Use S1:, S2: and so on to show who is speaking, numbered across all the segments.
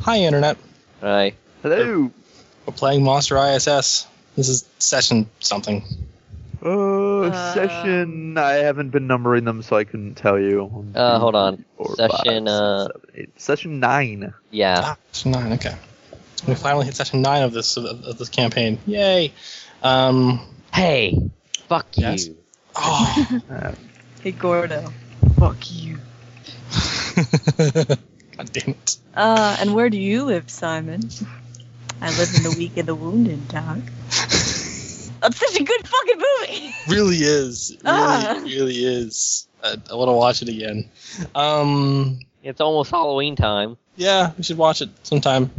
S1: Hi, Internet.
S2: Right.
S3: Hello.
S1: We're playing Monster ISS. This is session something.
S3: Oh,
S4: Uh,
S3: session. I haven't been numbering them, so I couldn't tell you. One,
S2: Uh,
S3: two,
S2: hold on.
S3: four,
S2: Session,
S3: six,
S2: uh,
S3: seven, eight. session nine.
S2: Yeah.
S1: Ah, session nine. Okay. We finally hit session nine of this of, of this campaign. Yay! Um.
S2: Hey, fuck
S1: Yes.
S2: you.
S1: Oh.
S3: Uh,
S4: Hey Gordo. Fuck you.
S1: God damn it.
S4: Uh, and where do you live, Simon? I live in the weak and the wounded, Doc. That's such a good fucking movie.
S1: Really is. Really,
S4: Ah.
S1: really is. I, I want to watch it again. Um.
S2: It's almost Halloween time.
S1: Yeah, we should watch it sometime.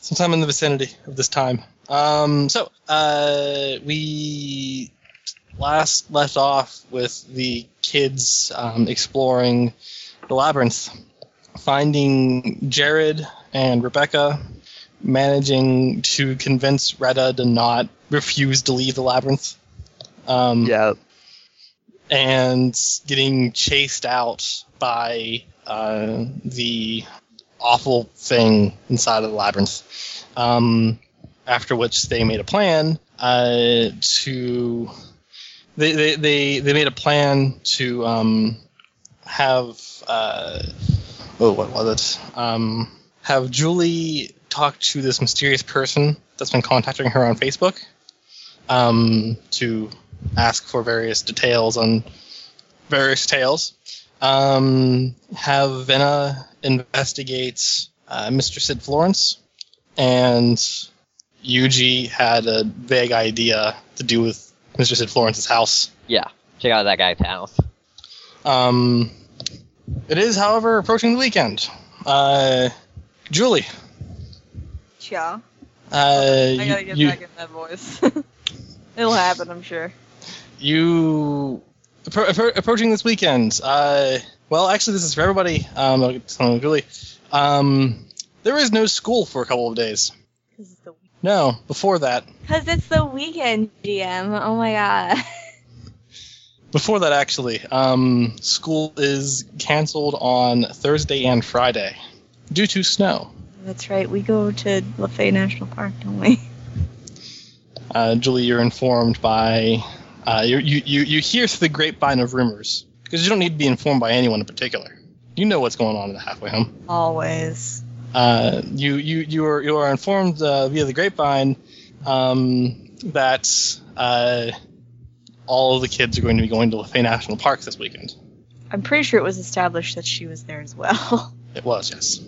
S1: Sometime in the vicinity of this time. Um, so, uh, we last left off with the kids um, exploring the labyrinth, finding Jared and Rebecca, managing to convince Retta to not refuse to leave the labyrinth. Um,
S3: yeah.
S1: and getting chased out by uh, the awful thing inside of the labyrinth. Um, after which they made a plan uh, to they, they, they, they made a plan to um, have uh, oh what was it um, have Julie talk to this mysterious person that's been contacting her on Facebook um, to ask for various details on various tales. Um, have Venna investigate uh, Mr. Sid Florence, and Yuji had a vague idea to do with Mr. Sid Florence's house.
S2: Yeah. Check out that guy's house.
S1: Um, it is, however, approaching the weekend. Uh, Julie,
S4: Cha.
S1: uh,
S4: I
S1: you-
S4: gotta get
S1: you,
S4: back in that voice. It'll happen, I'm sure.
S1: you appro- appro- approaching this weekend. Uh, well, actually, this is for everybody. Um, I'll get to Tom and Julie. Um, there is no school for a couple of days.
S4: Cause it's the
S1: No, before that,
S4: Cause it's the weekend, GM. Oh my god.
S1: before that actually, um, school is canceled on Thursday and Friday due to snow.
S4: That's right. We go to Lafayette National Park, don't we?
S1: Uh, Julie, you're informed by uh, you, you you you hear through the grapevine of rumors because you don't need to be informed by anyone in particular. You know what's going on in the halfway home.
S4: Always.
S1: Uh, you you you are you are informed uh, via the grapevine um, that uh, all of the kids are going to be going to Lafayette National Park this weekend.
S4: I'm pretty sure it was established that she was there as well.
S1: It was yes.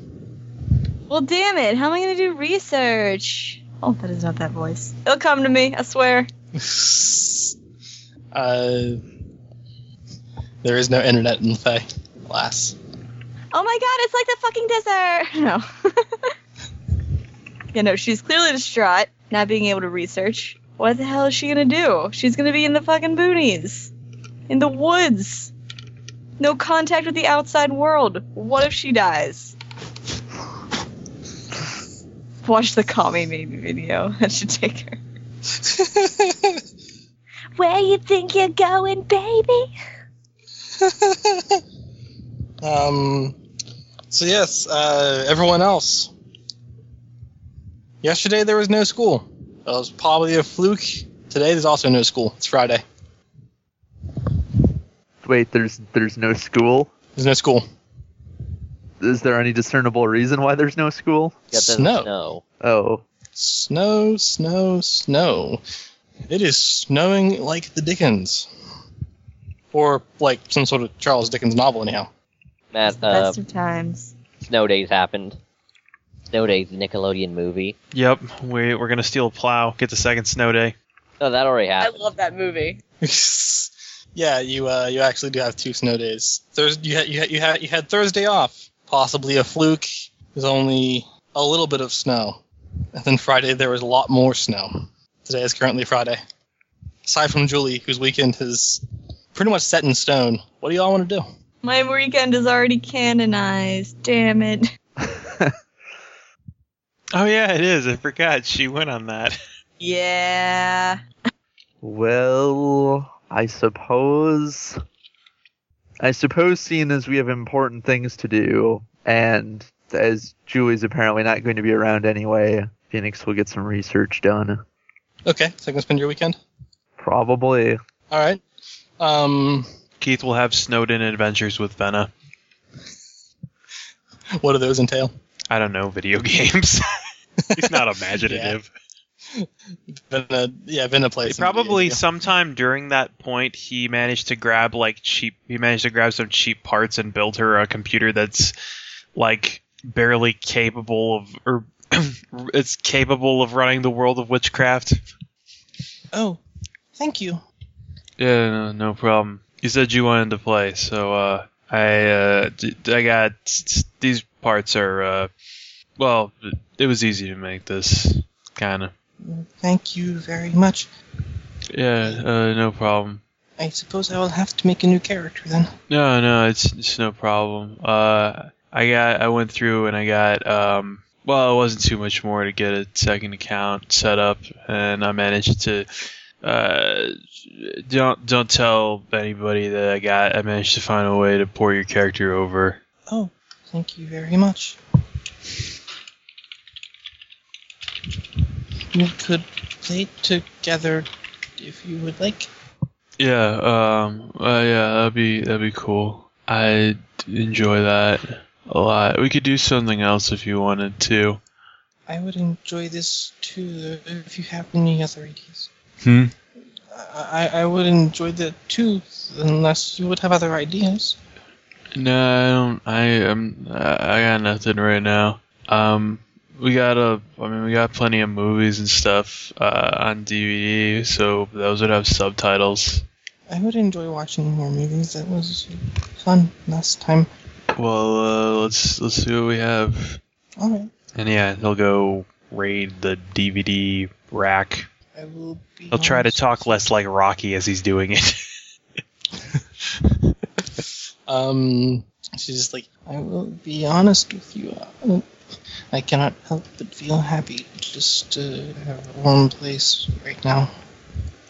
S4: Well, damn it. How am I going to do research? Oh, that is not that voice. It'll come to me, I swear.
S1: uh, there is no internet in Lafay, alas.
S4: Oh my god, it's like the fucking desert! No. yeah, no, she's clearly distraught, not being able to research. What the hell is she going to do? She's going to be in the fucking boonies, in the woods. No contact with the outside world. What if she dies? Watch the Kami Maybe video. That should take her. Where you think you're going, baby?
S1: um, so yes, uh, everyone else. Yesterday there was no school. That was probably a fluke. Today there's also no school. It's Friday.
S3: Wait. There's there's no school.
S1: There's no school.
S3: Is there any discernible reason why there's no school?
S2: Get the
S1: Snow.
S2: snow.
S3: Oh.
S1: Snow, snow, snow. It is snowing like the Dickens. Or like some sort of Charles Dickens novel, anyhow.
S2: That uh,
S4: Best of times.
S2: snow days happened. Snow days, the Nickelodeon movie.
S5: Yep, we, we're going to steal a plow, get the second snow day.
S2: No, Oh, that already
S4: I
S2: happened.
S4: love that movie.
S1: yeah, you uh, you actually do have two snow days. Thursday, you had you had you had, you had Thursday off, possibly a fluke. There's only a little bit of snow, and then Friday there was a lot more snow. Today is currently Friday. Aside from Julie, whose weekend is pretty much set in stone. What do y'all want to do?
S4: My weekend is already canonized. Damn it.
S5: Oh, yeah, it is. I forgot. She went on that.
S4: Yeah.
S3: Well, I suppose. I suppose, seeing as we have important things to do, and as Julie's apparently not going to be around anyway, Phoenix will get some research done.
S1: Okay, so I can spend your weekend.
S3: Probably.
S1: All right. Um,
S5: Keith will have Snowden adventures with Venna.
S1: what do those entail?
S5: I don't know video games. He's not imaginative.
S1: Venna, yeah, Venna plays. some
S5: Probably
S1: video
S5: sometime during that point, he managed to grab like cheap. He managed to grab some cheap parts and build her a computer that's like barely capable of, or it's capable of running the world of witchcraft.
S1: game. Oh, thank you.
S5: Yeah, no, no problem. You said you wanted to play, so uh, I uh, d- I got these parts are uh, well, it was easy to make this kind of.
S1: Thank you very much.
S5: Yeah, uh, no problem.
S1: I suppose I will have to make a new character then.
S5: No, no, it's it's no problem. Uh, I got I went through and I got um. Well, it wasn't too much more to get a second account set up, and I managed to. Uh, don't don't tell anybody that I got. I managed to find a way to pour your character over.
S1: Oh, thank you very much. We could play together if you would like.
S5: Yeah, um, uh, yeah, that'd be that'd be cool. I'd enjoy that a lot. We could do something else if you wanted to.
S1: I would enjoy this too if you have any other ideas.
S5: Hmm.
S1: I, I I would enjoy that too unless you would have other ideas.
S5: No, I don't. I am. I I got nothing right now. Um, we got a. I mean, we got plenty of movies and stuff uh, on DVD, so those would have subtitles.
S1: I would enjoy watching more movies. That was fun last time.
S5: Well, uh, let's let's see what we have.
S1: All right.
S5: And yeah, he'll go raid the DVD rack.
S1: I will be.
S5: He'll try to
S1: honest.
S5: talk less like Rocky as he's doing it.
S1: Um, she's just like, I will be honest with you. uh, I cannot help but feel happy just to have a warm place right now.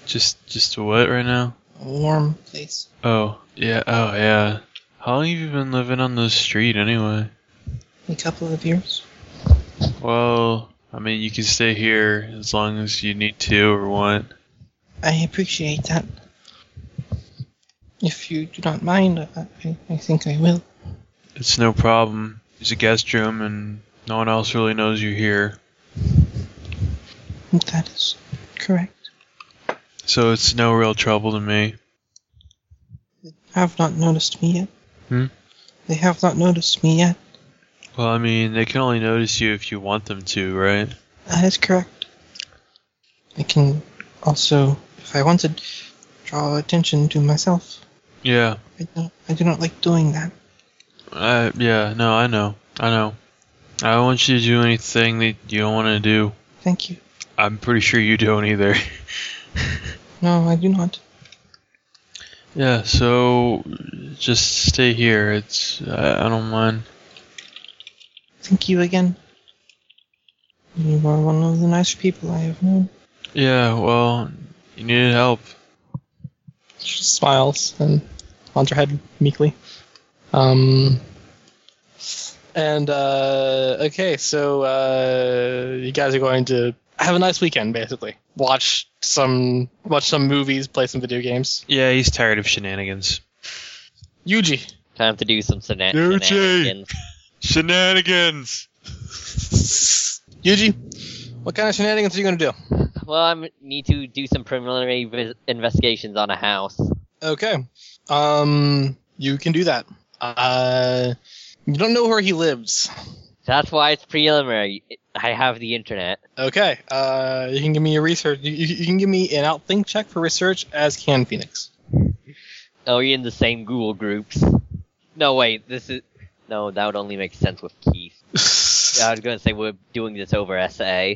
S5: just just what right now?
S1: A warm place.
S5: Oh yeah. Oh yeah. How long have you been living on the street anyway?
S1: A couple of years.
S5: Well, I mean, you can stay here as long as you need to or want.
S1: I appreciate that. If you do not mind, I, I- I think I will.
S5: It's no problem. There's a guest room, and no one else really knows you're here.
S1: That is correct.
S5: So it's no real trouble to me.
S1: Have not noticed me yet.
S5: Hmm?
S1: They have not noticed me yet.
S5: Well, I mean, they can only notice you if you want them to, right?
S1: That is correct. I can also, if I wanted, draw attention to myself.
S5: Yeah.
S1: I do, I do not like doing that.
S5: I yeah. No, I know. I know. I don't want you to do anything that you don't want to do.
S1: Thank you.
S5: I'm pretty sure you don't either.
S1: No, I do not.
S5: yeah. So just stay here. It's I, I don't mind.
S1: Thank you again. You are one of the nicer people I have known.
S5: Yeah. Well, you needed help.
S1: She smiles and nods her head meekly. Um, and uh, okay, so uh, you guys are going to have a nice weekend, basically. Watch some watch some movies, play some video games.
S5: Yeah, he's tired of shenanigans.
S1: Yuji,
S2: Time to do some sena-
S5: Dude, Jay.
S2: shenanigans.
S5: Shenanigans.
S1: Yuji, what kind of shenanigans are you going to do?
S2: Well, I m- need to do some preliminary vis- investigations on a house.
S1: Okay, um, you can do that. Uh, you don't know where he lives.
S2: That's why it's preliminary. I have the internet.
S1: Okay, uh, you can give me a research. You, you you can give me an outthink check for research as can Phoenix.
S2: Oh, you're in the same Google groups. No, wait, this is. No, that would only make sense with Keith. Yeah, I was gonna say we're doing this over SA.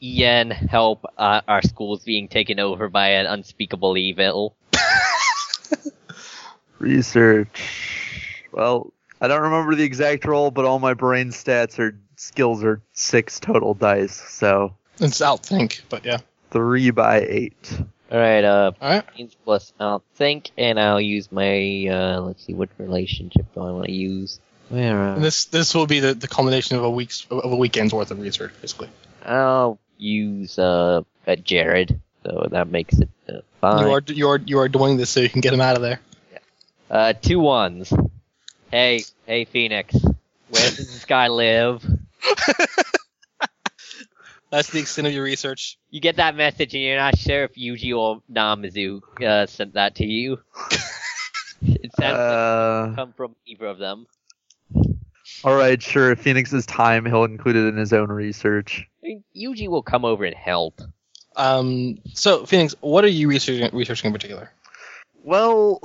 S2: Ian, help! Uh, our school's being taken over by an unspeakable evil.
S3: Research. Well, I don't remember the exact roll, but all my brain stats or skills are six total dice, so
S1: It's outthink, but yeah.
S3: three by eight.
S2: All right, uh,
S1: All right.
S2: means uh, plus I'll think, and I'll use my. Uh, let's see, what relationship do I want to use?
S6: And
S2: Where?
S6: this this will be the, the culmination of a week's of a weekend's worth of research, basically.
S2: I'll use uh, a Jared, so that makes it uh, fine.
S6: You are you are you are doing this so you can get him out of there.
S2: Uh, two ones. Hey, hey, Phoenix. Where does this guy live?
S6: That's the extent of your research.
S2: You get that message and you're not sure if Yuji or Namazu uh, sent that to you. it sounds like it
S3: Uh,
S2: come from either of them.
S3: all right, sure. If Phoenix's time, he'll include it in his own research.
S2: I mean, Yuji will come over and help.
S6: Um, so Phoenix, what are you researching, researching in particular?
S3: Well,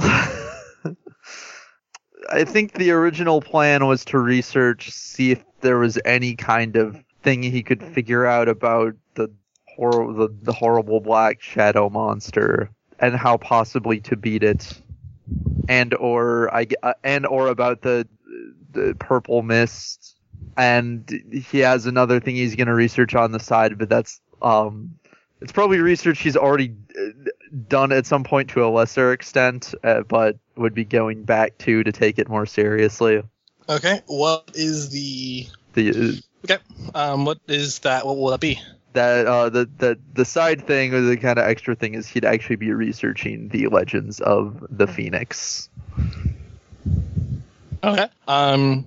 S3: I think the original plan was to research, see if there was any kind of thing he could figure out about the hor- the, the horrible black shadow monster and how possibly to beat it, and or I g- uh, and or about the the purple mist. And he has another thing he's going to research on the side, but that's um, it's probably research he's already uh, done at some point to a lesser extent, uh, but would be going back to to take it more seriously.
S6: Okay, what is the
S3: The
S6: um what is that? What will that be?
S3: that uh, the the the side thing or the kind of extra thing is he'd actually be researching the legends of the Phoenix.
S6: Okay. Um,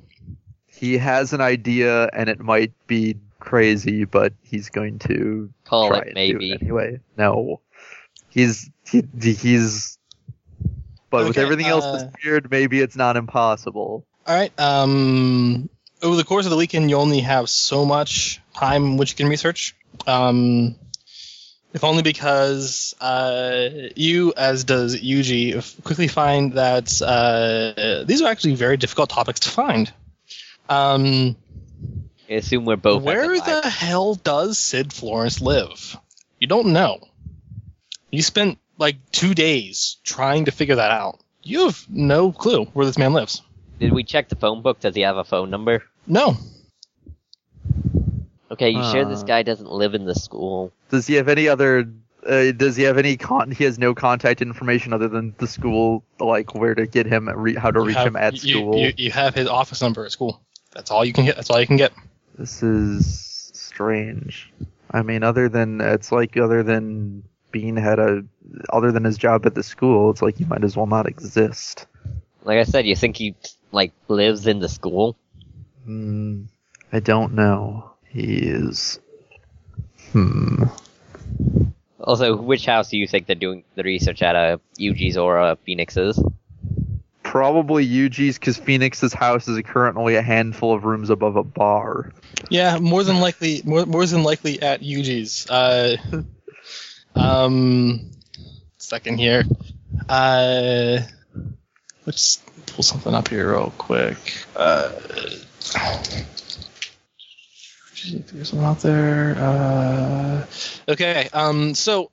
S3: He has an idea, and it might be crazy, but he's going to
S2: Call
S3: try
S2: it
S3: and
S2: Oh, maybe.
S3: do it anyway. No, he's he, he's. But with
S6: Okay,
S3: everything else
S6: uh,
S3: that's weird, maybe it's not impossible.
S6: all right. Um, over the course of the weekend, you only have so much time in which you can research. Um, if only because uh, you, as does Yuji, f- quickly find that uh, these are actually very difficult topics to find. Um,
S2: I assume we're both.
S6: Where
S2: at the
S6: the hell does Sid Florence live? You don't know. You spent like two days trying to figure that out. You have no clue where this man lives.
S2: library. Did we check the phone book? Does he have a phone number?
S6: No.
S2: Okay, you sure this
S3: Uh.
S2: guy doesn't live in the school?
S3: Does he have any other? Uh, does he have any con? He has no contact information other than the school, like where to get him, re- how to
S6: You
S3: reach
S6: have-
S3: him at
S6: you-
S3: school.
S6: You, you have his office number at school. That's all you can get. That's all you can get.
S3: This is strange. I mean, other than it's like other than Bean had a, other than his job at the school, it's like you might as well not exist.
S2: Like I said, you think he like lives in the school?
S3: Hmm. I don't know. He is. Hmm.
S2: Also, which house do you think they're doing the research at? Uh, Yuji's or uh, Phoenix's?
S3: Probably Yuji's because Phoenix's house is currently a handful of rooms above a bar.
S6: Yeah, more than likely, more, more than likely at Yuji's. Uh, um, second here. Uh, let's pull something up here real quick. Uh, there's one out there. Uh, okay. Um, so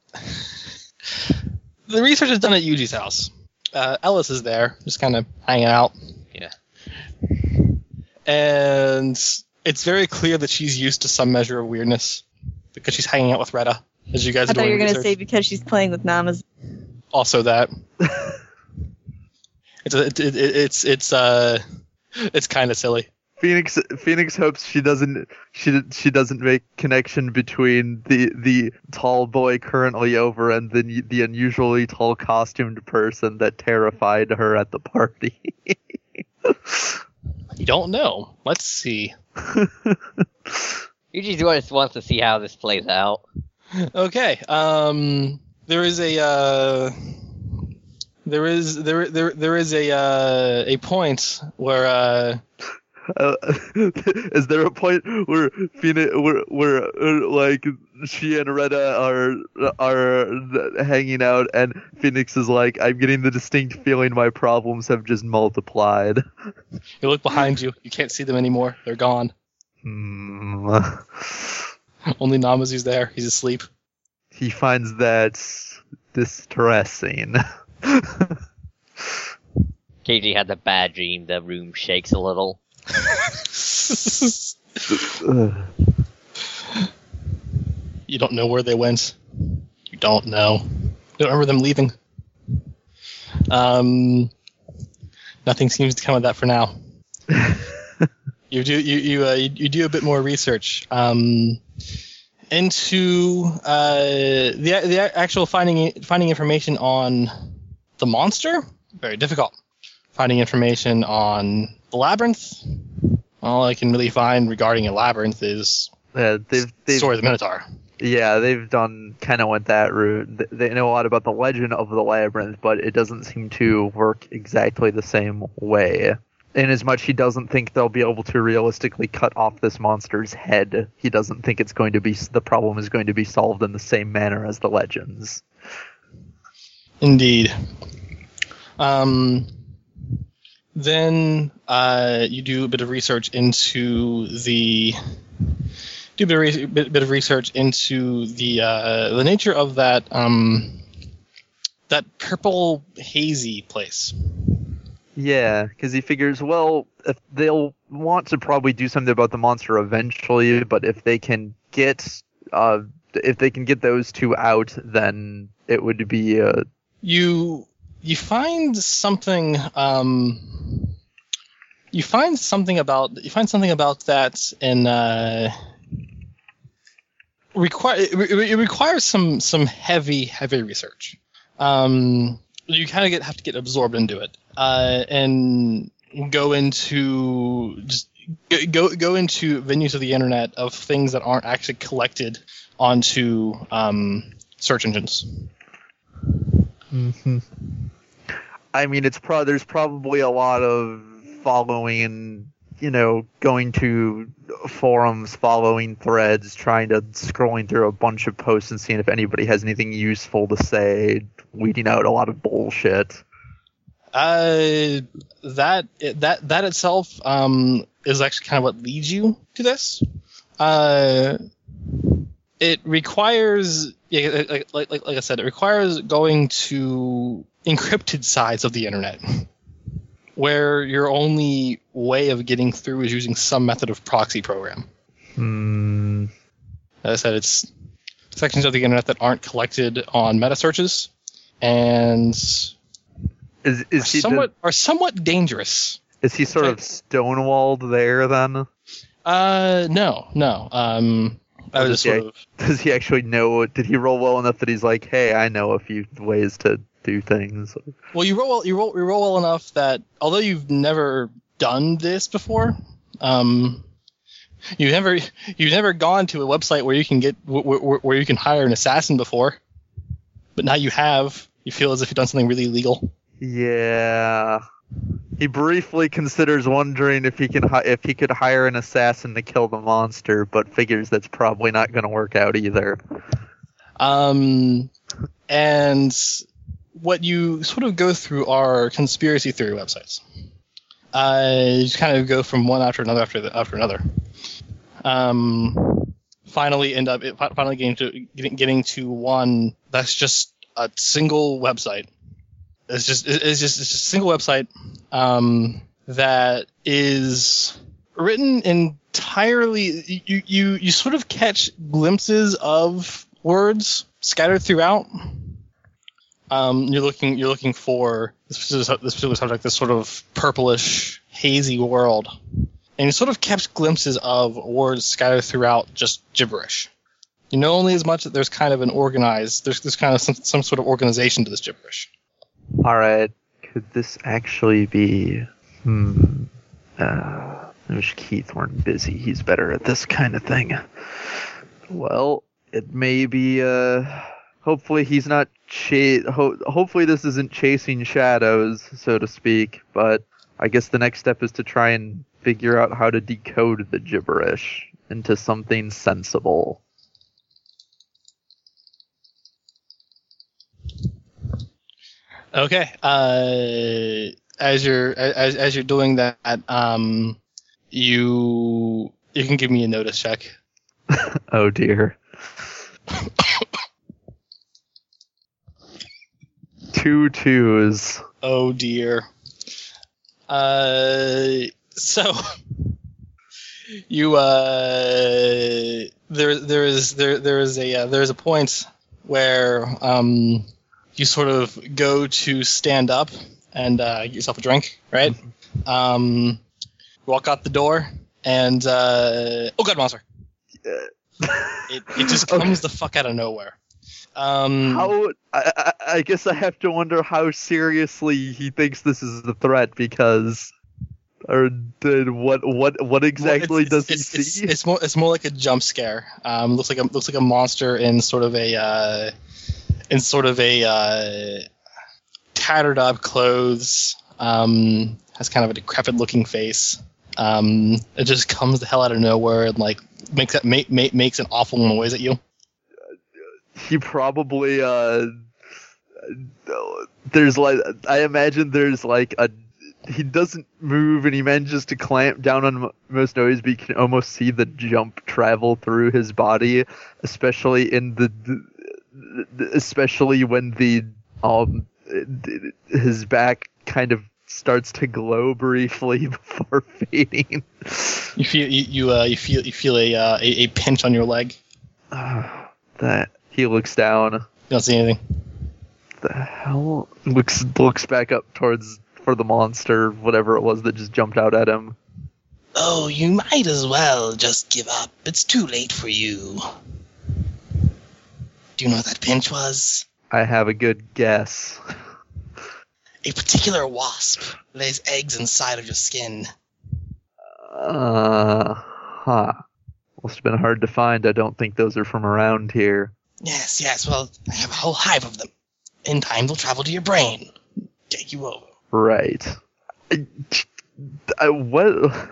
S6: the research is done at Yuji's house. Uh, Ellis is there, just kind of hanging out and it's very clear that she's used to some measure of weirdness because she's hanging out with Retta as you guys
S1: I
S6: are
S1: thought
S6: doing
S1: you were gonna
S6: research.
S1: say because she's playing with Nama's.
S6: also that it's a, it, it, it's it's uh it's kind of silly.
S3: Phoenix Phoenix hopes she doesn't she she doesn't make connection between the the tall boy currently over and the the unusually tall costumed person that terrified her at the party.
S6: You don't know. Let's see.
S2: Yuji just wants to see how this plays out.
S6: Okay. Um. There is a. Uh, there is there there there is a uh, a point where uh,
S3: Uh, is there a point where Phoenix where where uh, like she and Retta are are hanging out and Phoenix is like I'm getting the distinct feeling my problems have just multiplied.
S6: you look behind you, you can't see them anymore. They're gone.
S3: Hmm.
S6: Only Namazu's there. He's asleep.
S3: he finds that distressing.
S2: KG had the bad dream. The room shakes a little.
S3: Ugh.
S6: You don't know where they went. You don't know. You don't remember them leaving. Um, nothing seems to come of that for now. You do you you uh, you, you do a bit more research um, into uh, the the actual finding finding information on the monster. Very difficult. Finding information on the labyrinth. All I can really find regarding a labyrinth is
S3: Yeah, they've, they've
S6: story of the Minotaur.
S3: Yeah, they've done kind of went that route. Th- They know a lot about the legend of the labyrinth, but it doesn't seem to work exactly the same way. In as much he doesn't think they'll be able to realistically cut off this monster's head, he doesn't think it's going to be s- the problem is going to be solved in the same manner as the legends.
S6: Indeed. Um, then uh, you do a bit of research into the do a bit of, re- bit, bit of research into the uh, the nature of that um, that purple hazy place.
S3: Yeah, because he figures, well, if they'll want to probably do something about the monster eventually, but if they can get, uh, if they can get those two out, then it would be uh,
S6: You you find something um, you find something about you find something about that in uh, require it, re- it requires some some heavy heavy research. Um, you kind of get have to get absorbed into it uh, and go into just go- go go into venues of the internet of things that aren't actually collected onto um, search engines.
S3: hmm I mean, it's pro- there's probably a lot of following and you know going to forums, following threads, trying to scrolling through a bunch of posts and seeing if anybody has anything useful to say, weeding out a lot of bullshit.
S6: Uh, that that that itself um, is actually kind of what leads you to this. Uh, it requires, yeah, like, like, like, like I said, it requires going to encrypted sides of the internet, where your only way of getting through is using some method of proxy program.
S3: Hmm.
S6: As I said, it's sections of the internet that aren't collected on meta searches, and
S3: Is
S6: are
S3: is he
S6: somewhat are somewhat dangerous.
S3: is he sort of stonewalled there then?
S6: Uh, no, no. Um, I was just
S3: Okay.
S6: sort of.
S3: Does he actually know? Did he roll well enough that he's like, hey, I know a few ways to do things?
S6: Well, you roll well. You roll. You roll well enough that although you've never done this before, um, you've never you've never gone to a website where you can get where, where, where you can hire an assassin before, but now you have. You feel as if you've done something really illegal.
S3: Yeah. He briefly considers wondering if he can hi- if he could hire an assassin to kill the monster, but figures that's probably not going to work out either.
S6: Um, and what you sort of go through are conspiracy theory websites. Uh, you just kind of go from one after another after the, after another. Um, finally, end up it fi- finally getting to getting, getting to one that's just a single website. It's just it- it's just it's just a single website um, that is written entirely you, you you sort of catch glimpses of words scattered throughout um, you're looking you're looking for this particular, sub- this particular subject this sort of purplish hazy world and you sort of catch glimpses of words scattered throughout just gibberish you know only as much that there's kind of an organized there's, there's kind of some, some sort of organization to this gibberish
S3: All right, could this actually be? Hmm. Uh, I wish Keith weren't busy. He's better at this kind of thing. Well, it may be. Uh, hopefully he's not. Cha- ho- hopefully this isn't chasing shadows, so to speak. But I guess the next step is to try and figure out how to decode the gibberish into something sensible.
S6: Okay. Uh, as you're as as you're doing that, um, you you can give me a notice check.
S3: Oh dear. Two twos.
S6: Oh dear. Uh, so you uh, there there is there there is a uh, there is a point where um you sort of go to stand up and uh, get yourself a drink, right? Um, walk out the door and uh, oh god, monster!
S3: Yeah.
S6: It, it just comes the fuck out of nowhere. Um,
S3: How I, I, I guess I have to wonder how seriously he thinks this is a threat because, or did what what what
S6: Well,
S3: exactly
S6: it's,
S3: does
S6: it's,
S3: he
S6: it's,
S3: see?
S6: It's more it's more like a jump scare. Um, looks like a looks like a monster in sort of a uh, in sort of a uh, tattered up clothes. Um, has kind of a decrepit looking face. Um, it just comes the hell out of nowhere and like makes that ma- ma- makes an awful noise at you.
S3: he probably uh, there's like I imagine there's like a he doesn't move and he manages to clamp down on m- most noise, but you can almost see the jump travel through his body, especially in the, the especially when the um his back kind of starts to glow briefly before fading.
S6: You feel you you, uh, you feel you feel a, uh, a a pinch on your leg. You
S3: Ah, that he looks down.
S6: don't see anything.
S3: the hell looks looks back up towards for the monster whatever it was that just jumped out at him
S6: Oh, you might as well just give up. It's too late for you. Do you know what that pinch was?
S3: i have a good guess
S6: A particular wasp lays eggs inside of your skin.
S3: uh huh must have been hard to find i don't think those are from around here
S6: Yes, yes, well, I have a whole hive of them. In time, they'll travel to your brain, take you over.
S3: right I, I what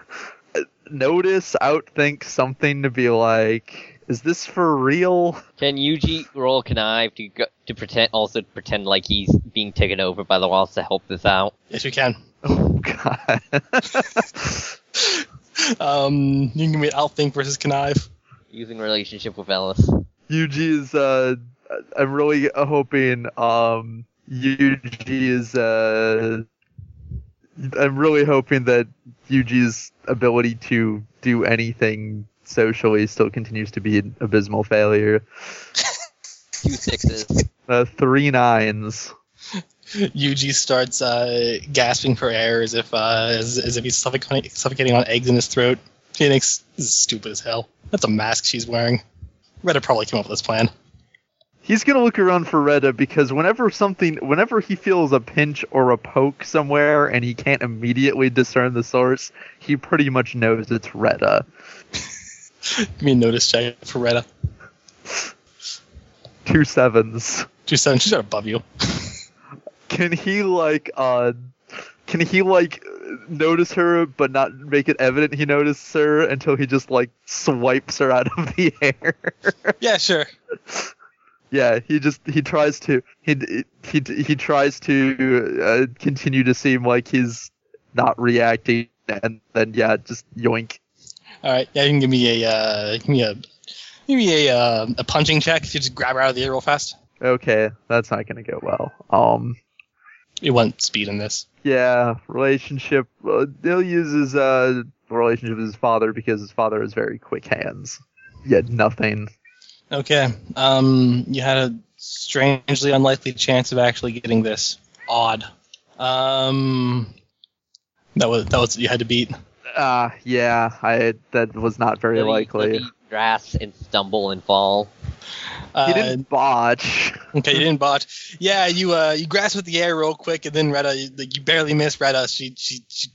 S3: notice outthink something to be like is this for real
S2: Can Yuji roll connive to go, to pretend also pretend like he's being taken over by the walls to help this out?
S6: Yes, you can.
S3: oh god
S6: Um, you can be an outthink versus connive.
S2: Using relationship with Ellis.
S3: Yuji is uh I'm really hoping um Yuji is uh I'm really hoping that Yuji's ability to do anything socially still continues to be an abysmal failure.
S2: Two sixes.
S3: Uh, three nines.
S6: Yuji starts uh, gasping for air as if uh, as, as if he's suffocating, suffocating on eggs in his throat. Phoenix is stupid as hell. That's a mask she's wearing. Reddit probably came up with this plan.
S3: He's gonna look around for Reda because whenever something, whenever he feels a pinch or a poke somewhere and he can't immediately discern the source, he pretty much knows it's Reda.
S6: Give me a notice check for Retta.
S3: Two sevens.
S6: She's seven. She's right above you.
S3: Can he like uh can he like notice her but not make it evident he notices her until he just like swipes her out of the air?
S6: Yeah, sure.
S3: yeah, he just he tries to he he he tries to uh, continue to seem like he's not reacting and then yeah, just yoink.
S6: All right. Yeah, you can give me a uh, give me a give me a uh, a punching check. If you just grab her out of the air real fast.
S3: Okay, that's not going to go well. Um
S6: It won't speed in this.
S3: Yeah, relationship. Uh, Dill uses uh relationship with his father because his father has very quick hands. Yet nothing.
S6: Okay. Um, you had a strangely unlikely chance of actually getting this. Odd. Um, that was that was what you had to beat.
S3: Uh yeah, I that was not very
S2: Really
S3: likely.
S2: bloody Grass and stumble and fall.
S3: He
S6: Uh,
S3: didn't botch.
S6: Okay, you didn't botch. Yeah, you uh, you grasp with the air real quick, and then Retta, you, like, you barely miss Retta. She she, she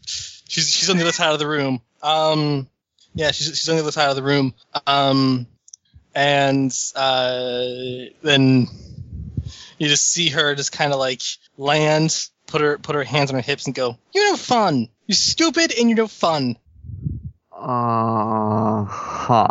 S6: she's she's on the other side of the room. Um, yeah, she's she's on the other side of the room. Um, and uh, then you just see her just kind of like land, put her put her hands on her hips, and go, "You're no fun. You're stupid, and you're no fun."
S3: Uh huh.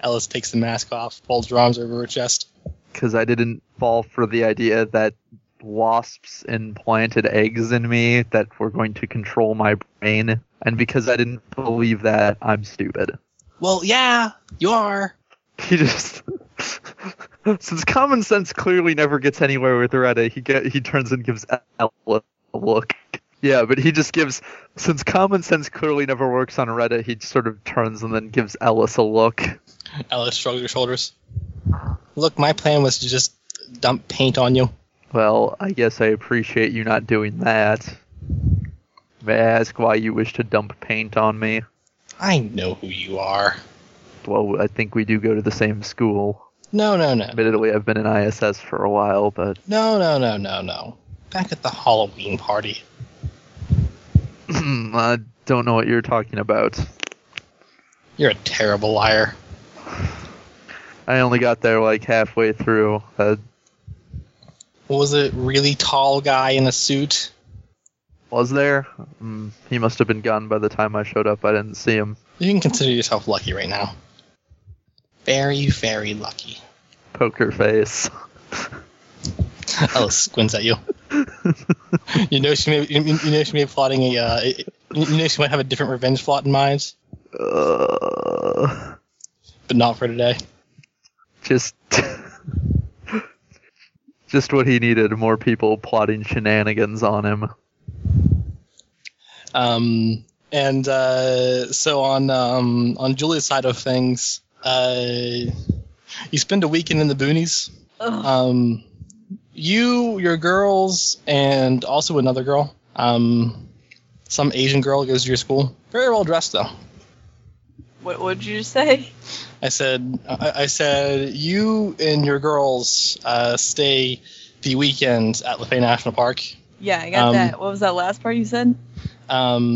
S6: Ellis takes the mask off, folds her arms over her chest.
S3: Because I didn't fall for the idea that wasps implanted eggs in me that were going to control my brain, and because I didn't believe that, I'm stupid.
S6: Well, yeah, you are.
S3: he just since common sense clearly never gets anywhere with Retta, he get he turns and gives Ella a look. Yeah, but he just gives since common sense clearly never works on Retta, he sort of turns and then gives Ellis a look.
S6: Ella shrugs her shoulders. Look, my plan was to just dump paint on you.
S3: Well, I guess I appreciate you not doing that. May I ask why you wish to dump paint on me?
S6: I know who you are.
S3: Well, I think we do go to the same school.
S6: No, no, no.
S3: Admittedly, I've been in ISS for a while, but
S6: No, no, no, no, no. Back at the Halloween party.
S3: I don't know what you're talking about.
S6: You're a terrible liar.
S3: I only got there like halfway through. Uh,
S6: What was it? Really tall guy in a suit?
S3: was there? Mm, he must have been gone by the time I showed up. I didn't see him.
S6: You can consider yourself lucky right now. Very, very lucky.
S3: Poker face.
S6: Alice squints at you. you know she may you, you know she may be plotting a uh, you you know she might have a different revenge plot in mind,
S3: Uh,
S6: but not for today.
S3: just, just what he needed. More people plotting shenanigans on him.
S6: Um, and uh, so on um, on Julia's side of things, uh, you spend a weekend in the boonies.
S4: Ugh.
S6: Um, you, your girls, and also another girl. Um, some Asian girl goes to your school. Very well dressed though.
S4: What would you say?
S6: I said, I, I said, you and your girls uh, stay the weekend at Lafay National Park.
S4: Yeah, I got
S6: Um,
S4: that. What was that last part you said?
S6: Um,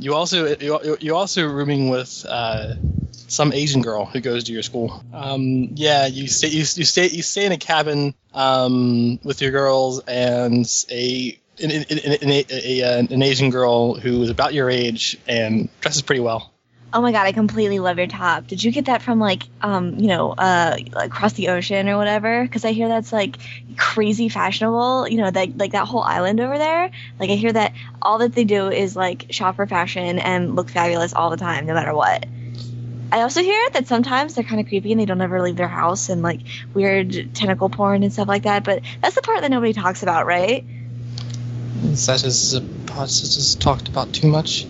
S6: you also you, you also rooming with uh, some Asian girl who goes to your school. Um, yeah, you stay you, you stay you stay in a cabin um, with your girls and a. An, an, an, an, a, a, an Asian girl who is about your age and dresses pretty well.
S4: Oh my god, I completely love your top. Did you get that from like, um, you know, uh, across the ocean or whatever? Because I hear that's like crazy fashionable. You know, that like that whole island over there. Like I hear that all that they do is like shop for fashion and look fabulous all the time, no matter what. I also hear that sometimes they're kind of creepy and they don't ever leave their house and like weird tentacle porn and stuff like that. But that's the part that nobody talks about, right?
S6: That is a part that is talked about too much.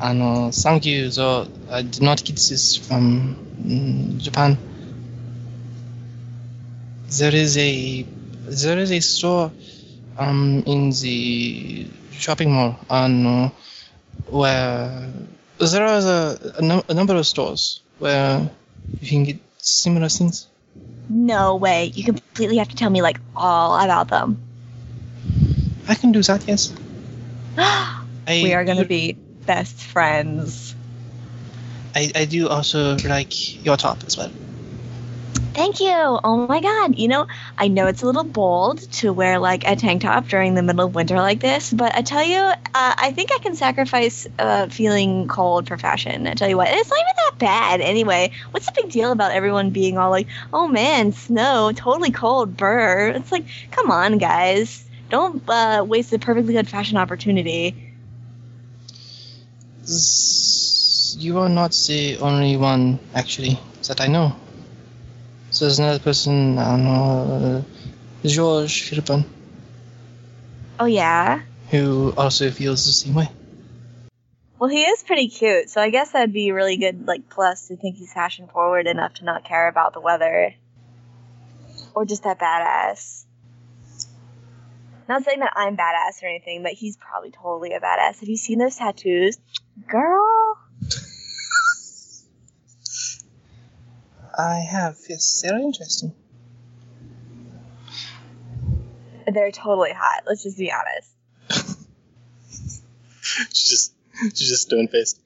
S6: あの、thank uh, you, though I did not get this from mm, Japan. There is a there is a store um in the shopping mall on where there are the, a, num- a number of stores where you can get similar things.
S4: No way. You completely have to tell me like all about them.
S6: I can do that, yes. I
S4: we are going to
S6: do-
S4: be best friends.
S6: I, I do also like your top as well.
S4: Thank you. Oh my god. You know, I know it's a little bold to wear like a tank top during the middle of winter like this, but I tell you, uh, I think I can sacrifice uh, feeling cold for fashion. I tell you what, it's not even that bad anyway. What's the big deal about everyone being all like, oh man, snow, totally cold, brr? It's like, come on, guys. Don't uh, waste a perfectly good fashion opportunity.
S6: You are not the only one, actually, that I know. There's another person, I don't know, uh, George Philippon,
S4: Oh, yeah?
S6: who also feels the same way.
S4: Well, he is pretty cute, so I guess that'd be a really good like plus to think he's fashion forward enough to not care about the weather, or just that badass. Not saying that I'm badass or anything, but he's probably totally a badass. Have you seen those tattoos, girl?
S6: I have, yes, very interesting.
S4: They're totally hot. Let's just be honest.
S6: She's just, she's just stone faced.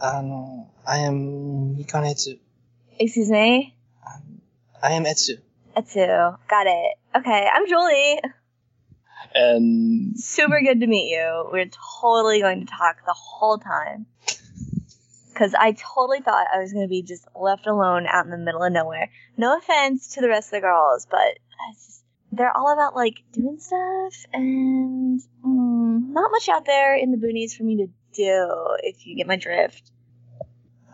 S6: Um, I am Mikan Etsu.
S4: Excuse me,
S6: Um, I am Etsu.
S4: Atsu. Got it. Okay, I'm Julie.
S6: And
S4: super good to meet you. We're totally going to talk the whole time. Because I totally thought I was going to be just left alone out in the middle of nowhere. No offense to the rest of the girls, but it's just, they're all about like doing stuff and mm, not much out there in the boonies for me to do, if you get my drift.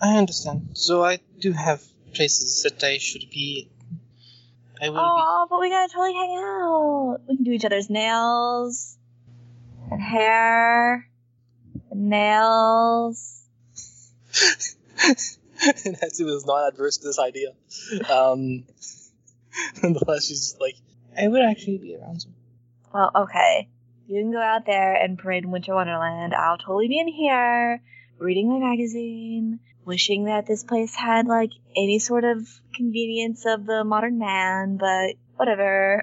S6: I understand. So I do have places that I should be. I will be.
S4: Oh, but we gotta totally hang out. We can do each other's nails and hair, and nails.
S6: and Hetsu was not adverse to this idea. Um, nonetheless, she's just like, I would actually be around.
S4: Well, okay. You can go out there and parade in Winter Wonderland. I'll totally be in here reading my magazine, wishing that this place had like any sort of convenience of the modern man, but whatever.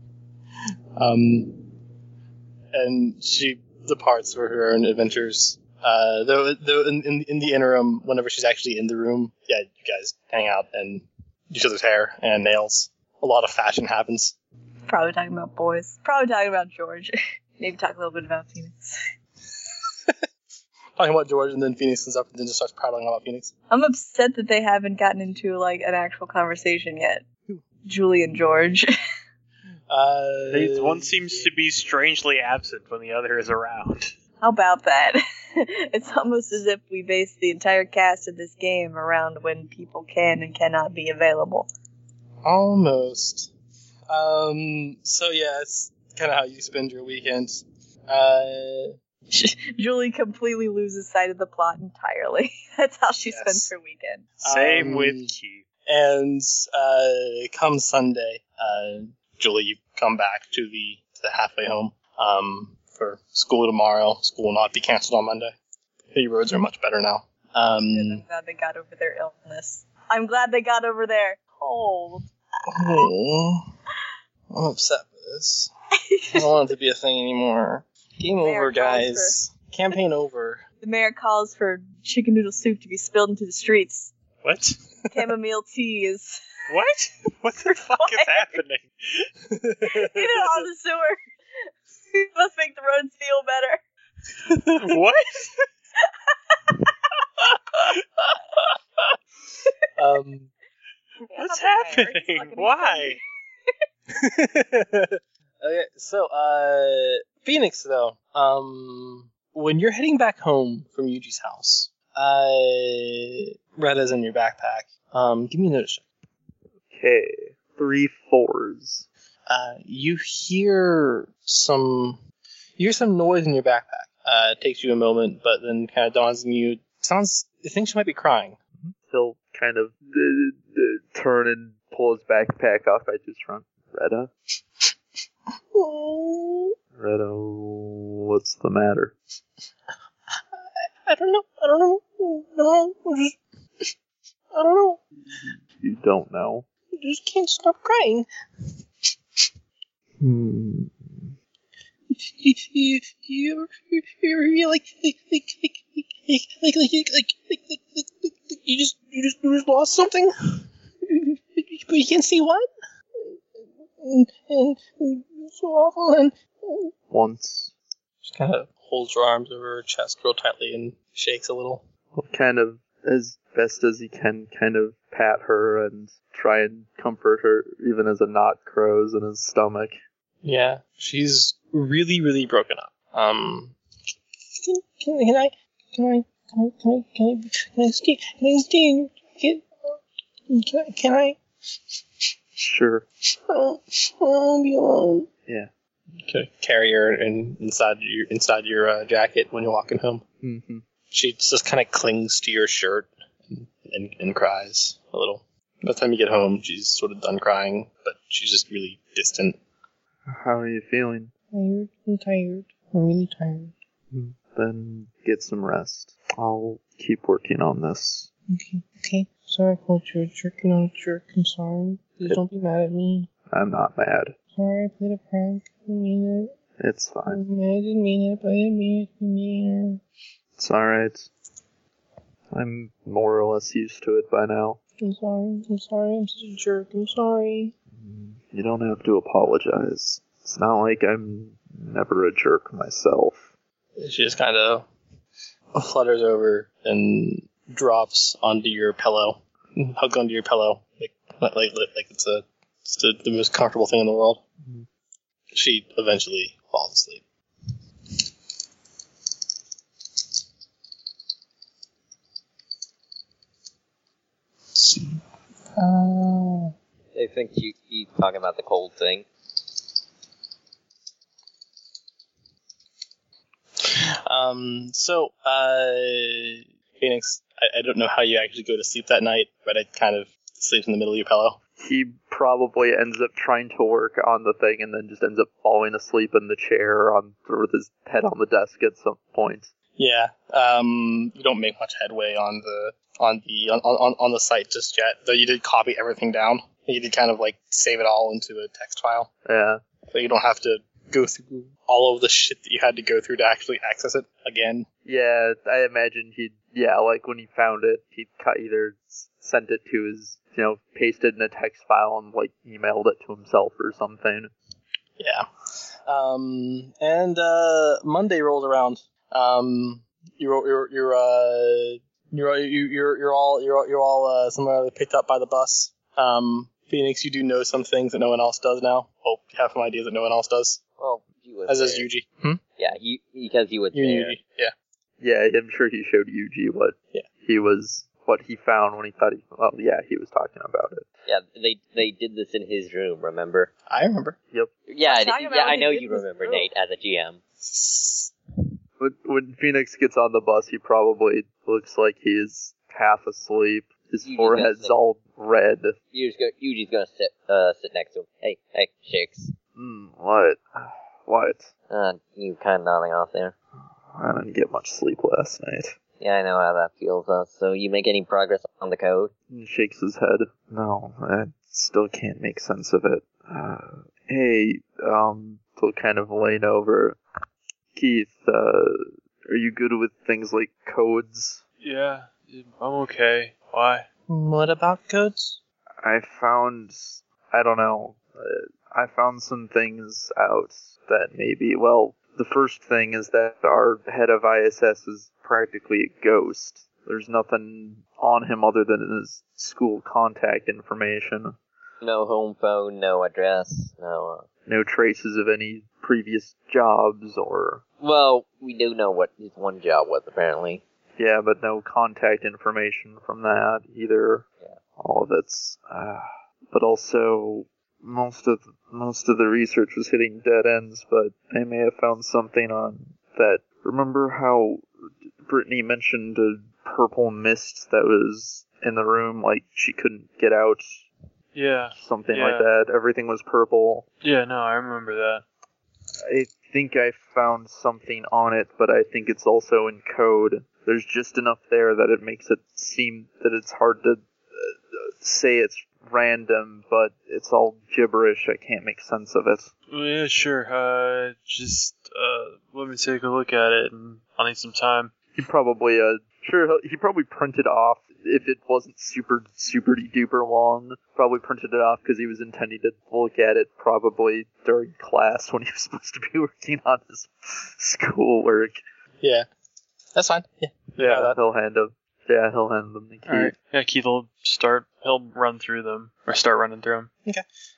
S6: Um, and she departs for her own adventures. Uh, though, though in, in, in the interim, whenever she's actually in the room, yeah, you guys hang out and do each other's hair and nails. A lot of fashion happens.
S4: Probably talking about boys. Probably talking about George. Maybe talk a little bit about Phoenix.
S6: Talking about George, and then Phoenix comes up and then just starts prattling about Phoenix.
S4: I'm upset that they haven't gotten into like an actual conversation yet. Julie and George.
S6: Uh,
S7: These- One seems to be strangely absent when the other is around.
S4: How about that? it's almost as if we base the entire cast of this game around when people can and cannot be available.
S6: Almost. Um, so yeah, it's kind of how you spend your weekends. Uh,
S4: Julie completely loses sight of the plot entirely. That's how she
S6: Yes.
S4: spends her weekend.
S7: Same
S6: Um,
S7: with Keith.
S6: and uh, come Sunday, uh, Julie, you come back to the to the halfway home um, for school tomorrow. School will not be canceled on Monday. The roads are much better now.
S7: Mm.
S4: And I'm
S6: Um,
S4: glad they got over their illness. I'm glad they got over their cold.
S6: aw, I'm upset with this. I don't want it to be a thing anymore. Game
S4: There,
S6: over,
S4: Casper.
S6: guys. Campaign over.
S4: the mayor calls for chicken noodle soup to be spilled into the streets.
S7: What?
S4: Chamomile tea is
S7: What? What the fuck is happening?
S4: even on the sewer. It must make the roads feel better.
S7: What?
S6: Um,
S7: What's
S4: How the mayor is
S7: happening?
S4: fucking
S7: Why?
S6: okay, so uh, Phoenix though, um, when you're heading back home from Yuji's house, uh, Retta's in your backpack. Um, give me a notice. check.
S3: Okay, three fours.
S6: Uh, you hear some, you hear some noise in your backpack. Uh, it takes you a moment, but then kind of dawns on you. Sounds, I think she might be crying.
S3: He'll kind of uh, uh, turn and pull his backpack off. I just run. Retta, Retta, what's the matter?
S6: I don't know. I don't know. No, I'm just, I don't know.
S3: You don't know.
S6: I just can't stop crying.
S3: Hmm.
S6: you, you, you, you, you like, like, like, like, like, like, like, like, like, like, like, like, like, you just, you just, you just lost something, but you can't see what. And, and, and it's so awful. And
S3: Once.
S6: she kind of holds her arms over her chest real tightly and shakes a little.
S3: He'll kind of, as best as he can, kind of pat her and try and comfort her, even as a knot crows in his stomach.
S6: Yeah, she's really, really broken up. Um, can, can, can I, can I, can I, can I, can I, can I stay, can I stay and get, can I, can I, oh,
S3: Sure.
S6: I don't, I don't want to be alone.
S3: Yeah.
S6: Okay. Carry her in, inside your inside your uh, jacket when you're walking home.
S3: Mm-hmm.
S6: She just kind of clings to your shirt and, and, and cries a little. By the time you get home, she's sort of done crying, but she's just really distant.
S3: How are you feeling?
S6: Tired. I'm tired. I'm really tired.
S3: Then get some rest. I'll keep working on this.
S6: Okay. Okay. Sorry I called you a jerk. You're not a jerk. I'm sorry. Please don't be mad at me.
S3: I'm not mad.
S6: Sorry I played a prank. I didn't mean it.
S3: It's
S6: I
S3: fine.
S6: didn't mean it, but I didn't mean it. I didn't mean it.
S3: It's alright. I'm more or less used to it by now.
S6: I'm sorry. I'm sorry. I'm such a jerk. I'm sorry.
S3: You don't have to apologize. It's not like I'm never a jerk myself.
S6: She just kind of flutters over and drops onto your pillow, hugs onto your pillow, like like like, like it's a it's the, the most comfortable thing in the world.
S3: Mhm.
S6: She eventually falls asleep.
S2: I think you he's talking about the cold thing.
S6: Um, so, uh, Phoenix, I, I don't know how you actually go to sleep that night, but I kind of sleeps in the middle of your pillow.
S3: He probably ends up trying to work on the thing and then just ends up falling asleep in the chair on with his head on the desk at some point.
S6: Yeah, um, you don't make much headway on the on the on, on, on the site just yet. Though you did copy everything down, you did kind of like save it all into a text file,
S3: Yeah.
S6: so you don't have to go through all of the shit that you had to go through to actually access it again.
S3: Yeah, I imagine he'd yeah, like when he found it, he'd cut either s- sent it to his you know, pasted in a text file and like emailed it to himself or something.
S6: Yeah. Um, and uh, Monday rolled around. Um, you're you're you're uh, you're you- you're you're all you're all- you're all uh, similarly picked up by the bus. Um, Phoenix, you do know some things that no one else does now. Oh, you have some ideas that no one else does.
S2: Well, you was
S6: As does
S2: there.
S6: Yuji. Hmm?
S2: Yeah, you because you was
S6: You,
S2: there.
S6: Yuji. Yeah.
S3: Yeah, I'm sure he showed Yuji what
S6: Yeah.
S3: he was what he found when he thought he well, yeah, he was talking about it.
S2: Yeah, they they did this in his room. Remember?
S6: I remember.
S2: Yeah,
S1: Talking
S2: I-
S1: about
S2: yeah.
S1: what
S2: I
S1: they
S2: know
S1: did
S2: you
S1: in his
S2: remember,
S1: room.
S2: Nate, as a GM.
S3: When, when Phoenix gets on the bus, he probably looks like he's half asleep. His
S2: Yuji's
S3: forehead's
S2: asleep.
S3: all red.
S2: You just go. You just gonna sit uh sit next to him. Hey, hey, shakes.
S3: Mm, what? What?
S2: Uh, you kind of nodding off there.
S3: I didn't get much sleep last night.
S2: Yeah, I know how that feels. Uh, so you make any progress on the code?
S3: and shakes his head. No, I still can't make sense of it. Uh, hey, um, he'll kind of lean over. Keith, uh, are you good with things like codes?
S5: Yeah, I'm okay. Why?
S6: What about codes?
S3: I found, I don't know, uh, I found some things out that maybe, well, the first thing is that our head of ISS is practically a ghost. There's nothing on him other than his school contact information.
S2: No home phone, no address, no. Uh,
S3: no traces of any previous jobs or
S2: well, we do know what his one job was apparently.
S3: yeah, but no contact information from that either.
S2: Yeah.
S3: All of it's, uh, but also most of most of the research was hitting dead ends. But I may have found something on that. Remember how Brittany mentioned a purple mist that was in the room, like she couldn't get out,
S5: Yeah,
S3: something
S5: Yeah.
S3: like that. Everything was purple.
S5: yeah. No, I remember that.
S3: I think I found something on it, but I think it's also in code. There's just enough there that it makes it seem that it's hard to uh, uh, say it's random, but it's all gibberish. I can't make sense of it.
S5: Well, yeah, sure. Uh, just uh, let me take a look at it, and I'll need some time.
S3: He probably uh sure he probably printed off if it wasn't super super duper long. Probably printed it off because he was intending to look at it probably during class when he was supposed to be working on his schoolwork.
S6: Yeah. That's fine. Yeah.
S5: Yeah,
S3: Uh, he'll hand him. Yeah, he'll hand them the key.
S5: All right. Yeah, Keith will start. He'll run through them or start running through them.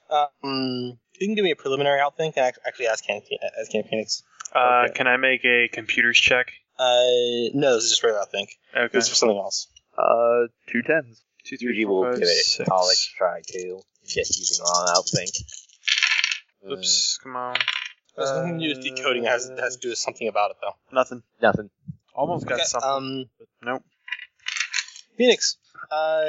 S6: Um, you can give me a preliminary out think and act- actually ask Cam, ask Cam Phoenix.
S5: Uh,
S6: Okay.
S5: Can I make a computers check?
S6: Uh, no, this is just regular think.
S5: Okay.
S6: This is for something else.
S3: Uh, two tens.
S5: Two, three,
S2: Usually
S5: four,
S2: will
S5: five,
S2: give it a
S5: six.
S2: college try too. Just using wrong Mm, outthink.
S5: Oops, come on.
S6: It has nothing to do with decoding. It has, it has to do with something about it, though.
S5: Nothing.
S2: Nothing.
S5: Almost got
S6: Okay,
S5: something.
S6: Um,
S5: but nope.
S6: Phoenix, uh,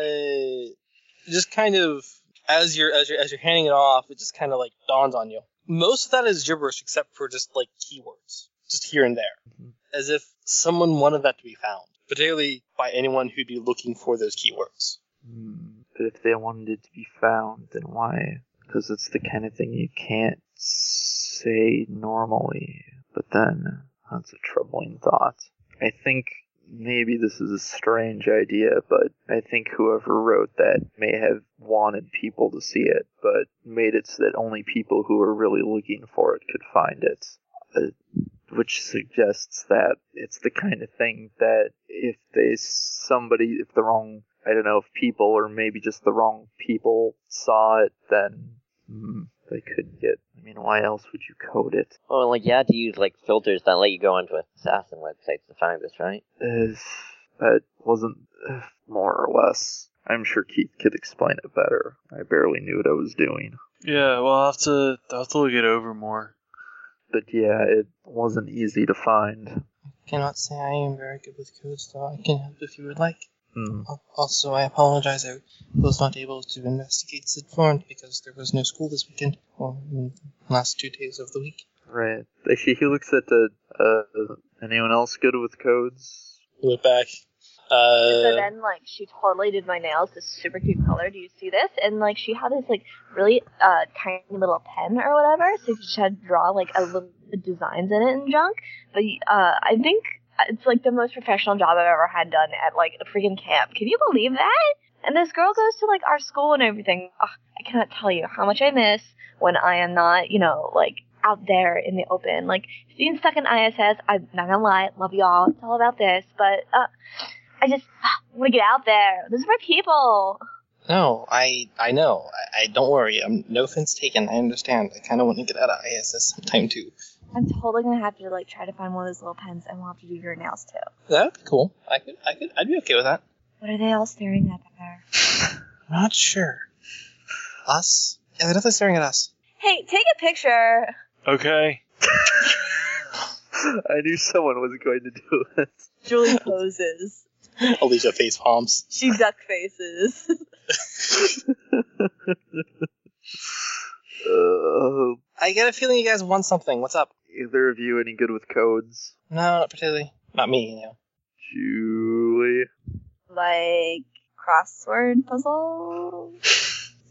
S6: just kind of as you're as you're as you're handing it off, it just kind of like dawns on you. Most of that is gibberish, except for just like keywords, just here and there, as if someone wanted that to be found, particularly by anyone who'd be looking for those keywords.
S3: Hmm, But if they wanted it to be found, then why? Because it's the kind of thing you can't say normally. But then, that's a troubling thought. I think maybe this is a strange idea, but I think whoever wrote that may have wanted people to see it, but made it so that only people who were really looking for it could find it. Uh, which suggests that it's the kind of thing that if they somebody if the wrong I don't know if people or maybe just the wrong people saw it, then mm, they could get. I mean, why else would you code it?
S2: Oh, like you had to use like filters that let you go onto assassin websites to find this, right?
S3: Uh, that wasn't uh, more or less. I'm sure Keith could explain it better. I barely knew what I was doing.
S5: Yeah. Well, I'll have to. I'll have to look it over more.
S3: But yeah, it wasn't easy to find.
S6: Cannot say I am very good with codes, though I can help if you would like.
S3: Hmm.
S6: Also, I apologize. I was not able to investigate Sid Florent because there was no school this weekend, or mm, last two days of the week.
S3: Right. Actually, he looks at the. Uh, anyone else good with codes?
S6: Look back.
S4: so
S6: Uh,
S4: then, like, she totally did my nails this super cute color. Do you see this? And like, she had this like really uh tiny little pen or whatever, so she had to draw like a little designs in it and junk. But uh, I think it's like the most professional job I've ever had done at like a freaking camp. Can you believe that? And this girl goes to like our school and everything. Ugh, I cannot tell you how much I miss when I am not, you know, like out there in the open. Like being stuck in ISS, I'm not gonna lie, love y'all. It's all about this, but uh, I just want to get out there. This is for people.
S6: no, I I know. I, I don't worry. i no offense taken. I understand. I kind of want to get out of ISS sometime too.
S4: I'm totally gonna have to like try to find one of those little pens, and we'll have to do your nails too.
S6: That'd be cool. I could I could I'd be okay with that.
S4: What are they all staring at there?
S6: Not sure. Us? Yeah, they're definitely staring at us.
S4: Hey, take a picture.
S7: Okay.
S3: I knew someone was going to do it.
S1: Julie poses.
S6: Alicia face palms.
S1: She duck faces.
S3: Uh,
S6: I get a feeling you guys want something. What's up?
S3: either of you any good with codes?
S6: No, not particularly. Not me, you know.
S3: Julie.
S1: like crossword puzzle,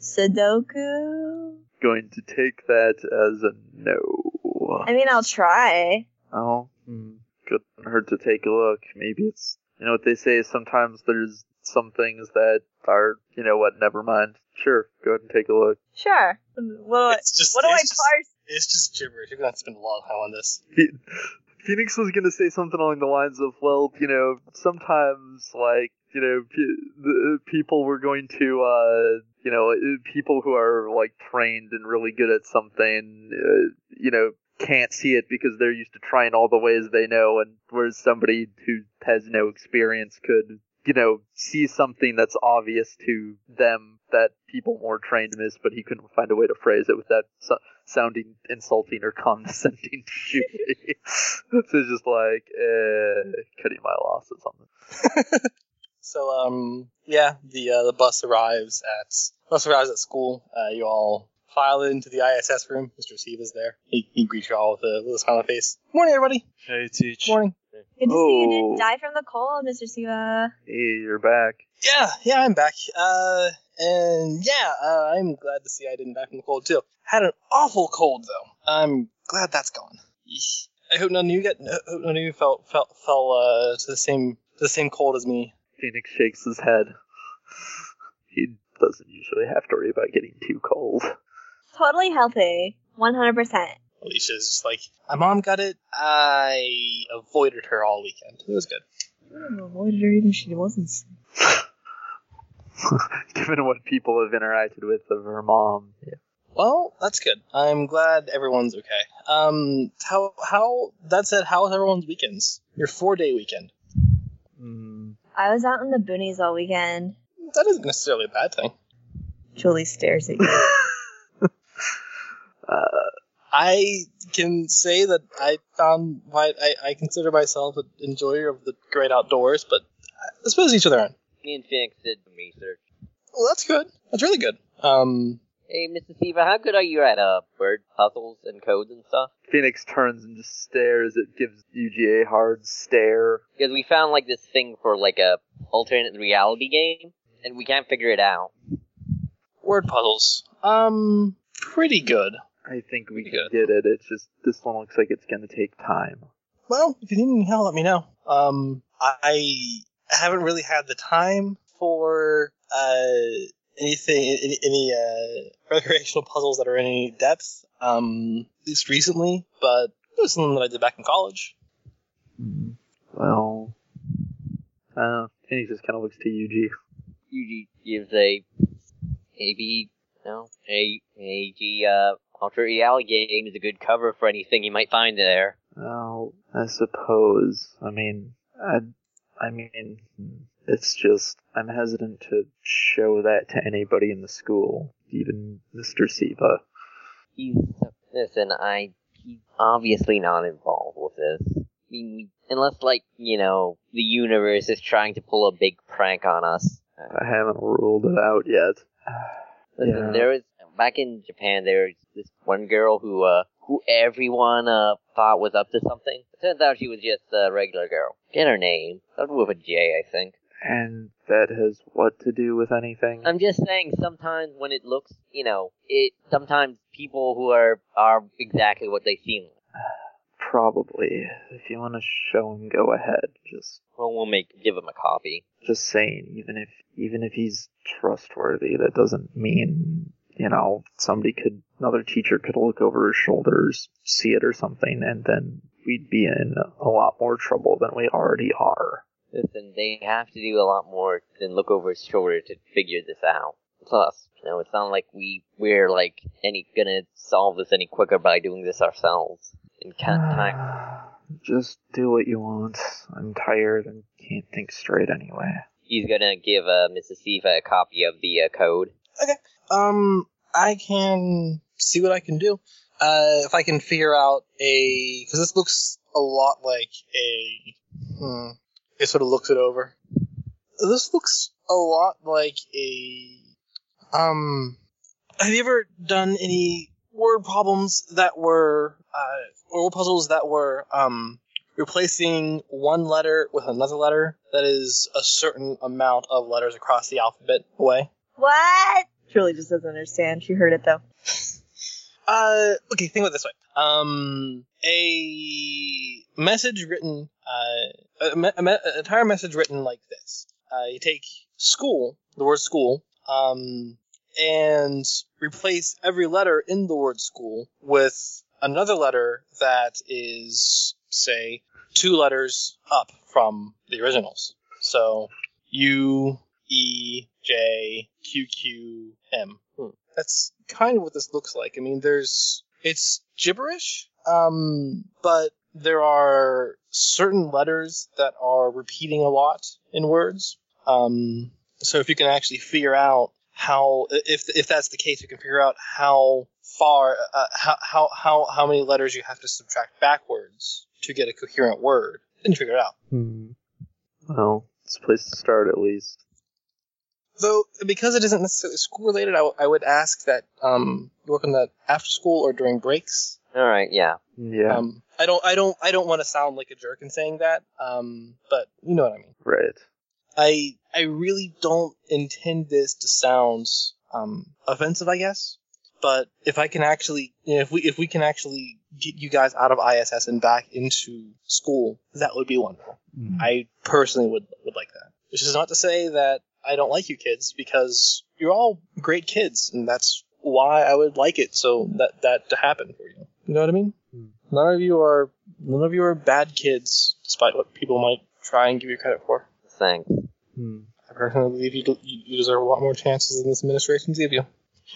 S1: Sudoku.
S3: Going to take that as a no.
S1: I mean, I'll try.
S3: Oh, hmm. good on her to take a look. Maybe it's you know what they say. Sometimes there's some things that are you know what. Never mind. Sure, go ahead and take a look.
S1: Sure. What do I,
S6: It's just,
S1: what do I
S6: it's just-
S1: parse?
S6: It's just gibberish. You're gonna have to spend a lot of time on this.
S3: Phe- Phoenix was gonna say something along the lines of, "Well, you know, sometimes like you know, pe- the people were going to, uh, you know, uh, people who are like trained and really good at something, uh, you know." can't see it because they're used to trying all the ways they know and whereas somebody who has no experience could you know see something that's obvious to them that people more trained miss but he couldn't find a way to phrase it without so- sounding insulting or condescending to Julie. so it's just like uh, cutting my losses on this
S6: So, um, yeah, the uh, the bus arrives at bus arrives at school. Uh, you all file into the ISS room. Mr. Siva's there. He, he greets you all with a, with a smile on face. Morning, everybody.
S5: Hey, teach.
S6: Morning.
S1: Good to see you didn't
S3: Oh.
S1: die from the cold, Mr. Siva.
S3: hey you're back
S6: Yeah, yeah, I'm back. Uh, and yeah, uh, I'm glad to see I didn't die from the cold too. Had an awful cold though. I'm glad that's gone. Yeesh. I hope none of you got. I hope none of you fell fell fell uh, to the same to the same cold as me.
S3: Phoenix shakes his head he doesn't usually have to worry about getting too cold
S4: Totally healthy, 100%.
S6: Alicia's just like my mom got it. I avoided her all weekend. It was good.
S1: What did her even she wasn't?
S3: given what people have interacted with of her mom
S6: Well, that's good. I'm glad everyone's okay. Um, how how that said, how was everyone's weekends? Your four day weekend.
S3: Mm,
S1: I was out in the boonies all weekend.
S6: That isn't necessarily a bad thing.
S1: Julie stares at you.
S3: uh,
S6: I can say that I found my I, I consider myself an enjoyer of the great outdoors, but I suppose each of their own.
S2: Me and Phoenix did some research.
S6: Well, that's good. That's really good. Um,
S2: Hey, Mrs. Eva, how good are you at uh word puzzles and codes and stuff?
S3: Phoenix turns and just stares. It gives UGA a hard stare.
S2: Because we found like this thing for like a alternate reality game, and we can't figure it out.
S6: word puzzles. Um, pretty good.
S3: I think we can
S6: Good.
S3: get it. It's just this one looks like it's gonna take time.
S6: Well, if you need any help, let me know. Um, I haven't really had the time for uh, anything, any, any uh, recreational puzzles that are in any depth, um, at least recently, but it was something that I did back in college.
S3: Well, I don't know. Phoenix just kind of looks to UG.
S2: UG gives a AB no a AG uh alternate reality game is a good cover for anything you might find there.
S3: Well, I suppose. I mean, I, I mean, it's just I'm hesitant to show that to anybody in the school, even Mr. Siva.
S2: He's listen, I he's obviously not involved with this. I mean, we- unless like you know the universe is trying to pull a big prank on us.
S3: I haven't ruled it out yet.
S2: Listen,
S3: Yeah.
S2: there was back in Japan. There was this one girl who, uh, who everyone uh, thought was up to something. It turns out she was just a regular girl. Get her name. Started with a J, I think.
S3: And that has what to do with anything?
S2: I'm just saying. Sometimes when it looks, you know, it sometimes people who are are exactly what they seem. like.
S3: Probably. If you want to show him, go ahead. Just,
S2: Well, we'll make give him a copy.
S3: just saying. Even if, even if he's trustworthy, that doesn't mean you know somebody could, another teacher could look over his shoulders, see it or something, and then we'd be in a lot more trouble than we already are.
S2: Listen, they have to do a lot more than look over his shoulder to figure this out. Plus, you know, it's not like we we're like any gonna solve this any quicker by doing this ourselves in kind of time.
S3: Just do what you want. I'm tired and can't think straight anyway.
S2: He's gonna give uh, Mrs. Siva a copy of the uh, code.
S6: Um, I can see what I can do. Uh, if I can figure out a, because this looks a lot like a. Hmm, it sort of looks it over. This looks a lot like a. Um, have you ever done any word problems that were, uh, or word puzzles that were, um, replacing one letter with another letter that is a certain amount of letters across the alphabet away?
S4: What?
S1: Truly just doesn't understand. She heard it though.
S6: Uh, okay, think of it this way. Um, a message written, uh, a, me- a me- an entire message written like this. Uh, you take school, the word school, um, and replace every letter in the word school with another letter that is, say, two letters up from the originals. So, U, E, J, Q, Q, M Hmm. that's kind of what this looks like. I mean, there's it's gibberish, um, but there are certain letters that are repeating a lot in words. Um, so if you can actually figure out how, if if that's the case, you can figure out how far, uh, how how how how many letters you have to subtract backwards to get a coherent word. Then you figure it out.
S3: Hmm. Well, it's a place to start at least.
S6: Though, because it isn't necessarily school related, I, w- I would ask that um, you work on that after school or during breaks.
S2: All right, yeah.
S3: Yeah,
S6: Um, I don't, I don't, I don't want to sound like a jerk in saying that. Um, but you know what I mean.
S3: right.
S6: I, I really don't intend this to sound um, offensive, I guess. But if I can actually, you know, if we, if we can actually get you guys out of ISS and back into school, that would be wonderful. I personally would, would like that. Which is not to say that I don't like you kids, because you're all great kids, and that's why I would like it so that that to happen for you. You know what I mean? None of you are none of you are bad kids, despite what people might try and give you credit for.
S2: Thanks.
S3: Hmm.
S6: I personally believe you, you deserve a lot more chances than this administration give you.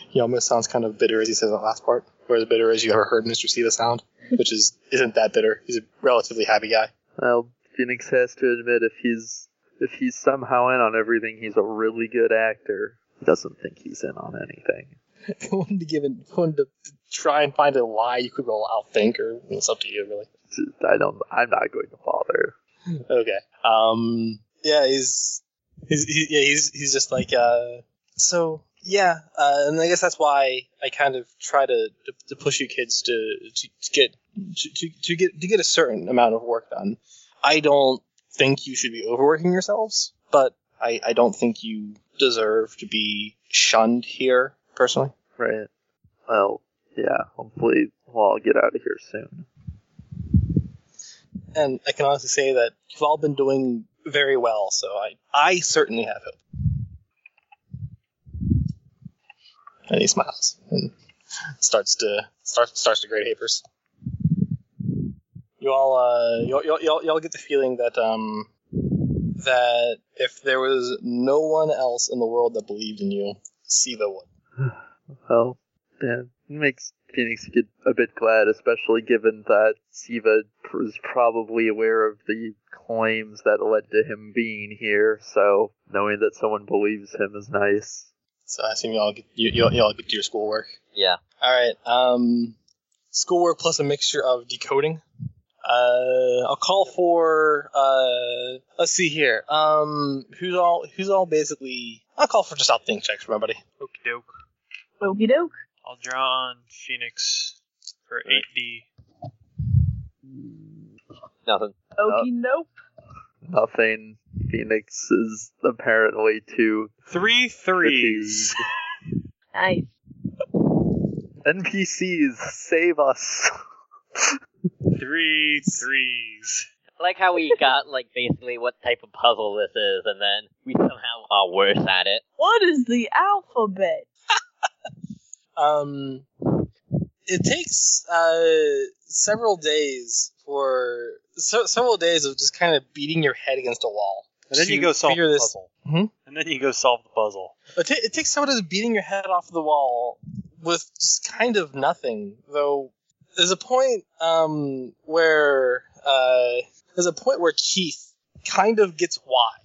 S6: He almost sounds kind of bitter as he says that last part, or as bitter as you ever heard Mr. Siva sound, which is isn't that bitter. He's a relatively happy guy.
S3: Well, Phoenix has to admit if he's if he's somehow in on everything, he's a really good actor. He doesn't think he's in on anything.
S6: I wanted to give it, I wanted to try and find a lie you could roll out think, or it's up to you really.
S3: I don't. I'm not going to bother.
S6: Okay. Um. Yeah. He's. He's. He, yeah. He's. He's just like. Uh. So. Yeah. Uh. And I guess that's why I kind of try to to, to push you kids to to, to get to, to to get to get a certain amount of work done. I don't think you should be overworking yourselves, but I I don't think you deserve to be shunned here personally.
S3: Right. Well, yeah. Hopefully, well, I'll get out of here soon.
S6: And I can honestly say that you've all been doing very well. So I I certainly have hope. And he smiles and starts to starts starts to grade papers. You all uh you all- you all- you all- you all get the feeling that um that if there was no one else in the world that believed in you, Siva would.
S3: Well, yeah, it makes Phoenix get a bit glad, especially given that Siva was probably aware of the claims that led to him being here. So knowing that someone believes him is nice.
S6: So I assume you all get you, you, all- you all get to your schoolwork.
S2: Yeah.
S6: All right. Um, schoolwork plus a mixture of decoding. Uh, I'll call for. Uh, let's see here. Um, who's all? Who's all? Basically, I'll call for just out think checks for everybody.
S7: Okie doke.
S4: Okey doke.
S7: I'll draw on Phoenix for 8D.
S2: Nothing.
S1: Oh.
S4: Okey nope.
S3: Nothing. Phoenix is apparently too
S7: Three threes.
S4: Nice.
S3: NPCs save us.
S7: Three threes.
S2: I like how we got like basically what type of puzzle this is, and then we somehow are worse at it.
S1: What is the alphabet?
S6: Um, it takes uh, several days for so, several days of just kind of beating your head against a wall.
S7: And then you
S6: to
S7: go solve
S6: figure
S7: the
S6: this-
S7: puzzle.
S6: Mhm.
S7: And then you go solve the puzzle.
S6: It, ta it takes someone who's beating your head off the wall with just kind of nothing, though. There's a point um, where uh, there's a point where Keith kind of gets why.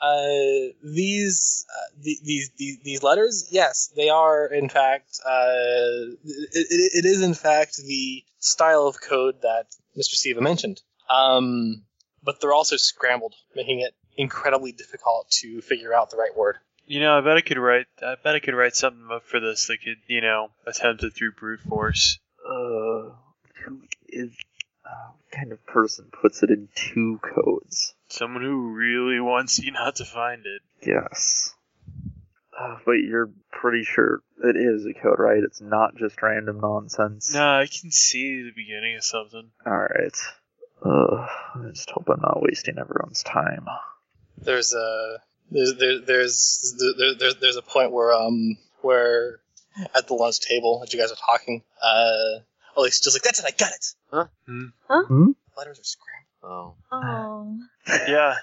S6: Uh, these, uh, the, these these these letters, yes, they are in fact. Uh, it, it, it is in fact the style of code that Mr. Siva mentioned. Um, but they're also scrambled, making it incredibly difficult to figure out the right word.
S7: You know, I bet I could write. I bet I could write something up for this that could, you know, attempt it through brute force.
S3: Uh, who is uh, what kind of person puts it in two codes?
S7: Someone who really wants you not to find it.
S3: Yes. Uh, but you're pretty sure it is a code, right? It's not just random nonsense.
S7: No, I can see the beginning of something.
S3: All right. Uh, I just hope I'm not wasting everyone's time.
S6: there's a there's there, there's there, there, there's a point where um where at the lunch table that you guys are talking uh Ollie's just like that's it I got it letters are scrambled
S2: Oh,
S1: Oh.
S7: Yeah,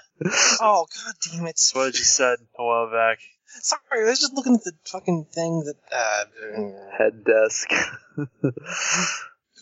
S6: oh god damn it
S7: that's what I just said a while back.
S6: sorry I was just looking at the fucking thing that uh
S3: Head desk.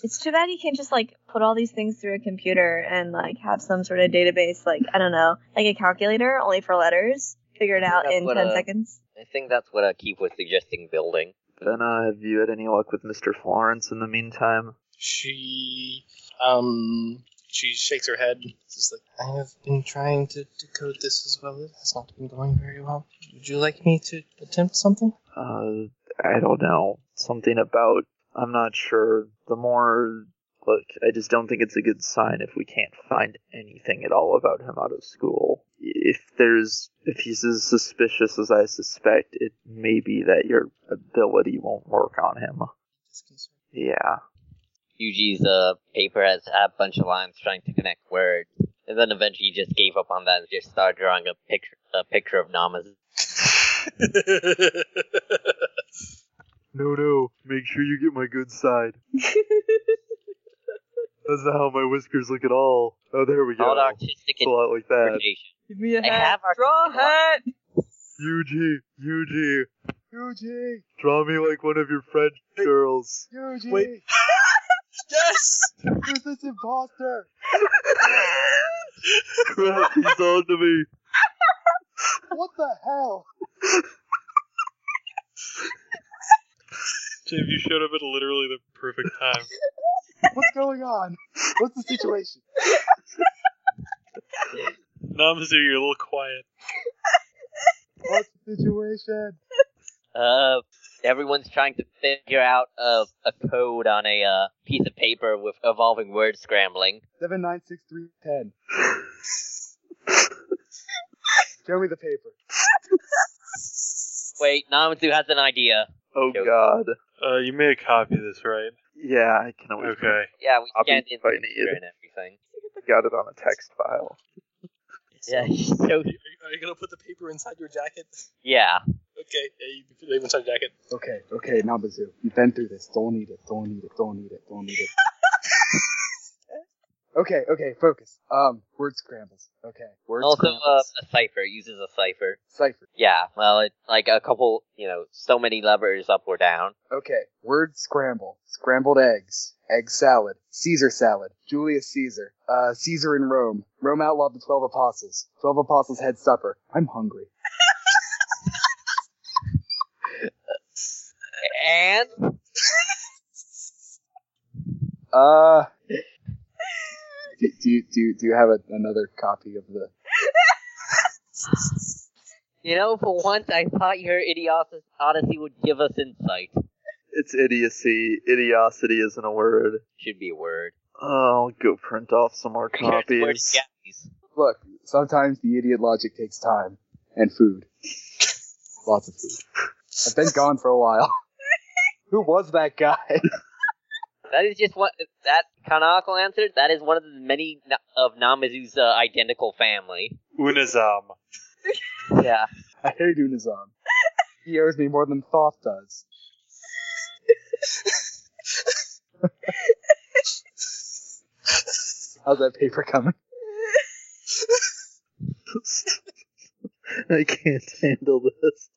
S1: It's too bad you can't just like put all these things through a computer and like have some sort of database, like I don't know, like a calculator only for letters. Figure it out
S2: That's
S1: in
S2: what,
S1: ten
S2: uh,
S1: seconds.
S2: I think that's what uh, Keith was suggesting building.
S3: ben, uh, have you had any luck with Mr. Florence in the meantime?
S6: she um she shakes her head It's just like I have been trying to decode this as well it has not been going very well would you like me to attempt something
S3: Uh, I don't know. Something about. I'm not sure. The more. Look, I just don't think it's a good sign if we can't find anything at all about him out of school. If there's. If he's as suspicious as I suspect, it may be that your ability won't work on him. Yeah.
S2: Yuji's uh, paper has a bunch of lines trying to connect words, and then eventually he just gave up on that and just started drawing a picture a picture of Namazu.
S3: No, no. Make sure you get my good side. That's not how my whiskers look at all. Oh, there we
S2: All the artistic
S3: lot like
S2: interpretation.
S1: Give me a
S2: I hat. have our-
S1: Draw a hat.
S3: Yuji, Yuji, Yuji, draw me like one of your French girls. Yuji,
S6: Wait. yes
S3: who's this imposter? Crap, he's on to me. What the hell?
S7: Jim, you showed up at literally the perfect time.
S3: What's going on? What's the situation?
S7: Namazu, you're a little quiet.
S3: What's the situation?
S2: Uh, everyone's trying to figure out a, a code on a uh, piece of paper with evolving word scrambling.
S3: Seven nine six three ten. Show me the paper.
S2: Wait, Namazu has an idea.
S3: Oh
S2: Show-
S3: God.
S7: Uh, you made a copy of this, right?
S3: Yeah, I can always.
S7: Okay.
S2: Yeah, we
S3: I'll be
S2: scanned in the
S3: fighting
S2: picture
S3: you.
S2: and everything.
S3: Got it on a text file.
S2: Yeah, so,
S6: Are you, are you gonna put the paper inside your jacket?
S2: yeah.
S6: Okay, yeah, you can put the paper inside your jacket.
S8: Okay, okay, Namazu, you've been through this. Don't need it. Don't need it. Don't need it. Don't need it. okay, okay, focus. Um, word scrambles. Okay, word
S2: Also, uh,
S8: scrambles.
S2: a cipher it uses a cipher.
S8: Cipher.
S2: Yeah, well, it, like a couple, you know, so many levers up or down.
S8: Okay, word scramble. Scrambled eggs. Egg salad. Caesar salad. Julius Caesar. Uh, Caesar in Rome. Rome outlawed the Twelve Apostles. Twelve Apostles had supper. I'm hungry.
S2: And
S8: Uh, Do, do you do you, do you have a, another copy of the?
S2: You know, for once I thought your idiotic odyssey would give us insight.
S3: It's idiocy. Idiosity isn't a word.
S2: Should be a word.
S3: I'll go print off some more
S2: Word
S3: copies.
S2: Japanese.
S8: Look, sometimes the idiot logic takes time and food, lots of food. I've been gone for a while. Who was that guy?
S2: That is just what that canonical answer. That is one of the many na- of Namazu's uh, identical family.
S7: Unazam.
S2: Yeah.
S8: I hate Unizam. He owes me more than Thoth does. How's that paper coming?
S3: I can't handle this.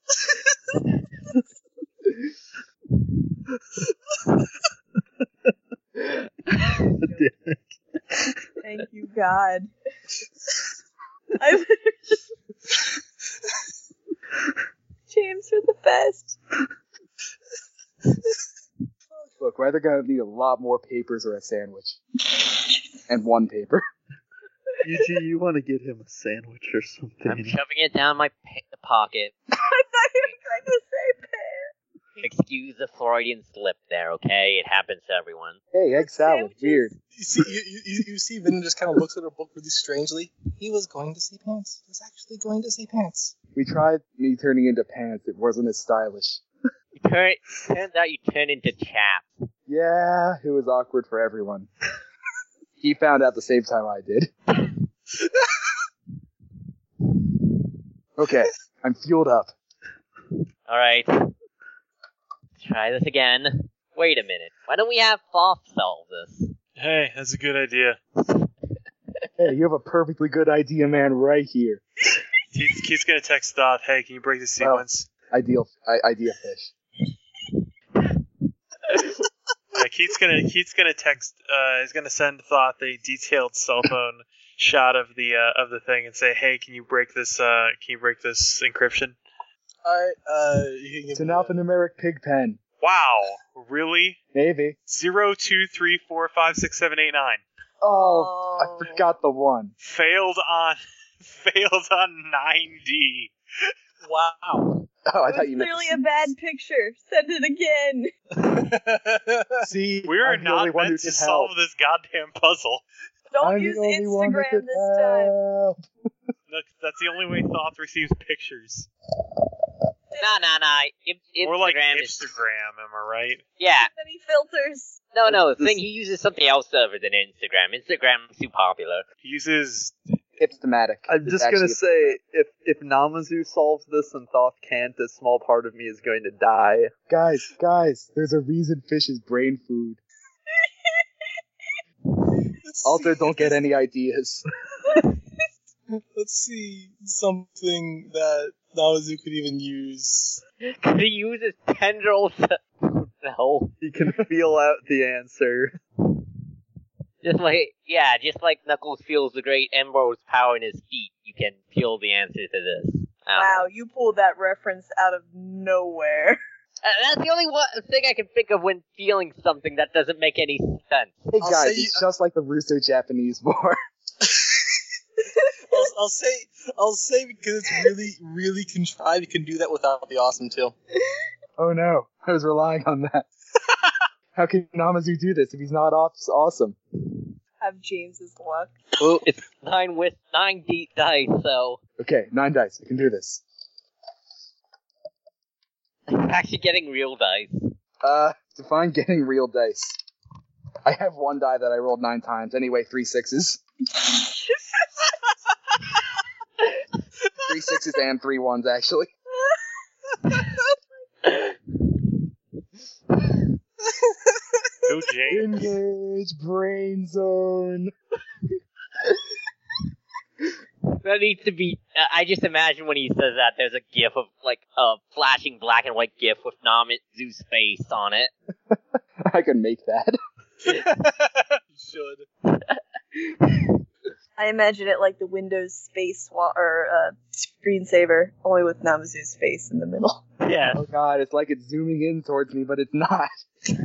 S1: Thank you, God. I just... James, you're the best.
S8: Look, we're either gonna need a lot more papers or a sandwich, and one paper.
S3: Yuji, you want to get him a sandwich or
S2: I'm
S3: something?
S2: shoving it down my pa- pocket.
S1: I thought you were trying to say pear.
S2: Excuse the Freudian slip there, okay? It happens to everyone.
S8: Hey, egg salad,
S1: Sandwiches.
S8: weird.
S6: You see, you, you, you see, Vin just kind of looks at her book really strangely. He was going to see pants. He was actually going to see pants.
S8: We tried me turning into pants. It wasn't as stylish.
S2: You turn, turns out you turn into chap.
S8: Yeah, it was awkward for everyone. he found out the same time I did. okay, I'm fueled up.
S2: All right. Try this again. Wait a minute. Why don't we have Foth solve this?
S7: Hey, that's a good idea.
S8: Hey, you have a perfectly good idea, man, right here.
S7: Keith, Keith's gonna text Thoth, hey, can you break the sequence?
S8: Ideal, I, idea fish.
S7: Uh, Keith's gonna Keith's gonna text. Uh, he's gonna send Thoth a detailed cell phone shot of the uh, of the thing and say, hey, can you break this? Uh, can you break this encryption?
S6: All right. Uh, you can give
S8: It's
S6: me
S8: an
S6: a-
S8: alphanumeric pig pen.
S7: Wow, really?
S8: Maybe.
S7: Zero two three four five six seven eight nine.
S8: Oh, I forgot the one.
S7: Failed on failed on nine D.
S6: Wow.
S8: Oh, I
S1: It was
S8: thought you meant.
S1: clearly a bad picture. Send it again.
S8: See,
S7: We are
S8: I'm the only
S7: not
S8: one who
S7: meant to
S8: can
S7: solve
S8: help.
S7: this goddamn puzzle.
S1: Don't
S8: I'm
S1: use
S8: the only one who
S1: Instagram
S8: can
S1: this time.
S8: help.
S7: Look, that's the only way Thoth receives pictures.
S2: Nah, nah, nah. Im-
S7: More like
S2: Instagram is
S7: Instagram, am I right?
S2: yeah.
S1: Many filters.
S2: No, no. The
S3: This-
S2: thing he uses something else other than Instagram. Instagram's too popular.
S7: He uses
S8: Hipstamatic.
S3: I'm
S8: It's
S3: just gonna
S8: actually-
S3: say, if if Namazu solves this and Thoth can't, a small part of me is going to die.
S8: Guys, guys, there's a reason fish is brain food.
S6: Let's
S8: Also,
S6: see
S8: don't
S6: if
S8: get
S6: this-
S8: any ideas.
S6: Let's see something that Namazu could even use.
S2: Could he use his tendrils? To... No.
S3: He can feel out the answer.
S2: Just like yeah, just like Knuckles feels the great Emerald's power in his feet, you can feel the answer to this. I don't
S1: Wow,
S2: know.
S1: you pulled that reference out of nowhere.
S2: Uh, that's the only one thing I can think of when feeling something that doesn't make any sense.
S8: Hey
S6: I'll
S8: guys,
S6: say
S8: it's just like the Russo Japanese War.
S6: I'll, I'll say, I'll say because it's really, really contrived. You can do that without the awesome too.
S8: Oh no, I was relying on that. How can Namazu do this if he's not off- awesome?
S1: Have James's luck.
S2: Ooh, it's nine with nine deep dice, so
S8: Okay, nine dice, I can do this.
S2: actually getting real dice.
S8: Uh, define getting real dice. I have one die that I rolled nine times. Anyway, three sixes. Three sixes and three ones, actually.
S7: Go James.
S8: Engage brain zone.
S2: That needs to be. I- I just imagine when he says that, there's a gif of like a flashing black and white gif with Namazu's face on it.
S8: I can make that.
S6: you should.
S1: I imagine it like the Windows space wa- or uh, screensaver, only with Namazu's face in the middle.
S2: Yeah.
S8: Oh god, it's like it's zooming in towards me, but it's not.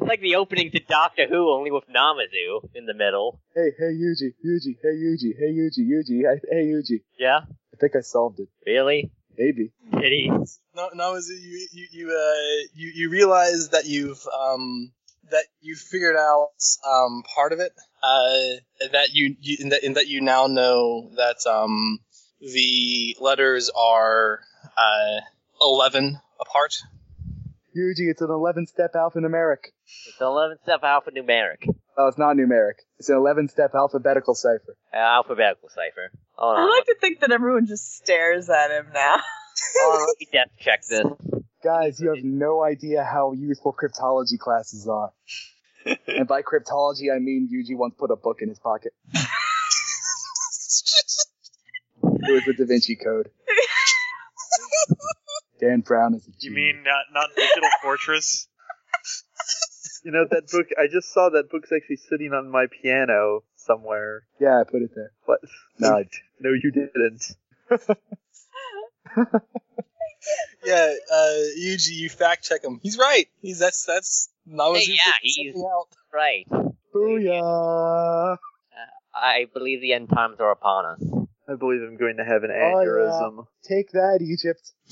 S2: like the opening to Doctor Who, only with Namazu in the middle.
S8: Hey, hey, Yuji, Yuji, hey, Yuji, hey, Yuji, Yuji, I, hey, Yuji.
S2: Yeah,
S8: I think I solved it.
S2: really?
S8: Maybe.
S2: Did he?
S6: No, no, is it you, you, you, uh, you, you realize that you've, um, that you figured out, um, part of it, uh, that you, you in that, in that you now know that, um, the letters are, uh, 11 apart.
S8: Yuji, it's an 11 step alphanumeric.
S2: It's eleven step alphanumeric,
S8: No, it's not numeric. It's an 11 step alphabetical cipher.
S2: uh, alphabetical cipher. Hold
S1: I
S2: on,
S1: like to think that everyone just stares at him now.
S2: Oh, let me depth check this.
S8: Guys, you have no idea how useful cryptology classes are. and by cryptology, I mean Yuji once put a book in his pocket. It was the Da Vinci Code. Dan Brown is a
S7: You
S8: genius.
S7: mean not not Digital Fortress?
S3: You know that book? I just saw that book's actually sitting on my piano somewhere.
S8: Yeah, I put it there.
S3: What?
S8: No, I-
S3: no, you didn't.
S6: Yeah, uh, Yuji, you fact check him. He's right. He's, that's, that's, Namazu.
S2: Hey, yeah,
S6: figured
S2: he's-
S6: something out.
S2: Right.
S8: Booyah!
S2: I believe the end times are upon us.
S3: I believe I'm going to have an
S8: Oh, yeah.
S3: aneurysm.
S8: Take that, Egypt.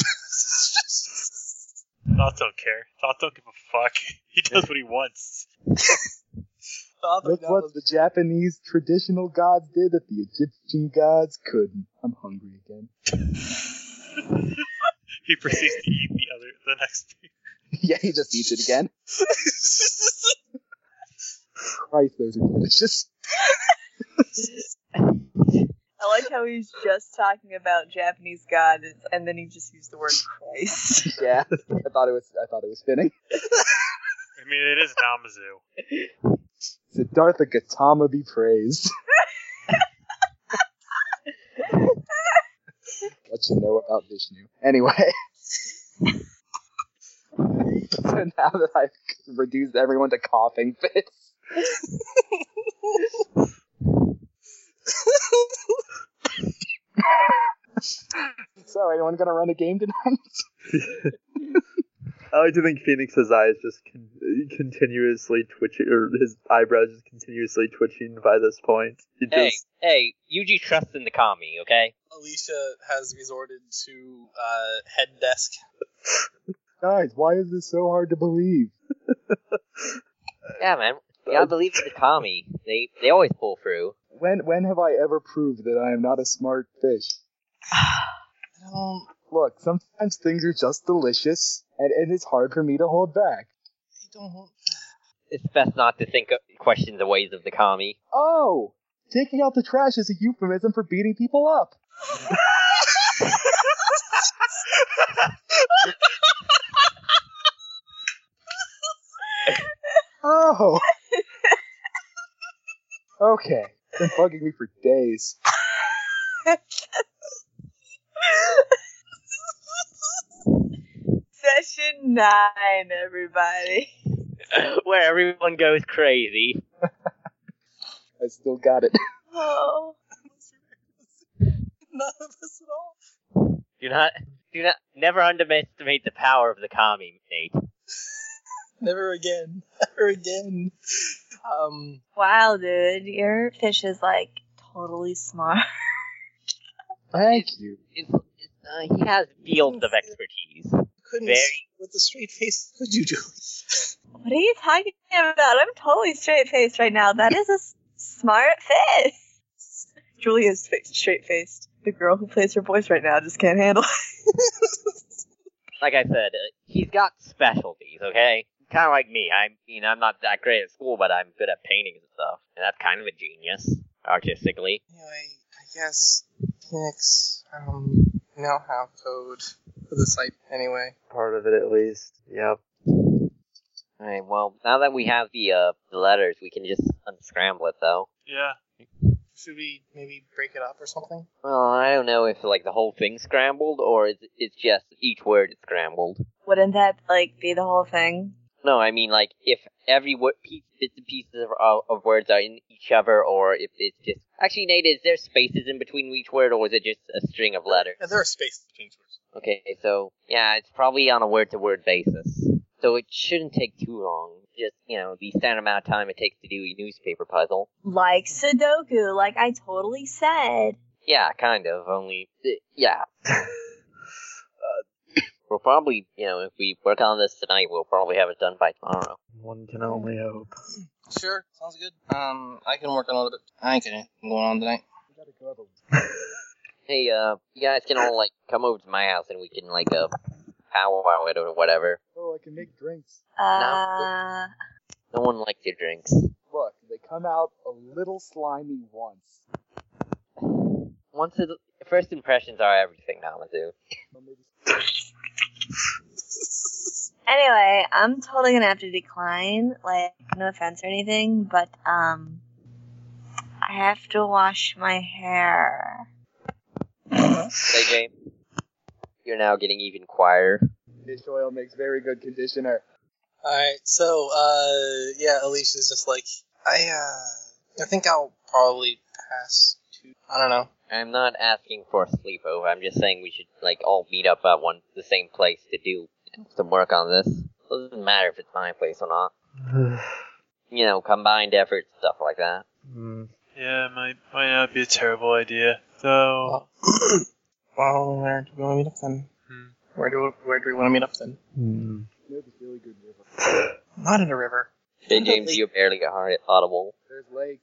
S7: Thought don't care. Thought don't give a fuck. He does what he wants.
S6: Thought
S8: Look
S6: that
S8: what
S6: was-
S8: the Japanese traditional gods did that the Egyptian gods couldn't. I'm hungry again.
S7: He proceeds to eat the other the next.
S8: yeah, he just eats it again. Christ, those are delicious.
S1: I like how he's just talking about Japanese god, and then he just used the word Christ.
S8: Yeah, I thought it was. I thought it was fitting.
S7: I mean, it is Namazu.
S8: Siddhartha Gautama be praised. what you know about Vishnu. Anyway. so now that I've reduced everyone to coughing fits. so, anyone gonna run a game tonight?
S3: I like to think Phoenix's eyes just con- continuously twitching, or his eyebrows just continuously twitching by this point. He just,
S2: Hey, hey, Yuji trusts in the kami, okay?
S6: Alicia has resorted to, uh, head desk.
S8: Guys, why is this so hard to believe?
S2: Yeah, man. Yeah, I believe in the kami. They they always pull through.
S8: When when have I ever proved that I am not a smart fish?
S6: I don't,
S8: Look, sometimes things are just delicious, and, and it's hard for me to hold back.
S6: I don't,
S2: It's best not to think of, question the ways of the kami.
S8: Oh, taking out the trash is a euphemism for beating people up. oh. Okay, been bugging me for days.
S1: Session nine, everybody.
S2: Where everyone goes crazy.
S8: I still got it.
S1: Oh,
S6: none of us at all.
S2: Do not do not never underestimate the power of the kami, Nate.
S6: Never again. Never again. Um,
S1: wow, dude, your fish is like totally smart.
S8: Thank you.
S2: It's, it's, uh, he has fields of expertise.
S6: couldn't
S2: Very.
S6: see with a straight face. Could you do?
S1: What are you talking about? I'm totally straight faced right now. That is a s- smart fish. Julia's fa- straight faced. The girl who plays her voice right now just can't handle it.
S2: Like I said, uh, he's got specialties, okay? Kind of like me. I mean, I'm not that great at school, but I'm good at painting and stuff, and that's kind of a genius artistically.
S6: Anyway, I guess Phoenix um now have code for the site anyway.
S3: part of it at least. Yep.
S2: All right. Well, now that we have the uh the letters, we can just unscramble it, though.
S7: Yeah.
S6: Should we maybe break it up or something?
S2: Well, I don't know if like the whole thing's scrambled or is it's just each word is scrambled.
S1: Wouldn't that like be the whole thing?
S2: No, I mean like if every word piece, bits and pieces of, of words are in each other, or if it's just actually Nate, is there spaces in between each word, or is it just a string of letters?
S6: Yeah, there are spaces between words.
S2: Okay, so yeah, it's probably on a word to word basis. So it shouldn't take too long. just, you know, the standard amount of time it takes to do a newspaper puzzle.
S4: Like Sudoku, like I totally said.
S2: Yeah, kind of, only, eh, yeah. Uh, we'll probably, you know, if we work on this tonight, we'll probably have it done by tomorrow.
S3: One can only hope.
S6: Sure, sounds good. Um, I can work on a little bit. I ain't got anything going on tonight.
S8: We gotta go have a
S2: Hey, uh, you guys can all, like, come over to my house and we can, like, uh, powwow it or whatever.
S8: Oh, I can make drinks.
S4: Uh,
S2: No one likes your drinks.
S8: Look, they come out a little slimy once.
S2: Once the first impressions are everything, Namazu.
S8: Well, maybe-
S4: anyway, I'm totally gonna have to decline. Like, no offense or anything, but um, I have to wash my hair.
S2: Hey, James. You're now getting even quieter.
S8: Fish oil makes very good conditioner.
S6: All right, so uh, yeah, Alicia's just like I. Uh, I think I'll probably pass to. I don't know.
S2: I'm not asking for a sleepover. I'm just saying we should like all meet up at one the same place to do some work on this. It doesn't matter if it's my place or not. You know, combined effort stuff like that.
S3: Mm.
S5: Yeah, it might might not be a terrible idea. Though
S6: well, where do we want to meet up then?
S5: Hmm.
S6: Where do we, where do we want to meet up then?
S3: Mm.
S8: There's a really good river.
S6: Not in a river.
S2: Big James, you barely got hard audible.
S8: There's lakes.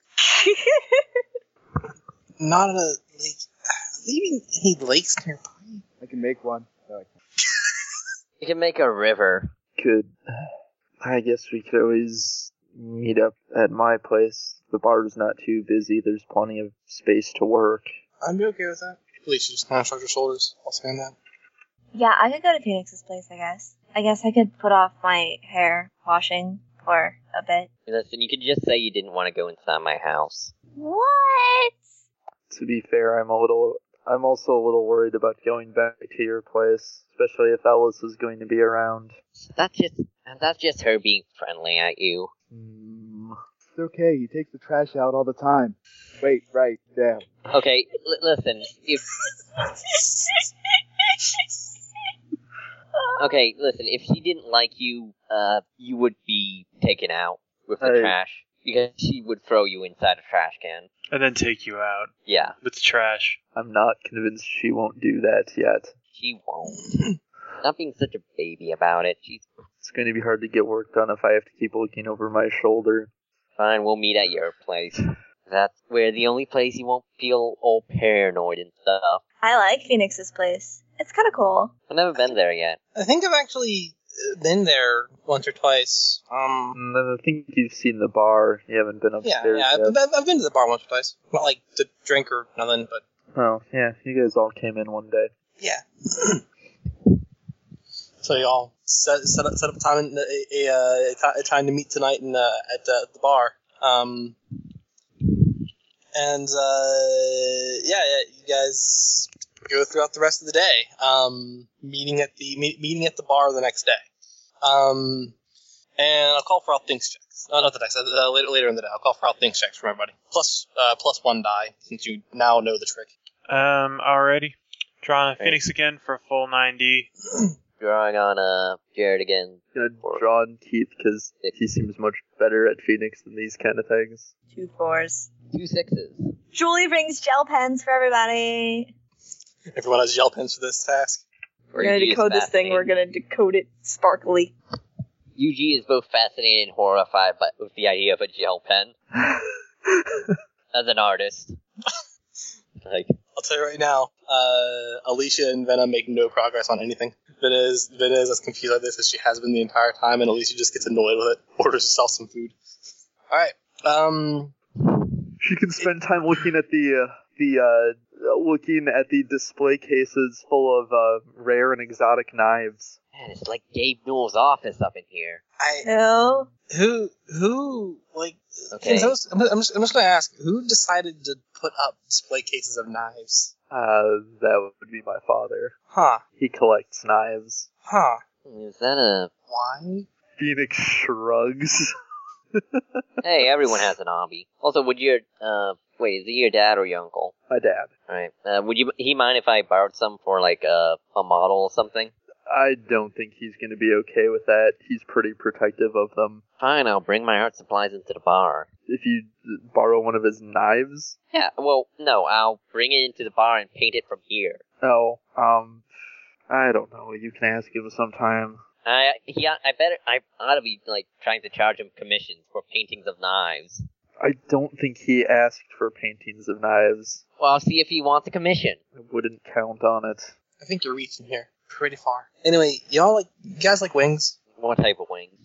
S6: Not a lake. Leaving any lakes nearby?
S8: I can make one. No, I can't.
S2: You can make a river.
S3: Could I guess we could always meet up at my place. The bar's not too busy. There's plenty of space to work.
S6: I'd be okay with that. Alicia just kind of shrugged her shoulders. I'll stand that.
S4: Yeah, I could go to Phoenix's place. I guess. I guess I could put off my hair washing for a bit.
S2: Listen, you could just say you didn't want to go inside my house.
S4: What?
S3: To be fair, I'm a little. I'm also a little worried about going back to your place, especially if Ellis is going to be around.
S2: That's just that's just her being friendly at you.
S3: Mm.
S8: It's okay. He takes the trash out all the time. Wait, right, damn.
S2: Okay, l- listen. If okay, listen. If she didn't like you, uh, you would be taken out with the
S3: Hey.
S2: trash because she would throw you inside a trash can.
S5: and then take you out
S2: Yeah,
S5: with the trash.
S3: I'm not convinced she won't do that yet.
S2: she won't. Not being such a baby about it. She's
S3: It's going to be hard to get work done if I have to keep looking over my shoulder.
S2: fine. We'll meet at your place. That's where the only place you won't feel all paranoid and stuff.
S4: I like Phoenix's place. It's kind of cool.
S2: I've never been there yet.
S6: I think I've actually uh, been there once or twice. Um,
S3: Mm, And then I think you've seen the bar. You haven't been
S6: yeah,
S3: upstairs
S6: yeah.
S3: yet.
S6: I've, I've- I've been to the bar once or twice. Not like to drink or nothing, but
S3: Oh, yeah. You guys all came in one day.
S6: yeah. so y'all set, set up set up time in, a, a, uh, a ti- a time to meet tonight in, uh, at the, at the bar. Um, and uh, yeah, yeah, you guys go throughout the rest of the day, um, meeting at the meet, meeting at the bar the next day. Um, and I'll call for all things checks. Uh, not the next, uh, later, later in the day. I'll call for all things checks for everybody. Plus, uh, plus one die since you now know the trick.
S5: Um, already drawing a
S2: Hey.
S5: phoenix again for a full 9D.
S2: Drawing on uh Jared again.
S3: Gonna draw on Keith because he seems much better at Phoenix than these kind of things.
S4: Two fours.
S2: Two sixes.
S4: Julie brings gel pens for everybody.
S6: Everyone has gel pens for this task.
S1: We're gonna
S2: Yuji is
S1: decode this thing. We're
S2: fascinated.
S1: gonna decode it sparkly.
S2: Yuji is both fascinated and horrified by, with the idea of a gel pen as an artist. like,
S6: I'll tell you right now, uh, Alicia and Venna make no progress on anything. Venna is, Venna is as confused like this as she has been the entire time, and Alicia just gets annoyed with it, orders herself some food. All right. Um,
S3: She can spend time looking at the uh, the uh, looking at the display cases full of uh, rare and exotic knives.
S2: man, it's like Gabe Newell's office up in here.
S6: I
S4: Who?
S6: who who like
S2: Okay.
S6: I'm, just, I'm, just, I'm just gonna ask who decided to put up display cases of knives?
S3: Uh, that would be my father.
S6: Huh?
S3: He collects knives.
S6: Huh?
S2: Is that a?
S6: Why?
S3: Phoenix shrugs.
S2: Hey, everyone has an hobby. Also, would your uh wait, is it your dad or your uncle?
S3: My dad.
S2: All right. Uh, would you he mind if I borrowed some for like uh, a model or something?
S3: I don't think he's going to be okay with that. He's pretty protective of them.
S2: Fine, I'll bring my art supplies into the bar.
S3: If you borrow one of his knives,
S2: Yeah, well, no, I'll bring it into the bar and paint it from here.
S3: no. Um, I don't know. You can ask him sometime.
S2: I he I better I ought to be like trying to charge him commissions for paintings of knives.
S3: I don't think he asked for paintings of knives.
S2: Well, I'll see if he wants a commission.
S3: I wouldn't count on it.
S6: I think you're reaching here pretty far. Anyway, y'all like you guys like wings.
S2: What type of wings?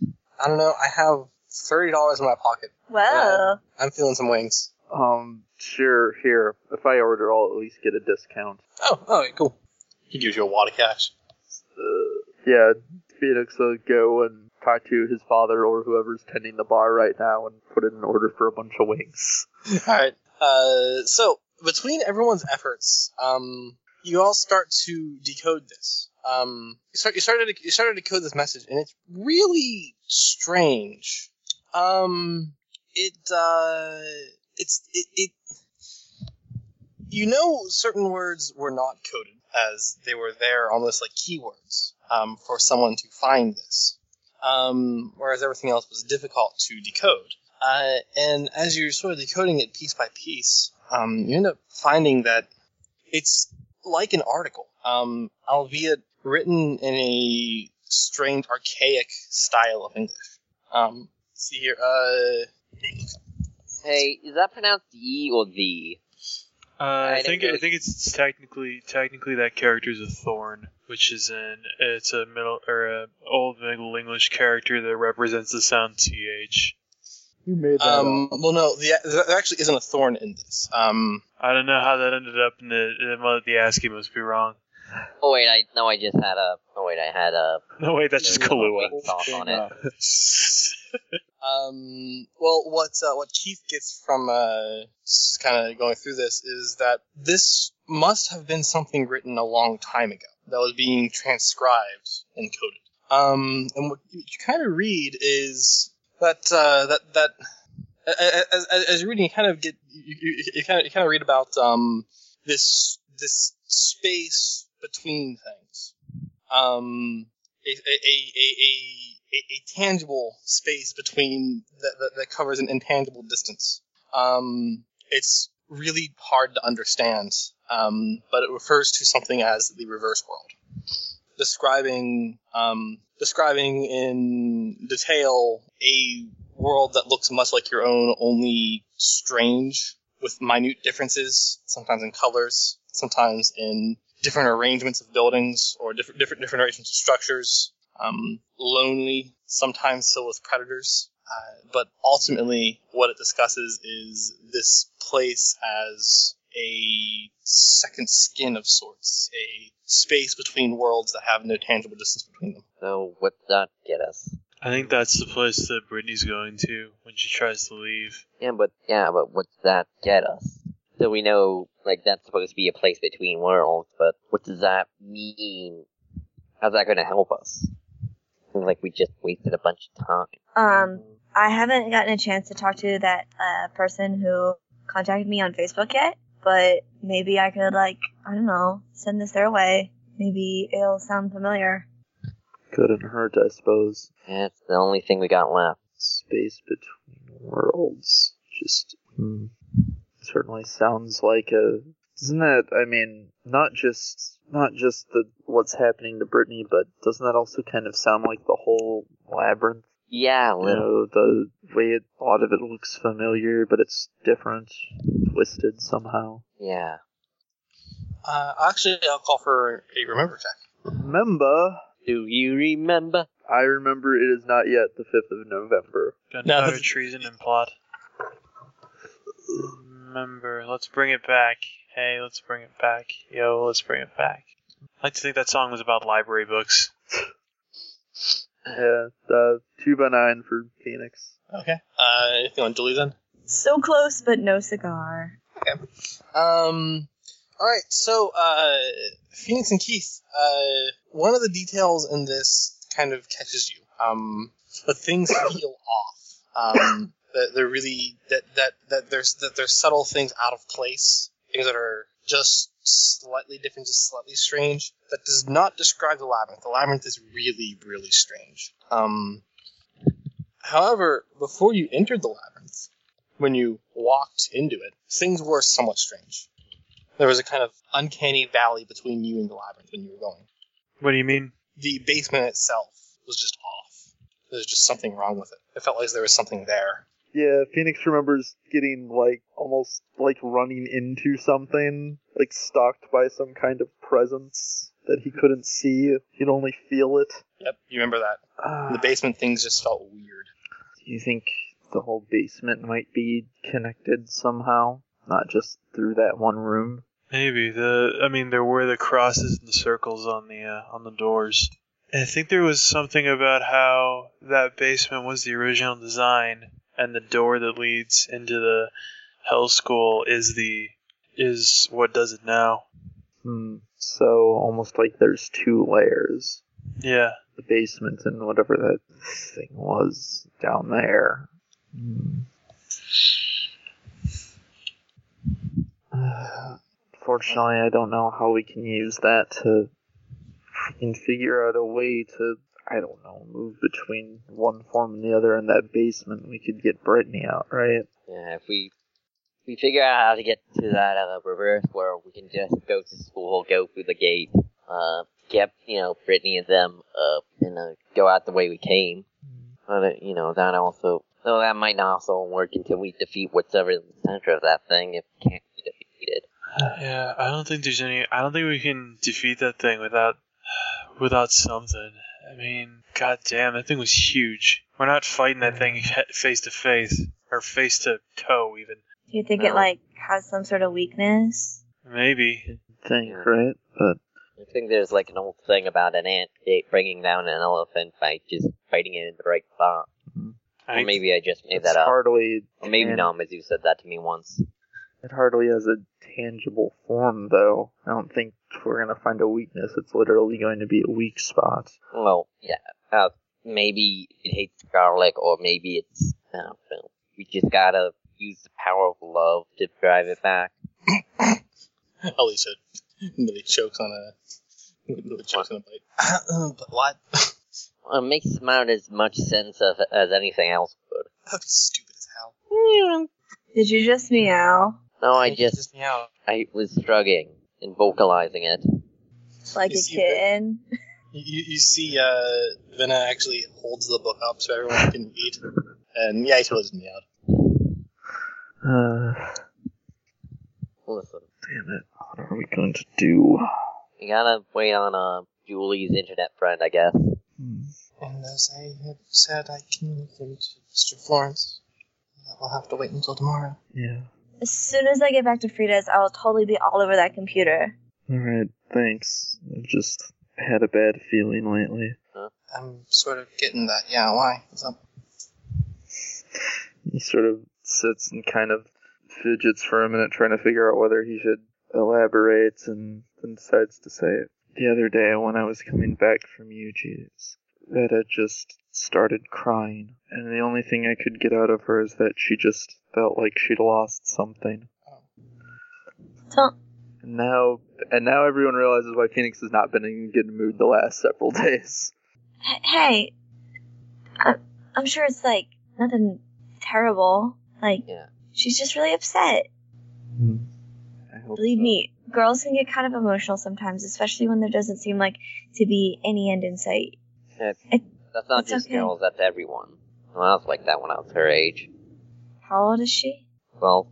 S6: I don't know. I have thirty dollars in my pocket.
S4: Whoa.
S6: I'm feeling some wings.
S3: Um, sure. Here, if I order, I'll at least get a discount.
S6: Oh, all right, cool. He gives you a wad of cash.
S3: Uh, yeah, Phoenix will go and talk to his father or whoever's tending the bar right now and put in an order for a bunch of wings.
S6: All right. Uh, so between everyone's efforts, um, you all start to decode this. Um, you, start, you started to, you started to decode this message, and it's really strange. Um, it uh, it's it, it. You know, certain words were not coded as they were there almost like keywords um, for someone to find this, um, whereas everything else was difficult to decode. Uh, and as you're sort of decoding it piece by piece, um, you end up finding that it's like an article, um, albeit written in a strange, archaic style of English. Um, let's see here. Uh,
S2: Hey, is that pronounced E or the?
S7: Uh,
S2: I
S7: I
S2: think
S7: think
S2: it
S7: I
S2: was-
S7: think it's technically technically that character is a thorn, which is an it's a middle or a old Middle English character that represents the sound th.
S8: You made that
S6: um,
S8: up.
S6: well, no, the, there actually isn't a thorn in this. Um,
S7: I don't know how that ended up in the the, the ASCII must be wrong.
S2: Oh wait, I no, I just had a. Oh wait, I had a.
S7: No wait, that's just
S2: Yeah,
S7: Kahlua.
S2: wing sauce on it.
S6: Um, well, what uh, what Keith gets from uh, kind of going through this is that this must have been something written a long time ago that was being transcribed and coded. Um, and what you kind of read is that uh, that that a- a- as, as you're reading, you kind of get you, you, you kind of you kind of read about um, this this space between things. Um, a, a, a, a, a, a tangible space between that, that, that covers an intangible distance. Um, it's really hard to understand, um, but it refers to something as the reverse world, describing um, describing in detail a world that looks much like your own, only strange with minute differences, sometimes in colors, sometimes in different arrangements of buildings or different different different arrangements of structures. Um, lonely, sometimes filled with predators, uh, but ultimately, what it discusses is this place as a second skin of sorts, a space between worlds that have no tangible distance between them.
S2: So what's that get us?
S7: I think that's the place that Brittany's going to when she tries to leave.
S2: Yeah, but yeah, but what's that get us? So we know like that's supposed to be a place between worlds, but what does that mean? How's that going to help us? Seems like we just wasted a bunch of time.
S4: Um, I haven't gotten a chance to talk to that uh, person who contacted me on Facebook yet, but maybe I could like I don't know send this their way. Maybe it'll sound familiar.
S3: Couldn't hurt, I suppose.
S2: Yeah, it's the only thing we got left.
S3: Space between worlds. Just hmm, certainly sounds like a. Isn't that? I mean, not just not just the what's happening to Brittany, but doesn't that also kind of sound like the whole labyrinth?
S2: Yeah, a
S3: You
S2: little.
S3: know, the way it, a lot of it looks familiar, but it's different, twisted somehow.
S2: Yeah.
S6: Uh, actually, I'll call for a remember check.
S3: Remember,
S2: Do you remember?
S3: I remember it is not yet the 5th of November.
S7: Gunpowder,
S6: that's-
S7: treason, and plot. Remember, let's bring it back. Hey, let's bring it back. Yo, let's bring it back. I like to think that song was about library books.
S3: Yeah, the 2 by 9 uh, for Phoenix.
S6: Okay. Uh, you want Julie then?
S4: So close, but no cigar.
S6: Um, all right. So, uh, Phoenix and Keith, uh, one of the details in this kind of catches you. Um, but things feel off. Um, that they're really that that that there's that there's subtle things out of place, things that are just slightly different, just slightly strange. That does not describe the labyrinth. The labyrinth is really, really strange. Um, however, before you entered the labyrinth, when you walked into it, things were somewhat strange. There was a kind of uncanny valley between you and the labyrinth when you were going.
S5: What do you mean?
S6: The basement itself was just off. There's just something wrong with it. It felt like there was something there.
S3: Yeah, Phoenix remembers getting like almost like running into something, like stalked by some kind of presence that he couldn't see. He'd only feel it.
S6: Yep, you remember that. In
S3: Uh,
S6: the basement things just felt weird.
S3: do you think the whole basement might be connected somehow? Not just through that one room.
S5: Maybe the I mean there were the crosses and the circles on the uh, on the doors. And I think there was something about how that basement was the original design and the door that leads into the hell school is the is what does it now.
S3: Hmm. So almost like there's two layers.
S5: Yeah.
S3: the basement and whatever that thing was down there. Hmm. Uh, Fortunately, I don't know how we can use that to freaking figure out a way to, I don't know, move between one form and the other in that basement. We could get Brittany out, right?
S2: Yeah, if we if we figure out how to get to that uh, reverse world, we can just go to school, go through the gate, uh, get you know Brittany and them up, and uh, go out the way we came. But uh, you know that also, though that might not also work until we defeat whatever in the center of that thing if it can't be defeated.
S5: Yeah, I don't think there's any. I don't think we can defeat that thing without without something. I mean, goddamn, that thing was huge. We're not fighting that thing he- face to face or face to toe, even.
S4: Do you think it
S5: No.
S4: like has some sort of weakness?
S5: Maybe.
S3: Think, right? But
S2: I think there's like an old thing about an ant it bringing down an elephant by just fighting it in the right spot.
S5: I
S2: Or
S5: think
S2: maybe I just made
S3: it's
S2: that up.
S3: hardly
S2: Or maybe
S3: and-
S2: Namazu said that to me once.
S3: It hardly has a tangible form, though. I don't think we're going to find a weakness. It's literally going to be a weak spot.
S2: Well, yeah. Uh, maybe it hates garlic, or maybe it's. I don't know. We just gotta use the power of love to drive it back.
S6: Alicia nearly chokes on a nearly chokes on a bite. but what?
S2: Well, it makes about as much sense of, as anything else would.
S6: That'd be stupid as hell.
S4: Did you just meow?
S2: No, I
S6: You
S2: just.
S6: just meow.
S2: I was struggling and vocalizing it.
S4: Like
S6: You
S4: a
S6: see the-
S4: kitten?
S6: You, you see, uh, Vena actually holds the book up so everyone can eat. And yeah, he totally just meowed.
S3: Uh,
S2: Listen,
S3: damn it. What are we going to do?
S2: we gotta wait on uh, Julie's internet friend, I guess.
S3: Hmm.
S6: And as I have said, I can look into Mr. Florence. Uh, I'll have to wait until tomorrow.
S3: Yeah.
S4: As soon as I get back to Frida's, I will totally be all over that computer.
S3: Alright, thanks. I've just had a bad feeling lately.
S6: I'm sort of getting that. Yeah, why? What's up?
S3: He sort of sits and kind of fidgets for a minute, trying to figure out whether he should elaborate, and then decides to say it. The other day, when I was coming back from UG's, Veta just started crying, and the only thing I could get out of her is that she just felt like she'd lost something.
S4: Don't.
S3: And now, and now everyone realizes why Phoenix has not been in a good mood the last several days.
S4: H- Hey, I- I'm sure it's like nothing terrible. Like,
S2: Yeah.
S4: she's just really upset.
S3: I hope
S4: Believe
S3: so.
S4: me, girls can get kind of emotional sometimes, especially when there doesn't seem like to be any end in sight.
S2: That's not
S4: It's
S2: just
S4: okay.
S2: girls, that's everyone. Well, I was like that when I was her age.
S4: How old is she?
S2: Well,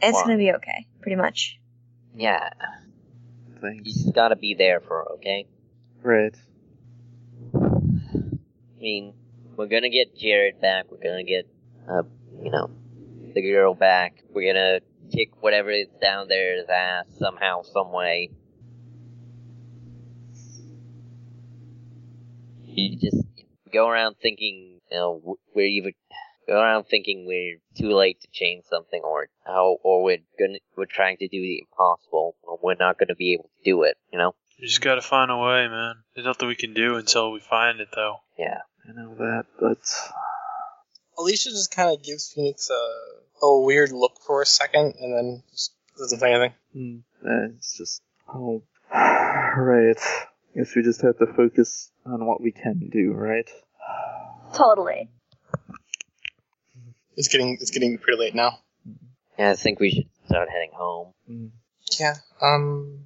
S4: It's
S2: Wow.
S4: gonna be okay, pretty much.
S2: yeah. You
S3: Thanks.
S2: just gotta be there for her, okay?
S3: Right.
S2: I mean, we're gonna get Jared back. We're gonna get, uh, you know, the girl back. We're gonna kick whatever is down there's ass somehow, some way. You just go around thinking, you know, w- we're either go around thinking we're too late to change something, or how, or we're gonna we're trying to do the impossible, or we're not gonna be able to do it. You know?
S5: we just gotta find a way, man. There's nothing we can do until we find it, though.
S2: Yeah.
S3: I know that, but
S6: Alicia just kind of gives Phoenix a a weird look for a second and then just doesn't say anything.
S3: Hmm. Eh, It's just oh, right. Guess we just have to focus on what we can do, right?
S4: Totally.
S6: It's getting it's getting pretty late now.
S2: Yeah, I think we should start heading home.
S3: Mm.
S6: Yeah. Um.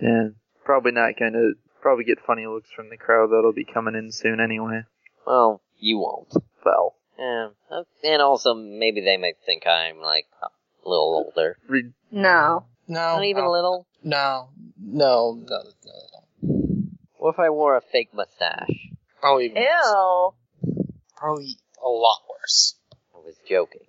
S3: Yeah, probably not gonna. Probably get funny looks from the crowd that'll be coming in soon anyway.
S2: Well, you won't.
S3: Well,
S2: Yeah. uh, And also, maybe they might think I'm like a little older.
S3: re-
S4: No.
S6: No.
S2: Not even a
S6: no,
S2: little.
S6: no. No. No. No. no.
S2: What if I wore a fake mustache?
S6: Probably. even worse.
S4: Ew.
S6: Probably a lot worse.
S2: I was joking.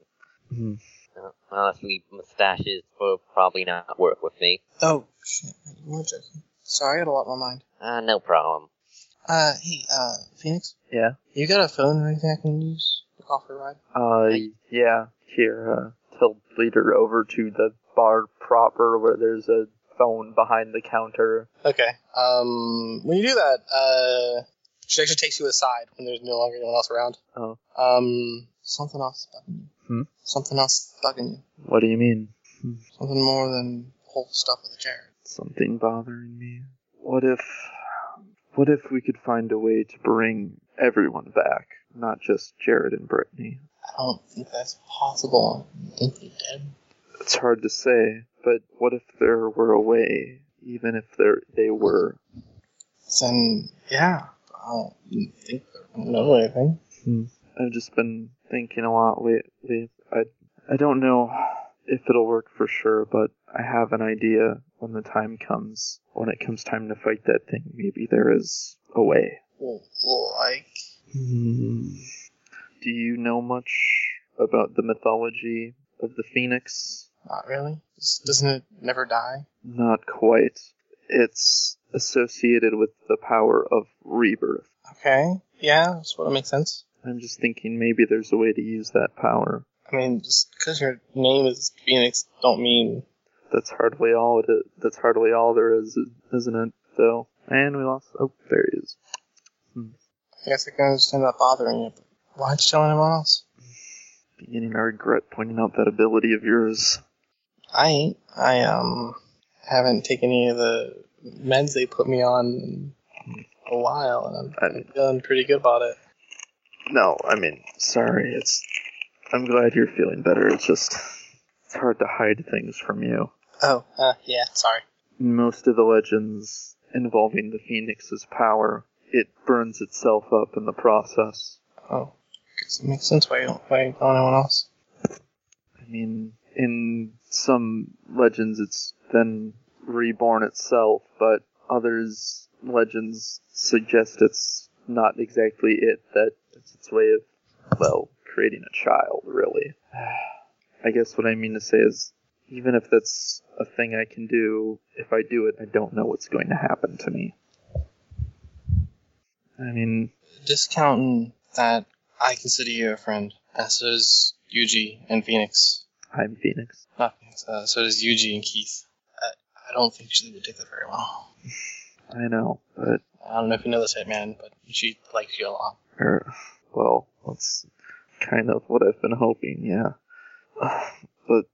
S3: Hmm.
S2: Uh, honestly, mustaches will probably not work with me.
S6: Oh shit! You were joking. Sorry, I had a lot in my mind.
S2: Uh, no problem.
S6: Uh, hey, uh, Phoenix.
S3: Yeah?
S6: You got a phone or anything I can use? to Offer a ride.
S3: uh, yeah. Here, uh, he'll lead her over to the bar proper where there's a phone behind the counter.
S6: Okay. Um, when you do that, uh, she actually takes you aside when there's no longer anyone else around.
S3: Oh.
S6: Um, something else is bugging you.
S3: Hmm?
S6: Something else is bugging you.
S3: What do you mean?
S6: Something more than whole stuff with a chair.
S3: Something bothering me. What if. What if we could find a way to bring everyone back, not just Jared and Brittany?
S6: I don't think that's possible. I think you're dead.
S3: It's hard to say, but what if there were a way, even if there they were?
S6: Then yeah, I don't think I don't know anything.
S3: I've just been thinking a lot lately. I I don't know if it'll work for sure, but I have an idea when the time comes. When it comes time to fight that thing, maybe there is a way.
S6: Well, like
S3: Hmm. Do you know much about the mythology of the phoenix?
S6: not really. Just- Doesn't it never die?
S3: Not quite. It's associated with the power of rebirth.
S6: Okay. Yeah, that's what makes sense.
S3: I'm just thinking maybe there's a way to use that power.
S6: I mean, just because your name is Phoenix, don't mean
S3: That's hardly all. It, that's hardly all there is, isn't it? Though, and we lost. Oh, there he is.
S6: I guess I can understand that bothering you, but why aren't you telling anyone else?
S3: Beginning to regret pointing out that ability of yours.
S6: I ain't. I um haven't taken any of the meds they put me on in a while, and I'm, I'm feeling pretty good about it.
S3: No, I mean, sorry. It's. I'm glad you're feeling better. It's just. It's hard to hide things from you.
S6: Oh, uh, yeah. Sorry.
S3: most of the legends involving the phoenix's power, it burns itself up in the process.
S6: Oh, guess it makes sense why you don't why you don't tell anyone else.
S3: I mean, in some legends, it's then reborn itself, but others legends suggest it's not exactly it. That it's its way of, well, creating a child. Really, I guess what I mean to say is, even if that's a thing I can do, if I do it, I don't know what's going to happen to me. I mean,
S6: Discounting that, I consider you a friend. And so does Yuji and Phoenix.
S3: I'm Phoenix.
S6: Not Phoenix. Uh, so does Yuji and Keith. I, I don't think she would take that very well.
S3: I know, but
S6: I don't know if you know this hitman, but she likes you a lot.
S3: Er, well, that's kind of what I've been hoping, yeah. But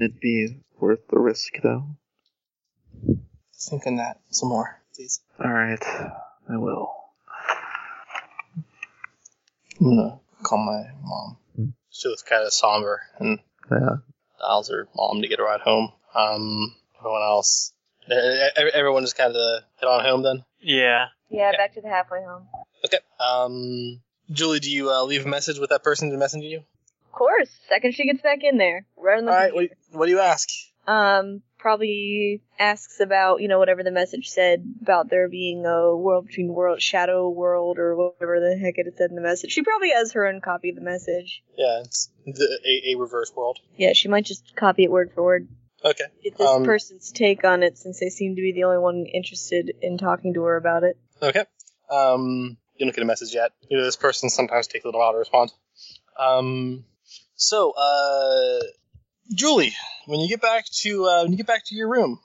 S3: it'd be worth the risk, though.
S6: Think on that some more, please.
S3: Alright, I will.
S6: I'm gonna call my mom. She looks kind of somber and
S3: Yeah.
S6: dials her mom to get a ride home. Um, everyone else, e- e- everyone just kind of head on home then.
S7: Yeah.
S4: Yeah, back to the halfway home.
S6: Okay. Um, Julie, do you uh, leave a message with that person to messenger you?
S4: Of course. Second she gets back in there. Right on the
S6: All right. What, what do you ask?
S4: um, probably asks about, you know, whatever the message said about there being a world between world, shadow world, or whatever the heck it said in the message. She probably has her own copy of the message.
S6: Yeah, it's the, a, a reverse world.
S4: Yeah, she might just copy it word for word.
S6: Okay.
S4: Get this
S6: Um,
S4: person's take on it since they seem to be the only one interested in talking to her about it.
S6: Okay. Um, you don't get a message yet. You know, this person sometimes takes a little while to respond. Um, so, uh, Julie, when you get back to uh, when you get back to your room,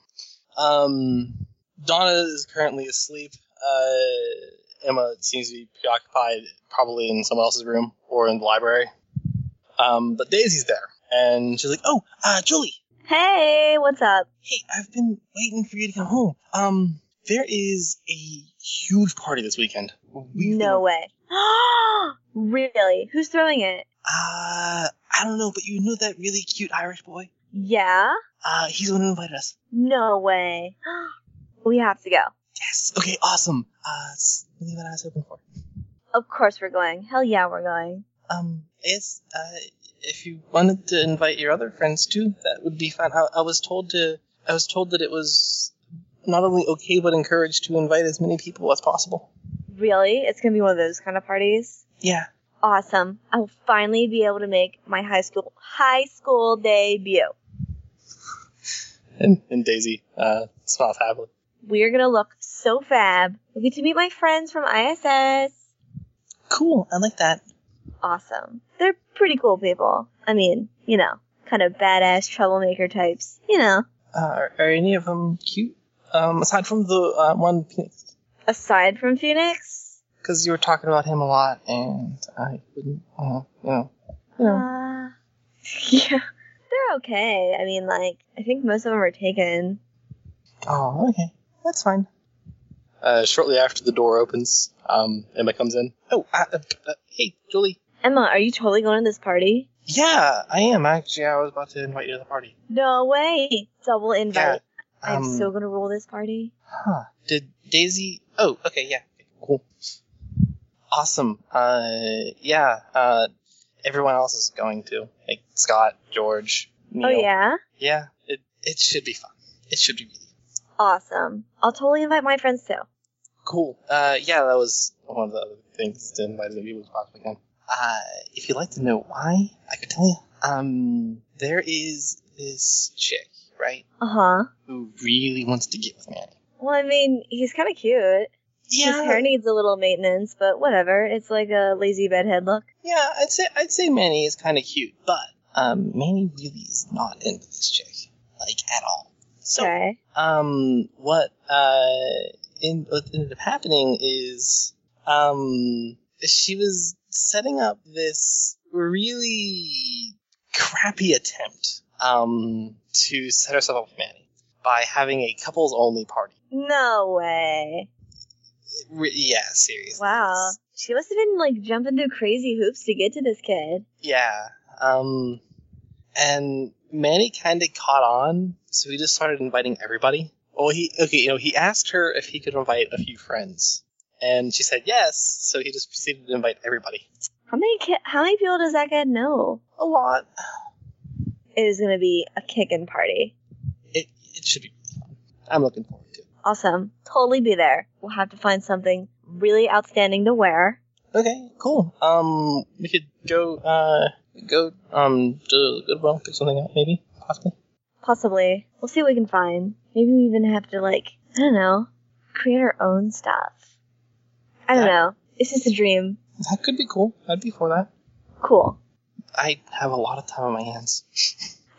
S6: um, Donna is currently asleep. Uh, Emma seems to be preoccupied, probably in someone else's room or in the library. Um, but Daisy's there, and she's like, "Oh, uh, Julie,
S4: Hey, what's up?
S6: hey, I've been waiting for you to come home. Um, there is a huge party this weekend. We've been-
S4: no way. really? Who's throwing it?
S6: Uh, I don't know, but you know that really cute Irish boy?
S4: Yeah?
S6: Uh, he's the one who invited us.
S4: No way. we have to go.
S6: Yes. Okay. Awesome. Uh, it's really what I was hoping for.
S4: Of course we're going. Hell yeah, we're going.
S6: Um, yes. Uh, if you wanted to invite your other friends too, that would be fine. I, I was told to. I was told that it was not only okay but encouraged to invite as many people as possible.
S4: Really? It's gonna be one of those kind of parties?
S6: Yeah.
S4: Awesome. I will finally be able to make my high school high school debut.
S6: And, and Daisy uh, smiles happily.
S4: We're gonna look so fab. I get to meet my friends from ISS.
S6: Cool. I like that.
S4: Awesome. They're pretty cool people. I mean, you know, kind of badass troublemaker types. You know,
S6: Uh, are, are any of them cute? Um, aside from the uh, one Phoenix,
S4: aside from Phoenix.
S6: because you were talking about him a lot, and I wouldn't, uh, you know.
S4: Uh, yeah. They're okay. I mean, like, I think most of them are taken.
S6: Oh, okay. That's fine. Uh, shortly after the door opens, um, Emma comes in. Oh, uh, uh, uh, hey, Julie.
S4: Emma, are you totally going to this party?
S6: Yeah, I am actually. I was about to invite you to the party.
S4: No way. Double
S6: Yeah.
S4: invite. I'm
S6: um,
S4: so gonna rule this party.
S6: Huh. Did Daisy? Oh, okay. Yeah. Cool. Awesome. Uh, yeah. Uh, everyone else is going to like Scott, George. Neil.
S4: Oh yeah?
S6: Yeah. It it should be fun. It should be really
S4: Awesome. I'll totally invite my friends too.
S6: Cool. Uh, yeah, that was one of the other things that invited me was possibly him. Uh, if you'd like to know why, I could tell you. Um, there is this chick, right,
S4: Uh huh.
S6: who really wants to get with Manny.
S4: Well, I mean, he's kind of cute. His hair needs a little maintenance, but whatever. It's like a lazy bedhead look.
S6: yeah. I'd say I'd say Manny is kind of cute, but um, Manny really is not into this chick, like at all. So
S4: Okay.
S6: um, what uh, in, what ended up happening is um, she was setting up this really crappy attempt um, to set herself up with Manny by having a couples only party.
S4: No way.
S6: Re- yeah, seriously.
S4: Wow. She must have been like jumping through crazy hoops to get to this kid.
S6: Yeah. Um, and Manny kind of caught on, so he just started inviting everybody. Well, he okay, you know, he asked her if he could invite a few friends, and she said yes. So he just proceeded to invite everybody.
S4: How many ki- how many people does that kid know?
S6: A lot.
S4: It is gonna be a kickin' party.
S6: It it should be. fun. I'm looking forward to. it.
S4: Awesome. Totally be there. We'll have to find something really outstanding to wear.
S6: Okay, cool. Um, we could go uh go um to Goodwill pick something up maybe possibly.
S4: Possibly. We'll see what we can find. Maybe we even have to, like, I don't know, create our own stuff. I don't
S6: That-
S4: know. It's just a dream.
S6: That could be cool. I'd be for that.
S4: Cool.
S6: I have a lot of time on my hands.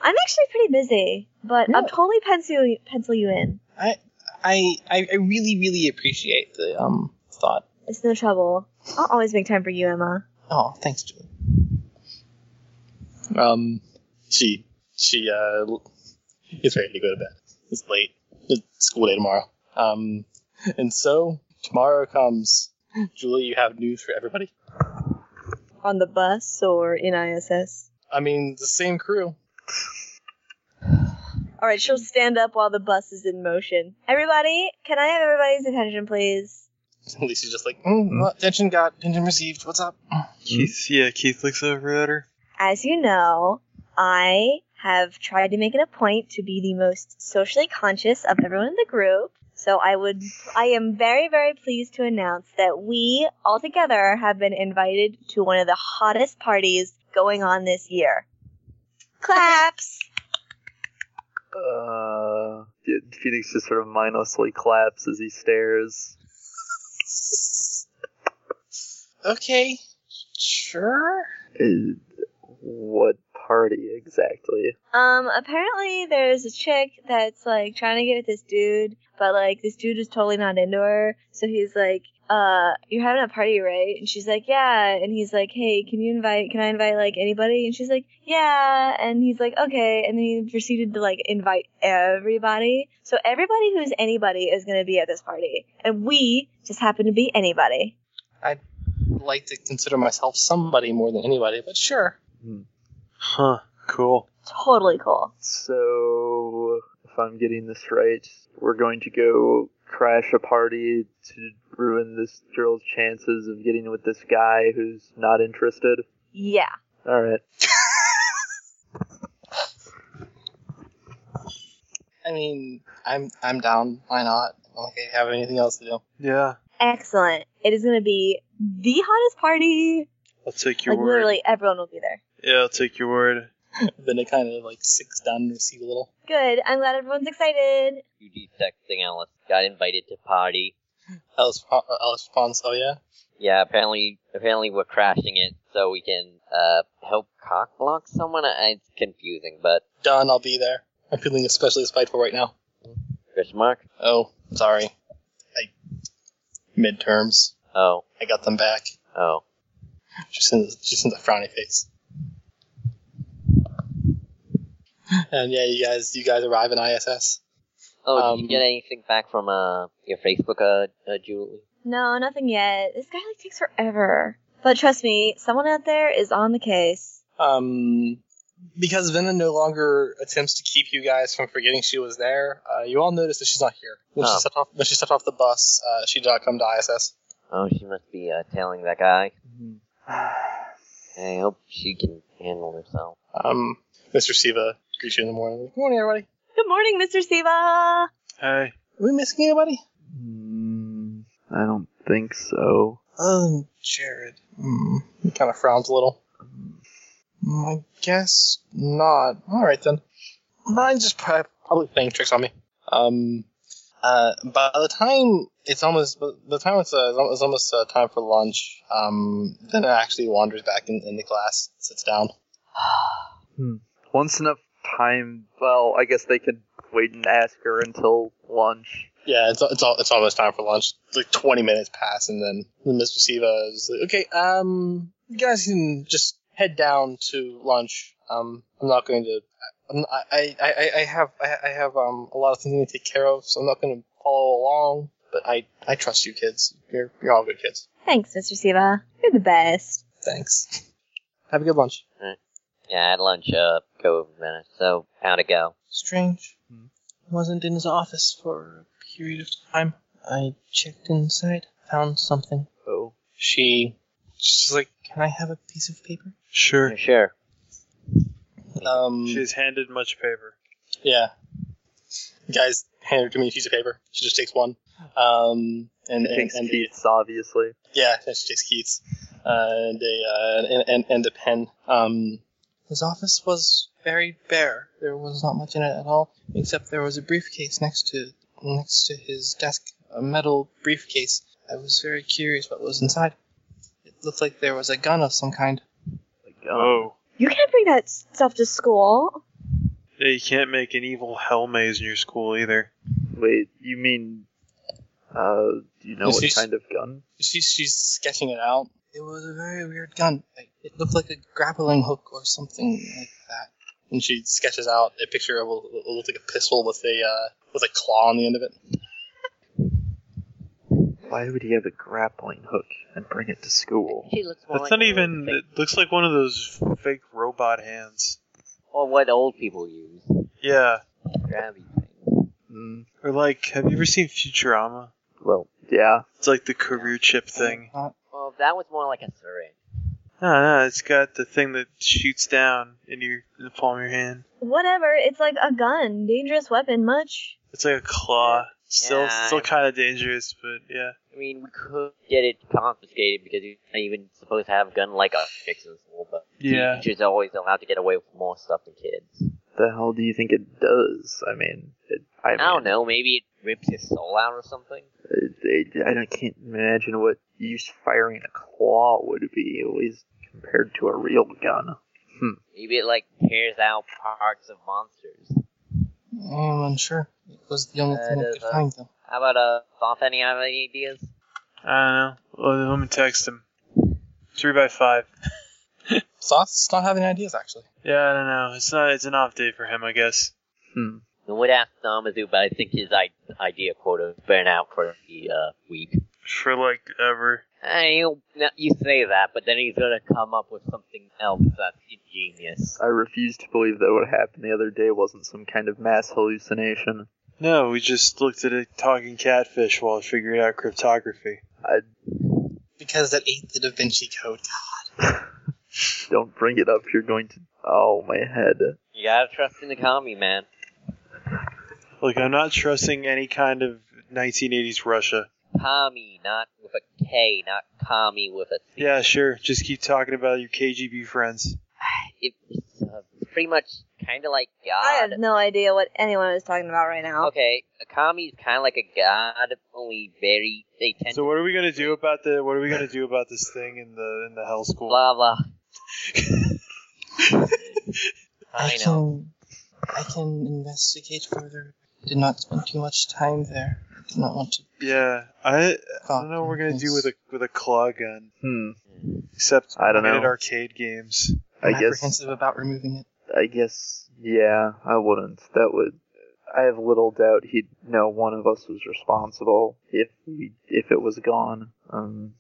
S4: I'm actually pretty busy, but I'll
S6: Really?
S4: totally pencil pencil you in.
S6: I, I I really really appreciate the um thought.
S4: It's no trouble. I'll always make time for you, Emma.
S6: Oh, thanks, Julie. Um, she she uh is ready to go to bed. It's late. It's school day tomorrow. Um, and so tomorrow comes. Julie, you have news for everybody.
S4: On the bus or in ISS.
S6: I mean, the same crew.
S4: All right, she'll stand up while the bus is in motion. Everybody, can I have everybody's attention, please?
S6: Lisa's just like, mm, well, attention got, attention received. What's up?
S7: Keith, yeah, Keith looks over at her.
S4: As you know, I have tried to make it a point to be the most socially conscious of everyone in the group. So I would I am very very pleased to announce that we all together have been invited to one of the hottest parties going on this year. Claps.
S3: Uh, Phoenix just sort of mindlessly claps as he stares.
S6: Okay, sure.
S3: Is- What party exactly?
S4: Um apparently there's a chick that's like trying to get with this dude, but like this dude is totally not into her. So he's like, uh, you're having a party, right? And she's like, yeah. And he's like, hey, can you invite, can I invite like anybody? And she's like, yeah. And he's like, okay. And then he proceeded to like invite everybody. So everybody who's anybody is going to be at this party. And we just happen to be anybody.
S6: like to consider myself somebody more than anybody, but sure.
S7: Huh. Cool.
S4: Totally cool.
S3: So, if I'm getting this right, we're going to go crash a party to ruin this girl's chances of getting with this guy who's not interested.
S4: Yeah.
S3: All right.
S6: I mean, I'm I'm down. Why not? I don't think I have anything else to do.
S7: Yeah.
S4: Excellent. It is going to be the hottest party.
S7: I'll take your
S4: like
S7: word.
S4: literally everyone will be there.
S7: Yeah, I'll take your word.
S6: then it kind of like six down to see a little.
S4: Good. I'm glad everyone's excited.
S2: UG texting Alice got invited to party.
S6: Alice, Pon- Alice Pons, oh yeah.
S2: Yeah, apparently, apparently we're crashing it so we can uh help cockblock someone. I, it's confusing, but
S6: Done, I'll be there. I'm feeling especially spiteful right now.
S2: Chris Mark.
S6: Oh, sorry. I midterms.
S2: Oh,
S6: I got them back.
S2: oh,
S6: She sends she sends a frowny face. And yeah, you guys you guys arrive in ISS.
S2: oh. did
S6: Um,
S2: you get anything back from uh your Facebook, uh, uh Julie?
S4: No, nothing yet. This guy like takes forever. But trust me, someone out there is on the case.
S6: Um, because Venna no longer attempts to keep you guys from forgetting she was there, uh, you all notice that she's not here. When,
S2: Oh.
S6: she, stepped off, when she stepped off the bus, uh, she did not come to ISS.
S2: Oh, she must be uh tailing that guy. I hope she can handle herself.
S6: Um, Mr. Siva greets you in the morning. Good morning, everybody.
S4: Good morning, Mr. Siva.
S7: Hey.
S6: Are we missing anybody?
S3: Mm, I don't think so.
S6: Um, Jared. Hmm. He kind of frowns a little. Hmm, I guess not. All right then. Mine's just prob- probably playing tricks on me. Um. Uh. By the time it's almost, by the time it's, uh, it's almost uh, time for lunch. Um. Then it actually wanders back in, in the class, sits down.
S3: Once enough time, well, I guess they could wait and ask her until lunch.
S6: Yeah. It's it's all, it's almost time for lunch. Like twenty minutes pass, and then then Mr. Siva is like, okay. Um. You guys can just head down to lunch. Um. I'm not going to I'm- I, I, I- I have I, I have um, a lot of things to take care of, so I'm not going to follow along. But I, I trust you kids. You're you're all good kids.
S4: Thanks, Mr. Siva. You're the best.
S6: Thanks. Have a good lunch.
S2: Yeah, at lunch, uh, go over minute. So how'd it go?
S6: Strange. Wasn't in his office for a period of time. I checked inside, found something.
S3: Oh.
S6: She,
S7: She's like,
S6: can I have a piece of paper?
S7: sure.
S2: Sure.
S6: Um,
S7: She's handed much paper.
S6: Yeah. Guys, hand her to me a piece of paper. She just takes one. Um,
S3: She
S6: and, and,
S3: thinks
S6: and
S3: Keith's, obviously.
S6: Yeah, that's just Keats. Uh, and a uh, and, and and a pen. Um, his office was very bare. There was not much in it at all, except there was a briefcase next to next to his desk, a metal briefcase. I was very curious what was inside. It looked like there was a gun of some kind.
S3: Like, um,
S7: Oh.
S4: You can't bring that stuff to school.
S7: Yeah, you can't make an evil hell maze in your school either.
S3: Wait, you mean, uh, do you know
S6: Is
S3: what
S6: this-
S3: kind of gun?
S6: She's she's sketching it out. It was a very weird gun. Like, It looked like a grappling hook or something like that. And she sketches out a picture of a, it looked like a pistol with a uh, with a claw on the end of it.
S3: Why would he have a grappling hook and bring it to school?
S2: She looks more
S7: That's
S2: like
S7: not
S2: one of the
S7: even.
S2: fake-
S7: It looks like one of those fake robot hands.
S2: or what old people use.
S7: Yeah.
S2: Gravity thing.
S3: Mm,
S7: Or like, have you ever seen Futurama?
S3: well, yeah.
S7: It's like the career chip thing.
S6: Uh,
S2: Well, that was more like a syringe.
S7: No, no, it's got the thing that shoots down in your in the palm of your hand.
S4: Whatever. It's like a gun. Dangerous weapon, much.
S7: It's like a claw. Still,
S2: Yeah,
S7: still
S2: I-
S7: kind of dangerous, but yeah.
S2: I mean, we could get it confiscated because you're not even supposed to have gun like objects in school, but teachers are always allowed to get away with more stuff than kids.
S3: The hell do you think it does? I mean, it, I,
S2: I don't know, maybe it rips his soul out or something.
S3: mean, it- it- I don't- can't imagine what use firing a claw would be, at least compared to a real gun.
S2: Maybe it like tears out parts of monsters.
S6: Mm, I'm unsure. It was the only
S2: Uh,
S6: thing I
S2: does
S6: could
S2: that-
S6: find, though.
S2: uh, How about uh, Thoth? Any have any ideas?
S7: I don't know. Let- Let me text him. Three by five.
S6: Sauce not having ideas actually.
S7: Yeah, I don't know. It's not. It's an off day for him, I guess.
S2: I would ask Namazu, but I think his I- idea quota has been out for the uh, week.
S7: For like ever.
S2: Hey, you, Eh, no, you say that, but then he's gonna come up with something else that's ingenious.
S3: I refuse to believe that what happened the other day wasn't some kind of mass hallucination.
S7: No, we just looked at a talking catfish while figuring out cryptography.
S6: Because that ate the Da Vinci Code.
S3: Don't bring it up. You're going to. Oh my head.
S2: You gotta trust in the commie, man.
S7: Look, I'm not trusting any kind of 1980s Russia.
S2: Commie, not with a K, not commie with a C.
S7: Yeah, sure. Just keep talking about your KGB friends.
S2: It- it's uh, pretty much kind of like
S4: I have
S2: God.
S4: no idea what anyone is talking about right now.
S2: Okay, a commie's kind of like a god, only very they tend
S7: So what are we gonna do about the? What are we gonna do about this thing in the in the hell
S2: to
S7: school?
S2: blah blah. I know.
S6: can I can investigate further. Did not spend too much time there. Did not want to.
S7: Yeah, I I don't know what we're gonna do with a with a claw gun.
S3: Hmm.
S7: Except
S3: I don't
S7: point at
S3: know.
S7: arcade games.
S3: I guess.
S6: apprehensive about removing it.
S3: I guess. Yeah. I wouldn't. That would. I have little doubt he'd know one of us was responsible if we if it was gone. Um.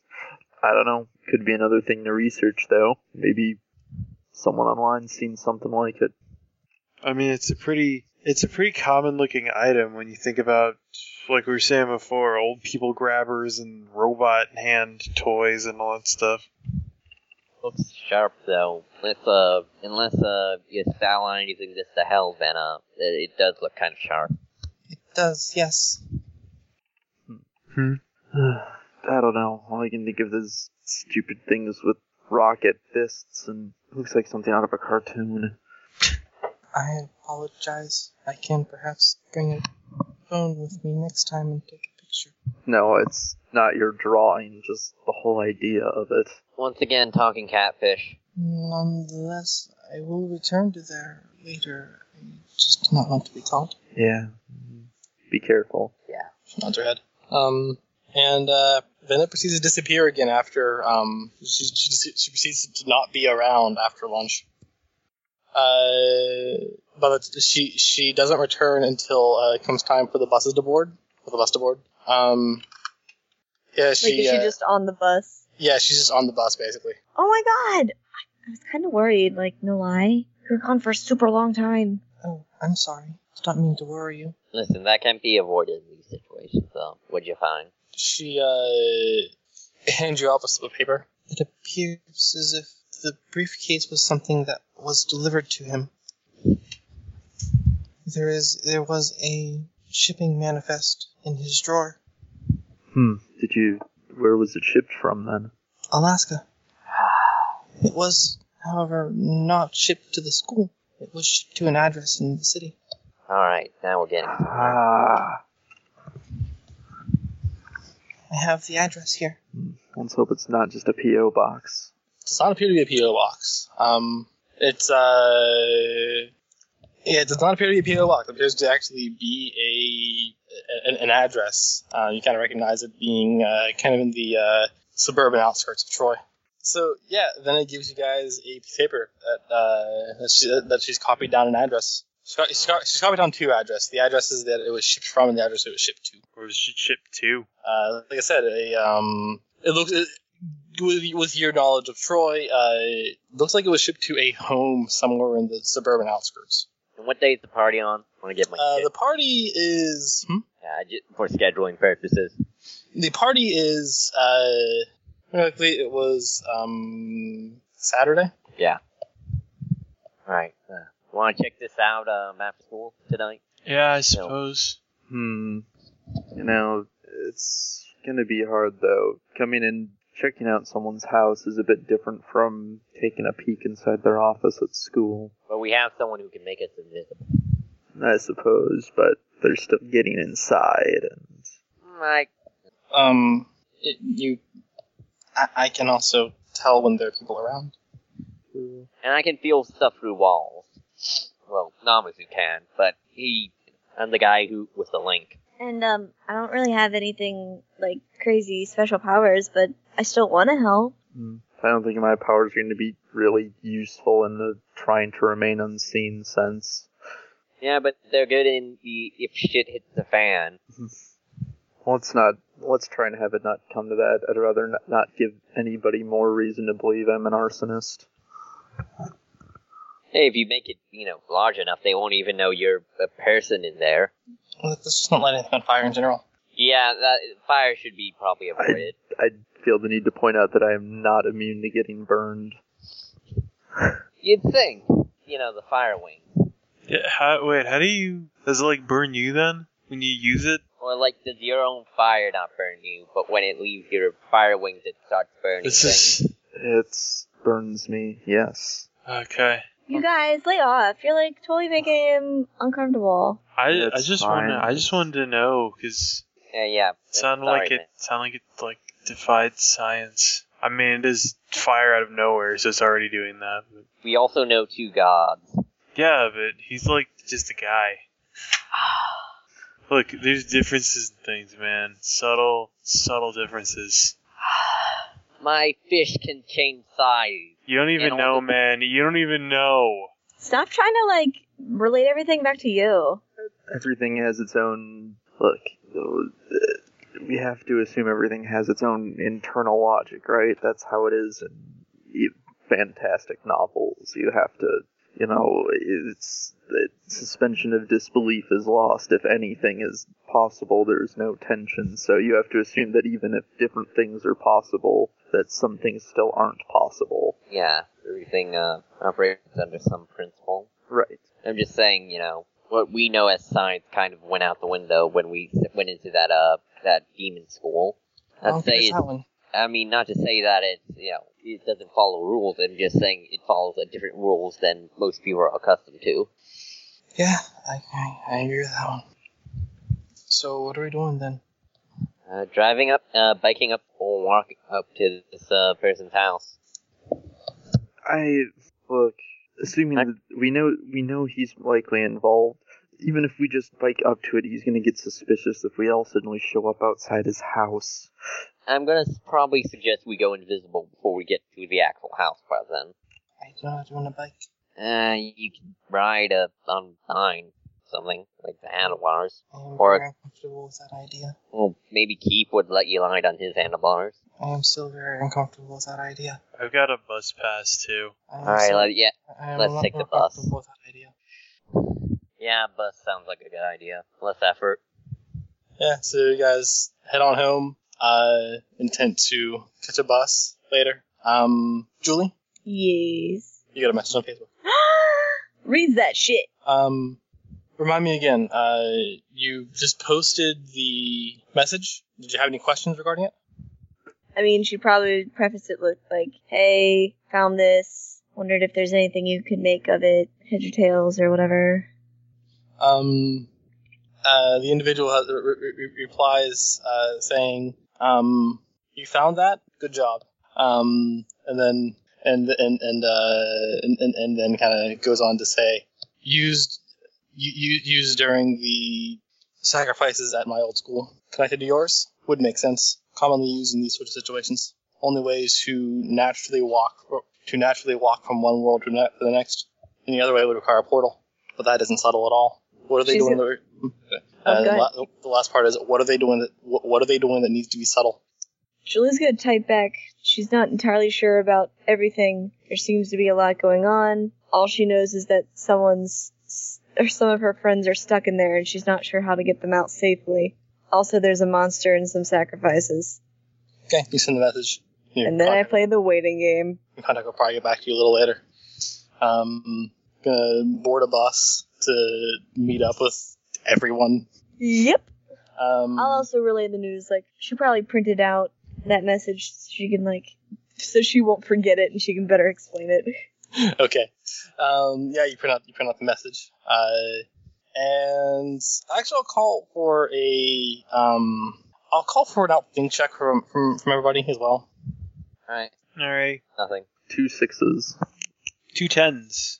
S3: I don't know. Could be another thing to research though. Maybe someone online's seen something like it.
S7: I mean, it's a pretty it's a pretty common looking item when you think about like we were saying before, old people grabbers and robot hand toys and all that stuff.
S2: Looks sharp though. Unless uh, unless uh, you style on anything just to hell, then uh, it, it does look kind of sharp.
S6: It does, yes.
S3: I don't know. All I can think of is stupid things with rocket fists and looks like something out of a cartoon.
S6: I apologize. I can perhaps bring a phone with me next time and take a picture.
S3: No, it's not your drawing, just the whole idea of it.
S2: Once again, talking catfish.
S6: Nonetheless, I will return to there later. I just do not want to be called.
S3: Yeah. Be careful.
S6: nods her head. Um, and uh, then it proceeds to disappear again after um, she, she, she proceeds to not be around after lunch. Uh, but it's- she she doesn't return until uh, it comes time for the buses to board. For the bus to board. Um, yeah,
S4: Like,
S6: she,
S4: is she
S6: uh,
S4: just on the bus?
S6: yeah, she's just on the bus basically.
S4: Oh my god! I- I was kind of worried, like, no lie. You were gone for a super long time.
S6: Oh, I'm sorry. Did not mean to worry you.
S2: Listen, that can be avoided in these situations. So, what'd you find?
S6: She uh, hands you off a slip of paper. It appears as if the briefcase was something that was delivered to him. There is there was a shipping manifest in his drawer.
S3: Hmm. Did you. Where was it shipped from then?
S6: Alaska. It was, however, not shipped to the school. It was shipped to an address in the city.
S2: All right, now we're getting. somewhere.
S3: Ah.
S6: I have the address here.
S3: Let's hope it's not just a P.O. box.
S6: does not appear to be a PO box. Um, it's uh, yeah, it does not appear to be a PO box. It appears to actually be a an, an address. Uh, you kind of recognize it being uh, kind of in the uh, suburban outskirts of Troy. So yeah, then it gives you guys a piece of paper that uh, that, she, that she's copied down an address. She's co- She's co- she's copied down two addresses. The addresses that it was shipped from and the address it was shipped to
S7: Or is it chip two?
S6: uh, like I said, a, um, it looks it, with, with your knowledge of Troy, uh, it looks like it was shipped to a home somewhere in the suburban outskirts.
S2: And what day's the party on? I want to get my.
S6: Uh,
S2: shit.
S6: the party is hmm?
S2: Yeah, I ju- for scheduling purposes.
S6: the party is uh, technically it was um, Saturday.
S2: All right. Uh, want to check this out um, after school tonight?
S7: Yeah, I suppose.
S3: Hmm. You know, it's gonna be hard though. Coming and checking out someone's house is a bit different from taking a peek inside their office at school,
S2: But we have someone who can make us invisible.
S3: I suppose, but they're still getting inside and
S2: I
S6: Um, it, you, I, I can also tell when there are people around.
S2: and I can feel stuff through walls. Well, Namazu can, but he, I'm the guy who with the link.
S4: And um, I don't really have anything like crazy special powers, but I still want to help.
S3: I don't think my powers are going to be really useful in the trying to remain unseen sense.
S2: Yeah, but they're good in the if shit hits the fan.
S3: Let's not. Let's try and have it not come to that. I'd rather not, not give anybody more reason to believe I'm an arsonist.
S2: Hey, if you make it, you know, large enough, they won't even know you're a person in there.
S6: Let's just not light anything on fire in general.
S2: Yeah, that, fire should be probably avoided.
S3: I feel the need to point out that I am not immune to getting burned.
S2: You'd think, you know, the fire wing.
S7: Yeah, how, wait, how do you? Does it like burn you then when you use it?
S2: Or, like, does your own fire not burn you, but when it leaves your fire wings, it starts burning
S7: This
S2: things?
S7: is
S3: It burns me. Yes.
S7: okay.
S4: You guys, lay off. You're like totally making him uncomfortable.
S7: I I
S3: It's
S7: just wanted
S3: fine.
S7: I just wanted to know because
S2: Yeah, yeah.
S7: it sounded
S2: Sorry,
S7: like it
S2: man.
S7: sounded like it like defied science. I mean, it is fire out of nowhere, so it's already doing that. But
S2: We also know two gods.
S7: yeah, but he's like just a guy. Look, there's differences in things, man. Subtle, subtle differences.
S2: My fish can change size.
S7: You don't even
S2: all
S7: know,
S2: the-
S7: man. You don't even know.
S4: Stop trying to like relate everything back to you.
S3: everything has its own look. uh, We have to assume everything has its own internal logic, right? That's how it is in e- fantastic novels. You have to, you know, it's the suspension of disbelief is lost if anything is possible. There's no tension, so you have to assume that even if different things are possible, that some things still aren't possible,
S2: Yeah, everything uh, operates under some principle.
S3: right?
S2: I'm just saying, you know, what we know as science kind of went out the window when we s- went into that uh that demon school.
S6: I
S2: I'd
S6: don't think
S2: say,
S6: it's
S2: it's,
S6: that one.
S2: I mean, not to say that it, you know, it doesn't follow rules. I'm just saying it follows a different rules than most people are accustomed to.
S6: Yeah, I, I, I agree with that one. So what are we doing then?
S2: Uh, driving up, uh, biking up, or walking up to this uh, person's house.
S3: I look, assuming
S2: I-
S3: that we know we know he's likely involved. Even if we just bike up to it, he's gonna get suspicious if we all suddenly show up outside his house.
S2: I'm gonna s- probably suggest we go invisible before we get to the actual house by then.
S6: I don't know how to run a bike.
S2: Uh, you can ride a, on mine, something like the handlebars.
S6: I am
S2: Or-
S6: very uncomfortable with that idea.
S2: Well, maybe Keith would let you ride on his handlebars.
S6: I am still very uncomfortable with that idea.
S7: I've got a bus pass too.
S6: I am
S2: All right,
S6: so-
S2: let, yeah,
S6: I am
S2: let's
S6: a lot
S2: take the
S6: more
S2: bus.
S6: comfortable with that idea.
S2: yeah, bus sounds like a good idea. Less effort.
S6: Yeah, so you guys head on home. Uh, intent to catch a bus later. Um, Julie,
S4: Yes.
S6: you got a message on Facebook.
S4: Reads that shit.
S6: Um, remind me again. Uh, you just posted the message. Did you have any questions regarding it?
S4: I mean, she probably prefaced it with like, "Hey, found this. Wondered if there's anything you could make of it, heads or tails or whatever."
S6: Um, uh, the individual has, re- re- re- replies uh, saying, um, "You found that. Good job." Um, and then and and and uh, and, and, and then kind of goes on to say, "Used you, you, used during the sacrifices at my old school, connected to yours, would make sense. Commonly used in these sorts of situations. Only ways to naturally walk to naturally walk from one world to, ne- to the next. Any other way would require a portal, but that isn't subtle at all. What are they
S4: She's
S6: doing?
S4: a-
S6: that-
S4: Oh,
S6: uh,
S4: go
S6: the,
S4: ahead.
S6: la- the last part is what are they doing? That, wh- what are they doing that needs to be subtle?
S4: Julie's gonna type back. She's not entirely sure about everything. There seems to be a lot going on. All she knows is that someone's or some of her friends are stuck in there, and she's not sure how to get them out safely. Also, there's a monster and some sacrifices.
S6: Okay, you send the message. You
S4: And then I
S6: contact-
S4: play the waiting game.
S6: contact will probably get back to you a little later. Um, gonna board a bus to meet up with everyone.
S4: Yep.
S6: Um,
S4: I'll also relay the news. Like she probably printed out that message. So she can like, so she won't forget it, and she can better explain it.
S6: okay. Um, yeah, you print out you print out the message. Uh, and actually, I'll call for a um, I'll call for an outthink check from from from everybody as well.
S2: All right,
S7: All right,
S2: nothing.
S3: Two sixes.
S7: two tens.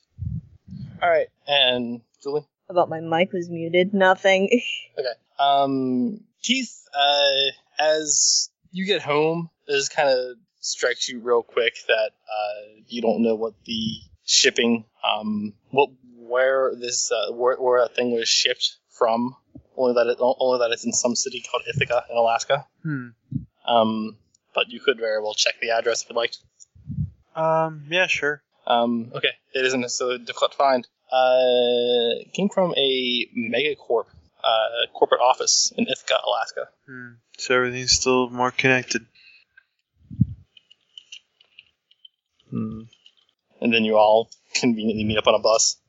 S6: All right, and Julie.
S4: About my mic was muted. Nothing.
S6: Okay. Um, Keith, uh, as you get home, it just kind of strikes you real quick that uh, you don't know what the shipping, um, what where this uh, where, where that thing was shipped from. Only that it, only that it's in some city called Ithaca in Alaska.
S7: Hmm.
S6: Um, but you could very well check the address if you'd like.
S7: Um. Yeah. Sure.
S6: Um, okay, it isn't necessarily difficult to find. Uh, it came from a megacorp uh, corporate office in Ithaca, Alaska.
S7: Hmm. So everything's still more connected.
S3: Hmm.
S6: And then you all conveniently meet up on a bus.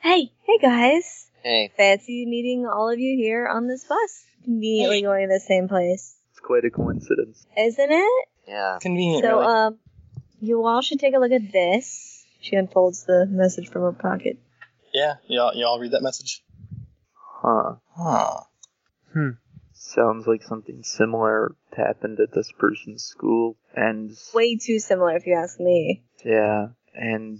S4: Hey, hey guys.
S2: Hey.
S4: Fancy meeting all of you here on this bus. Conveniently going to the same place.
S3: It's quite a coincidence.
S4: Isn't it?
S2: Yeah.
S6: Convenient,
S4: so,
S6: really.
S4: um, you all should take a look at this. She unfolds the message from her pocket.
S6: yeah, you all, you all read that message.
S3: Huh.
S6: Huh.
S3: Sounds like something similar happened at this person's school, and
S4: Way too similar, if you ask me.
S3: yeah, and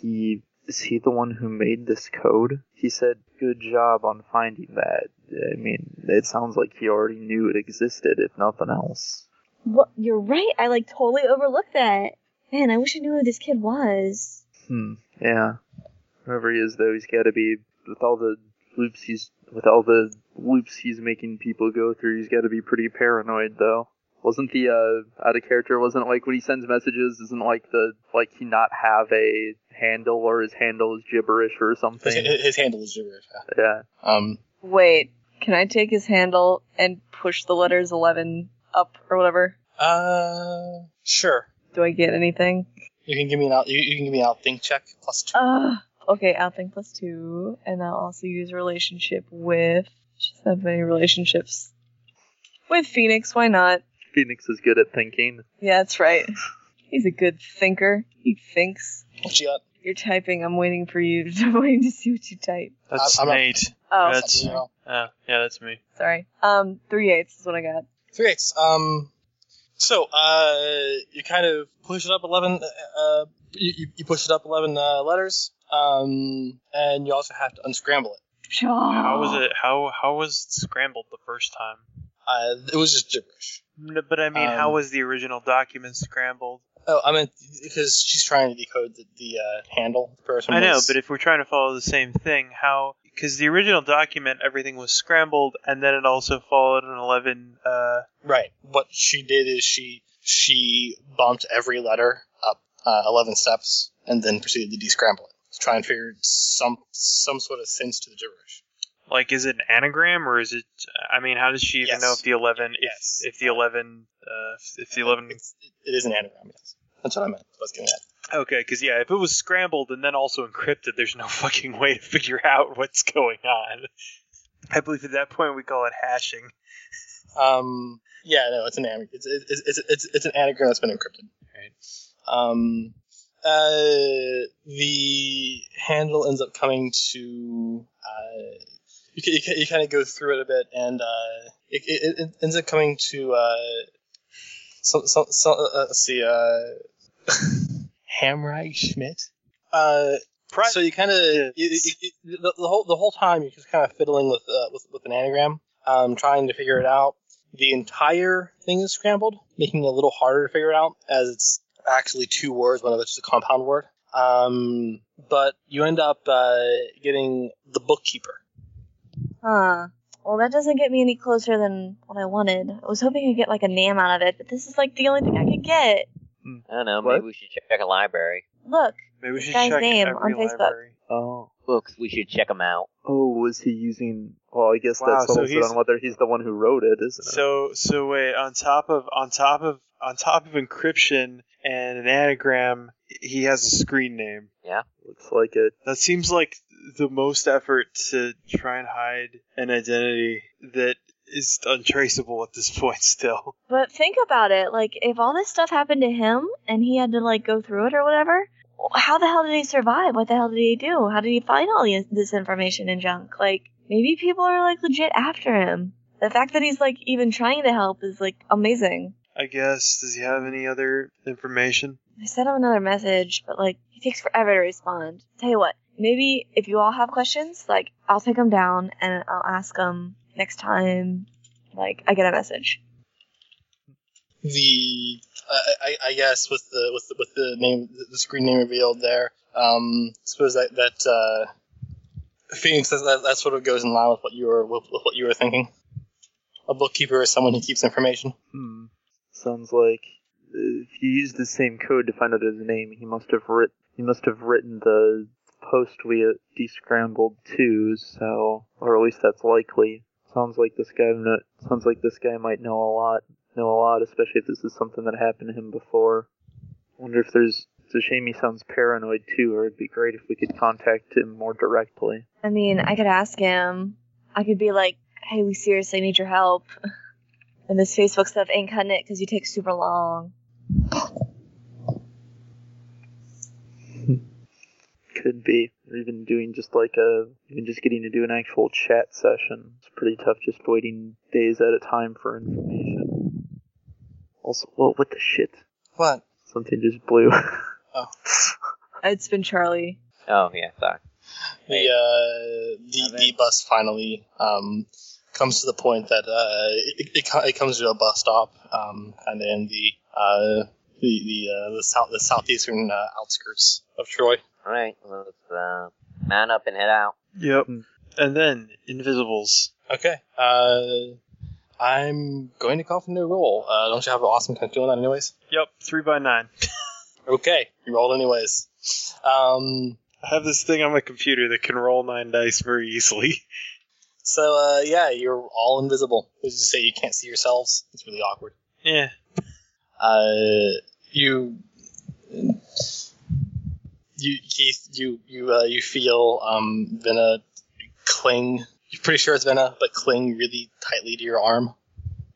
S3: he is he the one who made this code? He said, "Good job on finding that." I mean, it sounds like he already knew it existed, if nothing else.
S4: What? You're right. I like totally overlooked that. Man, I wish I knew who this kid was.
S3: Hmm. Yeah. Whoever he is, though, he's got to be with all the loops he's with all the loops he's making people go through. He's got to be pretty paranoid, though. Wasn't the uh, out of character? Wasn't it like when he sends messages? Isn't it like the like he not have a handle or his handle is gibberish or
S6: His,
S3: something?
S6: his handle is gibberish. yeah.
S3: yeah.
S6: Um,
S1: Wait, can I take his handle and push the letters 11 up or whatever?
S6: uh, sure.
S1: Do I get anything?
S6: You can give me an out. You, you can give me an outthink check plus two.
S1: Uh, okay, outthink plus two, and I'll also use relationship with. She doesn't have many relationships. With Phoenix, why not?
S3: Phoenix is good at thinking.
S1: Yeah, that's right. He's a good thinker. He thinks.
S6: What you got?
S1: You're typing. I'm waiting for you. I'm waiting to see what you type.
S7: That's
S6: I'm- I'm not-
S7: Nate.
S1: Oh,
S7: That's-
S6: Something you know.
S7: Uh, yeah, that's me.
S1: sorry. Um, three eighths is what I got.
S6: Three eights. Um, so uh, you kind of push it up eleven. Uh, you, you- you push it up eleven uh, letters. Um, and you also have to unscramble it.
S7: How was it? How how was it scrambled the first time?
S6: Uh, it was just gibberish.
S7: No, But I mean, how
S6: Um,
S7: was the original document scrambled?
S6: Oh, I mean, because she's trying to decode the, the uh, handle. The person.
S7: I know,
S6: was-
S7: but if we're trying to follow the same thing, how? Because the original document, everything was scrambled, and then it also followed an eleven. Uh,
S6: Right. What she did is she she bumped every letter up uh, eleven steps and then proceeded to descramble it to try and figure some some sort of sense to the gibberish.
S7: like, is it an anagram or is it? I mean, how does she even
S6: Yes.
S7: know if the eleven? If
S6: Yes.
S7: if the eleven? Uh, if the eleven?
S6: It's, it is an anagram. Yes, that's what I meant. I was getting at.
S7: Okay, because yeah, if it was scrambled and then also encrypted, there's no fucking way to figure out what's going on. I believe at that point we call it hashing.
S6: Um. Yeah. No. It's an anagram. It's it's, it's it's it's an anagram that's been encrypted.
S7: Right.
S6: Um. Uh. The handle ends up coming to. Uh, you, ca- you, ca- you kind of go through it a bit, and uh, it, it, it ends up coming to uh, some, some, some, uh, let's see, uh, Hamreich Schmidt. Uh,
S7: Pri-
S6: so you kind of you, you- you- the, the whole the whole time you're just kind of fiddling with, uh, with with an anagram, um, trying to figure it out. The entire thing is scrambled, making it a little harder to figure it out as it's actually two words, one of it's a compound word. Um, but you end up uh, getting the bookkeeper.
S4: Huh. Well, that doesn't get me any closer than what I wanted. I was hoping I'd get like a name out of it, but this is like the only thing I could get.
S2: I don't know.
S3: What?
S2: Maybe we should check a library.
S4: Look,
S7: Maybe we
S4: This
S7: should
S4: guy's
S7: check
S4: name
S7: every
S4: on Facebook.
S7: library.
S3: Oh.
S2: Books. We should check them out.
S3: Oh, was he using? Well, I guess
S7: Wow,
S3: that
S7: so
S3: settles it
S7: he's-
S3: on whether he's the one who wrote it, isn't it?
S7: So so wait, on top of on top of on top of encryption and an anagram, he has a screen name.
S3: Looks like it.
S7: That seems like the most effort to try and hide an identity that is untraceable at this point still.
S4: but think about it. Like, if all this stuff happened to him and he had to like go through it or whatever, how the hell did he survive? What the hell did he do? How did he find all the- this information and junk? Like, maybe people are like legit after him. The fact that he's like even trying to help is like amazing.
S7: I guess. Does he have any other information?
S4: I sent him another message, but like he takes forever to respond. Tell you what, maybe if you all have questions, like I'll take them down and I'll ask him next time, like, I get a message.
S6: the I, I- I guess with the with the, with the name the screen name revealed there. Um, suppose that that uh, Phoenix that, that, that sort of goes in line with what you were with, with what you were thinking. A bookkeeper is someone who keeps information.
S9: Hmm.
S3: Sounds like if you use the same code to find out his name, he must have writ he must have written the post we uh, descrambled to, so or at least that's likely. Sounds like this guy kno- sounds like this guy might know a lot, know a lot, especially if this is something that happened to him before. Wonder if there's it's a shame he sounds paranoid too, or it'd be great if we could contact him more directly.
S4: I mean, I could ask him. I could be like, hey, we seriously need your help. And this Facebook stuff ain't cutting it because you take super long.
S3: Could be, or even doing just like a, even just getting to do an actual chat session. It's pretty tough just waiting days at a time for information. Also, well, what the shit?
S6: What?
S3: Something just blew.
S4: It's been Charlie.
S2: Oh yeah, sorry.
S6: The uh, the, the bus finally um, comes to the point that uh, it, it, co- it comes to a bus stop, um, and then the uh, the the, uh, the south the southeastern uh, outskirts of Troy.
S2: All right, let's uh, man up and head out.
S7: Yep.
S3: Mm.
S7: And then invisibles.
S6: Okay. Uh, I'm going to call for no roll. Uh, don't you have an awesome time doing that anyways?
S7: Yep. Three by nine.
S6: Okay, you rolled anyways. Um,
S7: I have this thing on my computer that can roll nine dice very easily.
S6: so uh, yeah, you're all invisible, which is to say you can't see yourselves. It's really awkward.
S7: Yeah.
S6: Uh, you, you, Keith, you, you, uh, you feel um, Vena cling. You're pretty sure it's Vena, but cling really tightly to your arm.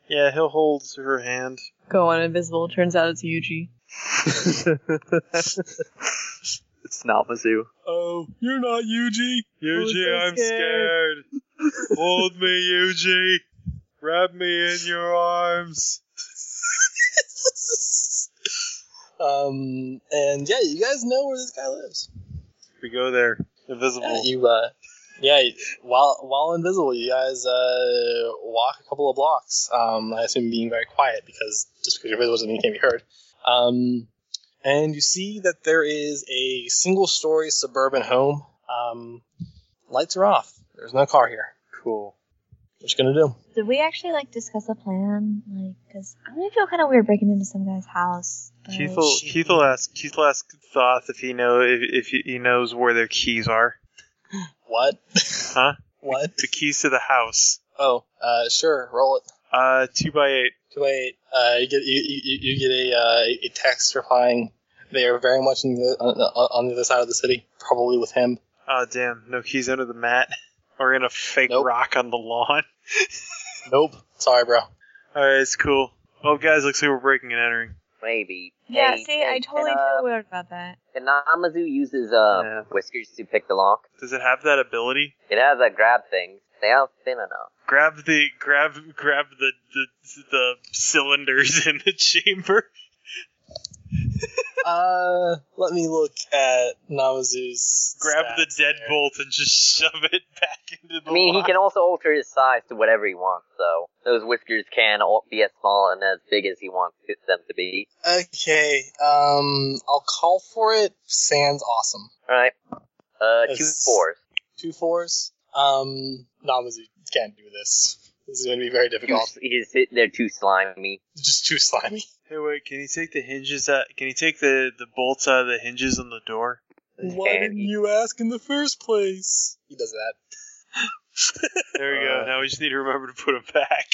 S7: Yeah. He'll hold her hand.
S10: Go on invisible. Turns out it's Yuji.
S3: it's not Mizzou.
S6: Oh, you're not Yuji.
S7: Yuji, I'm scared. Hold me, Yuji. Wrap me in your arms.
S6: um, and yeah, you guys know where this guy lives.
S7: We go there.
S6: Yeah,
S7: Invisible.
S6: you, uh, yeah, you- while while invisible, you guys uh, walk a couple of blocks. Um, I assume being very quiet because just because you're visible doesn't mean you can't be heard. Um, and you see that there is a single-story suburban home. Um, lights are off. There's no car here.
S7: Cool.
S6: What you gonna do?
S4: Did we actually, like, discuss a plan? Like, because I'm going to feel kind of weird breaking into some guy's house. but-
S7: Keith will, Keith will ask Keith will ask Thoth if he know if, if he- he knows where their keys are.
S6: What?
S7: Huh?
S6: what?
S7: The keys to the house.
S6: Oh, uh, sure. Roll it.
S7: Uh, two by eight.
S6: Wait, uh, you get you, you, you get a uh, a text replying they are very much in the, on, on the other side of the city, probably with him.
S7: Oh damn, no keys under the mat or in a fake
S6: Nope.
S7: rock on the lawn.
S6: Nope, sorry, bro.
S7: All right, it's cool. Well, guys, looks like we're breaking and entering.
S2: Maybe.
S4: Yeah,
S2: Hey,
S4: see,
S2: hey,
S4: I totally
S2: can,
S4: feel
S2: uh,
S4: weird about that.
S2: Can Namazu uses uh,
S3: Yeah.
S2: whiskers to pick the lock?
S7: Does it have that ability?
S2: It has a grab thing. They are thin enough.
S7: Grab the grab grab the the, the cylinders in the chamber.
S6: uh, let me look at Namazu's.
S7: Grab the
S6: stats there.
S7: deadbolt and just shove it back into the.
S2: I mean, he
S7: lock.
S2: can also alter his size to whatever he wants, so those whiskers can all be as small and as big as he wants it- them to be.
S6: Okay, um, I'll call for it. Sans awesome.
S2: Alright. Uh, two
S6: That's-
S2: fours.
S6: Two fours. Um, Namazu can't do this. This is going to be very
S2: Two,
S6: difficult.
S2: he's, hit- they're too slimy.
S6: Just too slimy.
S7: Hey, wait! Can you take the hinges out? Can you take the the bolts out of the hinges on the door?
S2: Why didn't
S6: you ask in the first place? He does that.
S7: There we go.
S3: Uh.
S7: Now we just need to remember to put them back.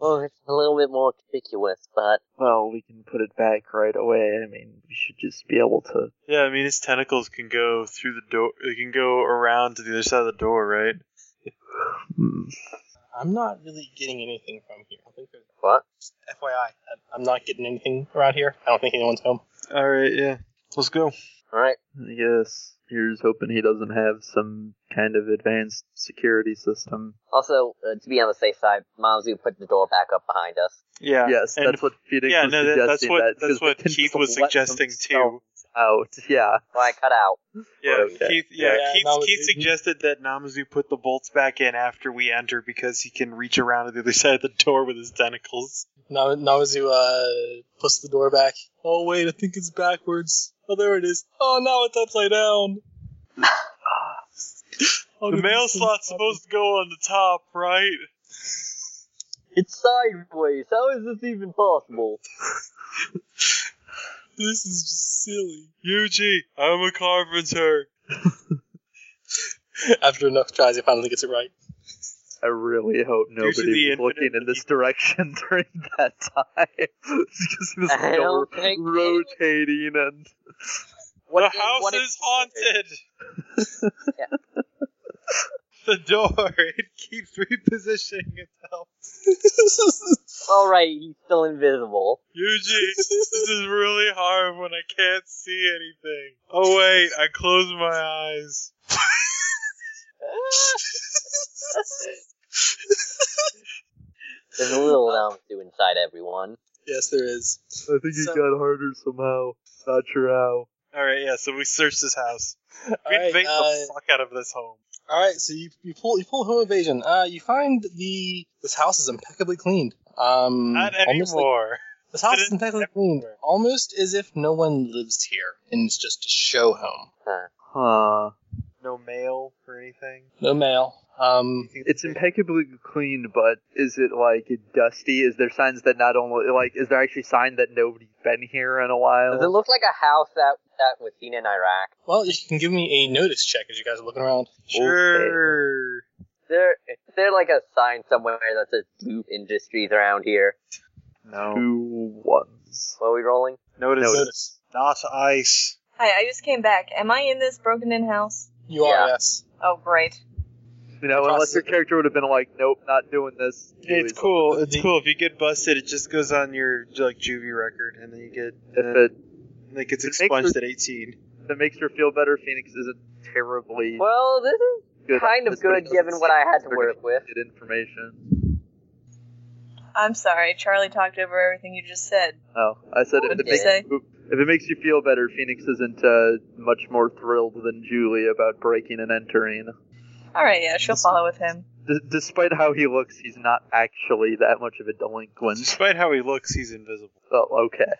S2: Well, Oh, it's a little bit more conspicuous, but
S3: Well, we can put it back right away. I mean, we should just be able to.
S7: Yeah, I mean his tentacles can go through the door. They can go around to the other side of the door, right?
S3: Hmm.
S6: I'm not really getting anything from here. I think there's
S2: what?
S6: FYI, I- I'm not getting anything around here. I don't think anyone's home.
S7: All right, yeah. Let's go.
S2: Alright.
S3: I guess here's hoping he doesn't have some kind of advanced security system.
S2: Also, uh, to be on the safe side, Mamzu put the door back up behind us.
S7: Yeah.
S3: yes,
S7: and-
S3: that's what Phoenix
S7: yeah,
S3: was
S7: no, that- that's
S3: suggesting.
S7: what-
S3: that,
S7: that's
S3: 'cause they
S7: what
S3: can
S7: Keith
S3: just
S7: was
S3: let
S7: suggesting, too.
S3: themselves out. Yeah.
S2: Well, I cut out.
S7: Yeah,
S3: Oh, Okay.
S7: Keith. Yeah,
S6: Yeah,
S7: Keith,
S6: no,
S7: Keith
S6: it-
S7: suggested that Namazu put the bolts back in after we enter because he can reach around to the other side of the door with his tentacles.
S6: Na- Namazu uh, pushed the door back. Oh wait, I think it's backwards. Oh, there it is. Oh, now it's upside down. Oh,
S7: The
S6: did
S7: mail
S6: this thing
S7: slot's
S6: happen?
S7: supposed to go on the top, right?
S2: It's sideways. How is this even possible?
S6: This is silly.
S7: Yuji, I'm a carpenter.
S6: After enough tries, he finally gets it right.
S3: I really hope
S7: Due to the
S3: nobody was
S7: infinite
S3: looking in this direction during that time. because this
S2: I
S3: door
S2: don't think
S3: rotating and
S2: What
S7: the
S2: is-
S7: house
S2: what
S7: is haunted.
S2: Yeah.
S7: the door it keeps repositioning itself.
S2: All right, he's still invisible.
S7: Yuji, this is really hard when I can't see anything. Oh wait, I closed my eyes.
S2: There's a little Namazu inside everyone.
S6: yes, there is.
S3: I think it
S6: So-
S3: got harder somehow. Not sure how.
S7: All right, yeah. So we searched this house.
S6: All
S7: We
S6: right,
S7: invade
S6: uh,
S7: the fuck out of this home.
S6: All right, so you, you pull you pull home invasion. Uh, you find the this house is impeccably cleaned. Um,
S7: Not
S6: almost like-
S7: anymore.
S6: this house is
S7: It is
S6: impeccably cleaned, almost as if no one lives here and it's just a show home.
S3: Huh.
S7: no mail or anything.
S6: No mail. Um,
S3: It's impeccably clean, but is it like dusty? Is there signs that not only like is there actually sign that nobody's been here in a while?
S2: Does it look like a house that that was seen in Iraq?
S6: well, you can give me a notice check as you guys are looking around.
S7: Sure.
S2: There, is there like a sign somewhere that says Loop Industries around here?
S7: No.
S3: Two ones.
S2: What are we rolling?
S7: Notice,
S6: Notice.
S7: not ice.
S4: Hi, I just came back. Am I in this broken in house?
S6: You are
S2: Yeah.
S6: yes.
S4: Oh, great.
S3: You know, unless your character would have been like, nope, not doing this.
S7: It's
S3: Anyways,
S7: cool.
S6: the-
S7: It's cool. If you get busted, it just goes on your like juvie record, and then you get
S3: If
S7: uh,
S3: it,
S7: like it's
S3: it makes
S7: expunged
S3: her-
S7: at eighteen.
S3: if it makes her feel better, Phoenix isn't terribly
S2: Well, this is
S3: good.
S2: kind of
S3: This one
S2: good
S3: doesn't
S2: given what
S3: seem
S2: I had to
S3: very
S2: work with.
S3: good information.
S4: I'm sorry. Charlie talked over everything you just said.
S3: Oh, I said if
S4: What'd
S3: it,
S4: you
S3: makes,
S4: say?
S3: if it makes you feel better, Phoenix isn't uh, much more thrilled than Julie about breaking and entering.
S4: All right, yeah, she'll follow with him.
S3: D- despite how he looks, he's not actually that much of a delinquent.
S7: Despite how he looks, he's invisible.
S3: Oh, okay.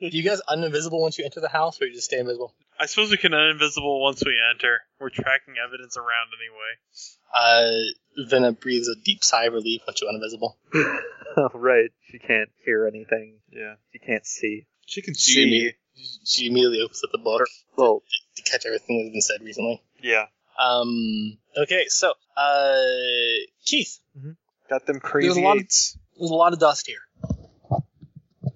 S6: Do you guys uninvisible once you enter the house, or you just stay invisible?
S7: I suppose we can uninvisible once we enter. We're tracking evidence around anyway.
S6: Uh, Venna breathes a deep sigh of relief once you're uninvisible.
S3: right, she can't hear anything.
S7: Yeah,
S3: She can't see.
S7: she can
S6: She imme- she immediately opens up the book
S3: Well,
S6: to catch everything that's been said recently.
S7: Yeah,
S6: Um, okay, so uh, Keith,
S7: got them
S6: There's
S7: crazy
S6: a lot of-
S7: eights.
S6: there's a lot of dust here.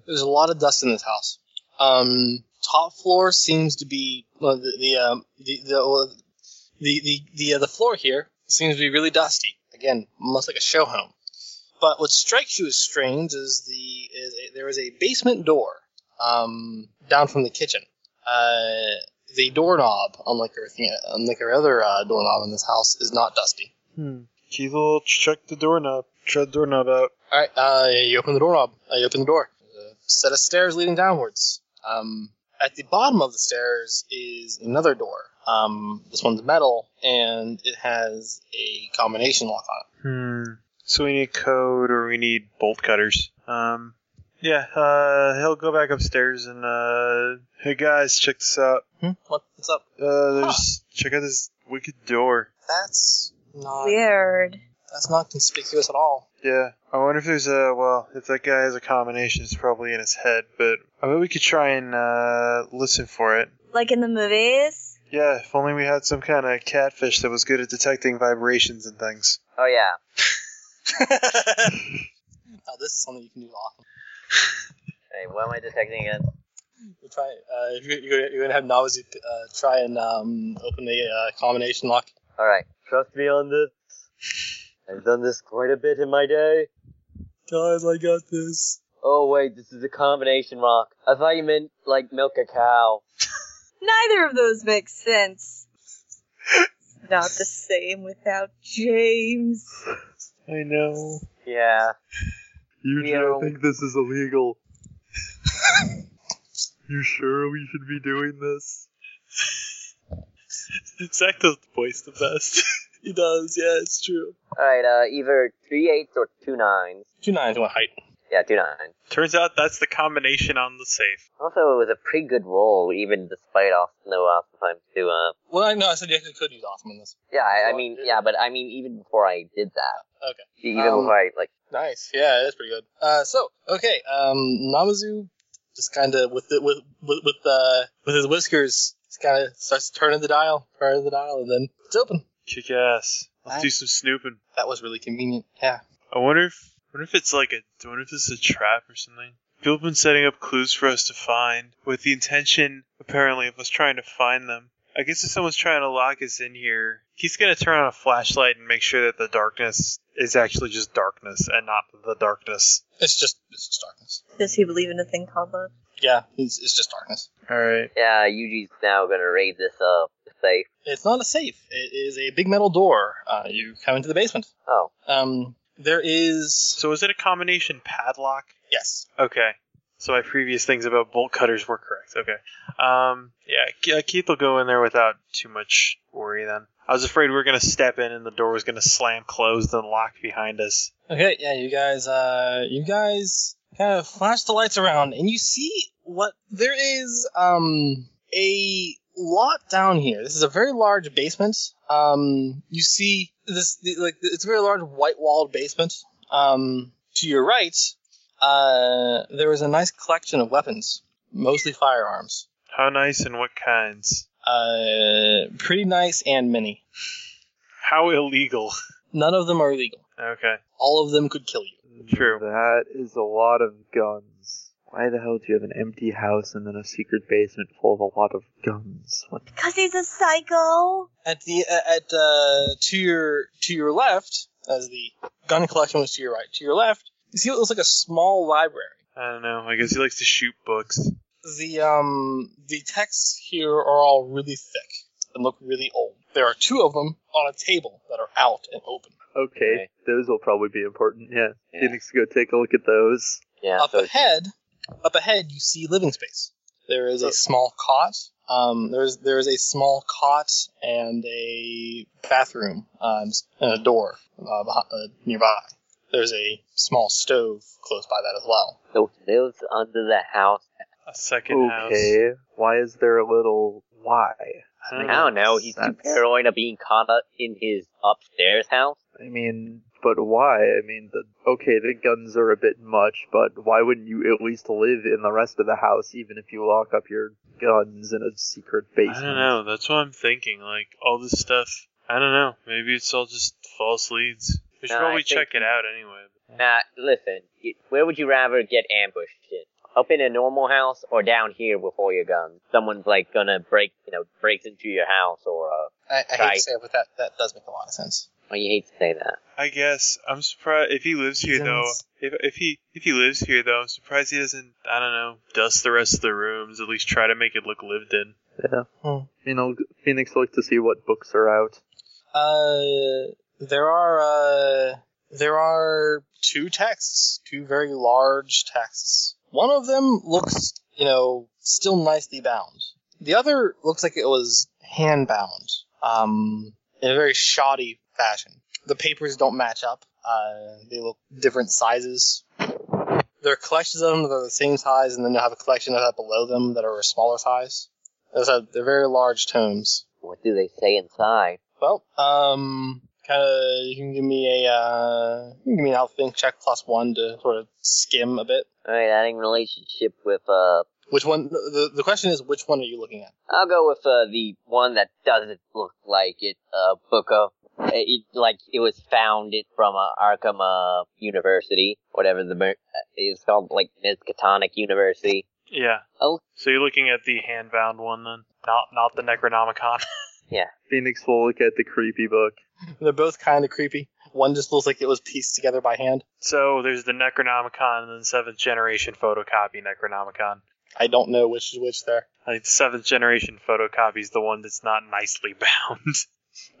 S6: There's a lot of dust in this house. Um, top floor seems to be well, the the um, the the, well, the the the, uh, the floor here seems to be really dusty. Again, almost like a show home. But what strikes you as strange is the is a, there is a basement door um, down from the kitchen. Uh, the doorknob, unlike everything, unlike every other uh, doorknob in this house, is not dusty.
S7: Hmm. Keith will check the doorknob. Try the doorknob out.
S6: All right, uh, you open the doorknob. Uh, you open the door. There's a set of stairs leading downwards. Um, at the bottom of the stairs is another door. Um, this one's metal, and it has a combination lock on it.
S7: Hmm. So we need code or we need bolt cutters. Um. Yeah. Uh. He'll go back upstairs and uh. Hey guys, check this out.
S6: Hmm? What, what's up?
S7: Uh. There's check out this wicked door.
S6: That's not.
S4: Weird.
S6: That's not conspicuous at all.
S7: Yeah. I wonder if there's a well. If that guy has a combination, it's probably in his head. But I bet we could try and uh listen for it.
S4: Like in the movies?
S7: Yeah. If only we had some kind of catfish that was good at detecting vibrations and things.
S2: Oh yeah.
S6: oh, this is something you can do often.
S2: Hey, what am I detecting again?
S6: You try. Uh, if you're, you're, you're gonna have Navazi uh, try and um, open the uh, combination lock.
S2: All right. Trust me on this. I've done this quite a bit in my day.
S6: Guys, I got this.
S2: Oh wait, this is a combination rock. I thought you meant like milk a cow.
S4: Neither of those makes sense. It's not the same without James.
S7: I know.
S2: Yeah.
S3: Eugene,
S2: Yeah.
S3: I think this is illegal. You sure we should be doing this?
S7: Zach does the voice the best. he does, yeah, it's true.
S2: Alright, uh, either three eights or two nines.
S6: Two nines, one height.
S2: Yeah, two nines.
S7: Turns out that's the combination on the safe.
S2: Also, it was a pretty good roll, even despite off no off sometimes too. Uh,
S6: Well, I know I said you actually could use awesome in this.
S2: yeah, I, I mean, yeah, but I mean, even before I did that.
S6: Okay.
S2: Even
S6: Um,
S2: before I like,
S6: Nice. Yeah, that's pretty good. Uh, so okay, um, Namazu just kind of with the, with with with, uh, with his whiskers, just kind of starts turning the dial, turning the dial, and then it's open.
S7: Kick ass. Let's
S6: Nice.
S7: do some snooping.
S6: That was really convenient. Yeah.
S7: I wonder if wonder if it's like a I wonder if it's a trap or something. People have been setting up clues for us to find, with the intention apparently of us trying to find them. I guess if someone's trying to lock us in here, he's gonna turn on a flashlight and make sure that the darkness is actually just darkness and not the darkness.
S6: It's just it's just darkness.
S4: Does he believe in a thing called love?
S6: Yeah, it's, it's just darkness.
S7: All right.
S2: yeah, Yuji's now gonna raid this uh safe.
S6: It's not a safe. It is a big metal door. Uh, you come into the basement.
S2: Oh,
S6: Um, there is
S7: So is it a combination padlock?
S6: yes.
S7: Okay. So my previous things about bolt cutters were correct. Okay. Um. Yeah. K- uh, Keith will go in there without too much worry. Then I was afraid we were gonna step in and the door was gonna slam closed and lock behind us.
S6: Okay, yeah, you guys, uh, you guys kind of flash the lights around, and you see what there is. Um, a lot down here. This is a very large basement. Um, you see this the, like it's a very large white-walled basement. Um, to your right, uh, there is a nice collection of weapons, mostly firearms.
S7: How nice and what kinds?
S6: Uh, pretty nice and many.
S7: How illegal?
S6: None of them are illegal.
S7: Okay.
S6: All of them could kill you.
S7: True.
S3: That is a lot of guns. Why the hell do you have an empty house and then a secret basement full of a lot of guns? What?
S4: Because he's a psycho.
S6: at the uh, at uh, to your to your left, as the gun collection was to your right, to your left, you see what looks like a small library.
S7: I don't know. I guess he likes to shoot books.
S6: The um the texts here are all really thick and look really old. There are two of them on a table that are out and open.
S3: Okay,
S2: Okay.
S3: those will probably be important. Yeah,
S2: Yeah.
S3: Phoenix, go take a look at those.
S2: yeah.
S6: up
S2: so
S6: ahead, up ahead, you see living space. There is a small cot. Um, there's there is a small cot and a bathroom um, and a door uh, behi- uh, nearby. There's a small stove close by that as well.
S2: so lives under the house.
S7: A second house.
S3: Okay, why is there a little why?
S7: I
S2: I
S7: don't know.
S2: don't know. He's too
S3: That's-
S2: paranoid of being caught up in his upstairs house.
S3: I mean, but why? I mean, the okay, the guns are a bit much, but why wouldn't you at least live in the rest of the house, even if you lock up your guns in a secret
S7: I
S3: basement?
S7: don't know. That's what I'm thinking. Like all this stuff. I don't know. Maybe it's all just false leads. We should
S2: No, I
S7: probably
S2: think-
S7: check it out anyway.
S2: Now, listen, y- where would you rather get ambushed in? Up in a normal house or down here with all your guns? Someone's like gonna break, you know, breaks into your house or, uh,
S6: I, I hate
S2: Right.
S6: to say it, but that that does make a lot of sense.
S2: oh, you hate to say that.
S7: I guess I'm surprised if he lives here though.
S6: Yes.
S7: If if he if he lives here though, I'm surprised he doesn't. I don't know. Dust the rest of the rooms. At least try to make it look lived in.
S3: You know, Phoenix looked to see what books are out.
S6: Uh, there are uh, there are two texts, two very large texts. One of them looks, you know, still nicely bound. The other looks like it was hand bound, um, in a very shoddy fashion. The papers don't match up. Uh, they look different sizes. There are collections of them that are the same size, and then you'll have a collection of that below them that are a smaller size. As I said, they're very large tomes.
S2: What do they say inside?
S6: Well, um, kind of, you can give me a, uh, you can give me an outthink check plus one to sort of skim a bit.
S2: Alright, adding relationship with, uh,
S6: Which one? The, the question is, which one are you looking at?
S2: I'll go with, uh, the one that doesn't look like it, uh, book of,
S11: eh,
S2: it, like it was founded from, uh, Arkham, uh, University, whatever the, mer-
S11: eh,
S2: it's called, like, Miskatonic University.
S7: Yeah.
S2: Oh.
S7: So you're looking at the hand-bound one then, not not the Necronomicon.
S3: Phoenix will look at the creepy book.
S6: They're both kind of creepy. One just looks like it was pieced together by hand.
S7: so there's the Necronomicon and then seventh generation photocopy Necronomicon.
S6: I don't know which is which there.
S7: Like seventh generation photocopy is the one that's not nicely bound.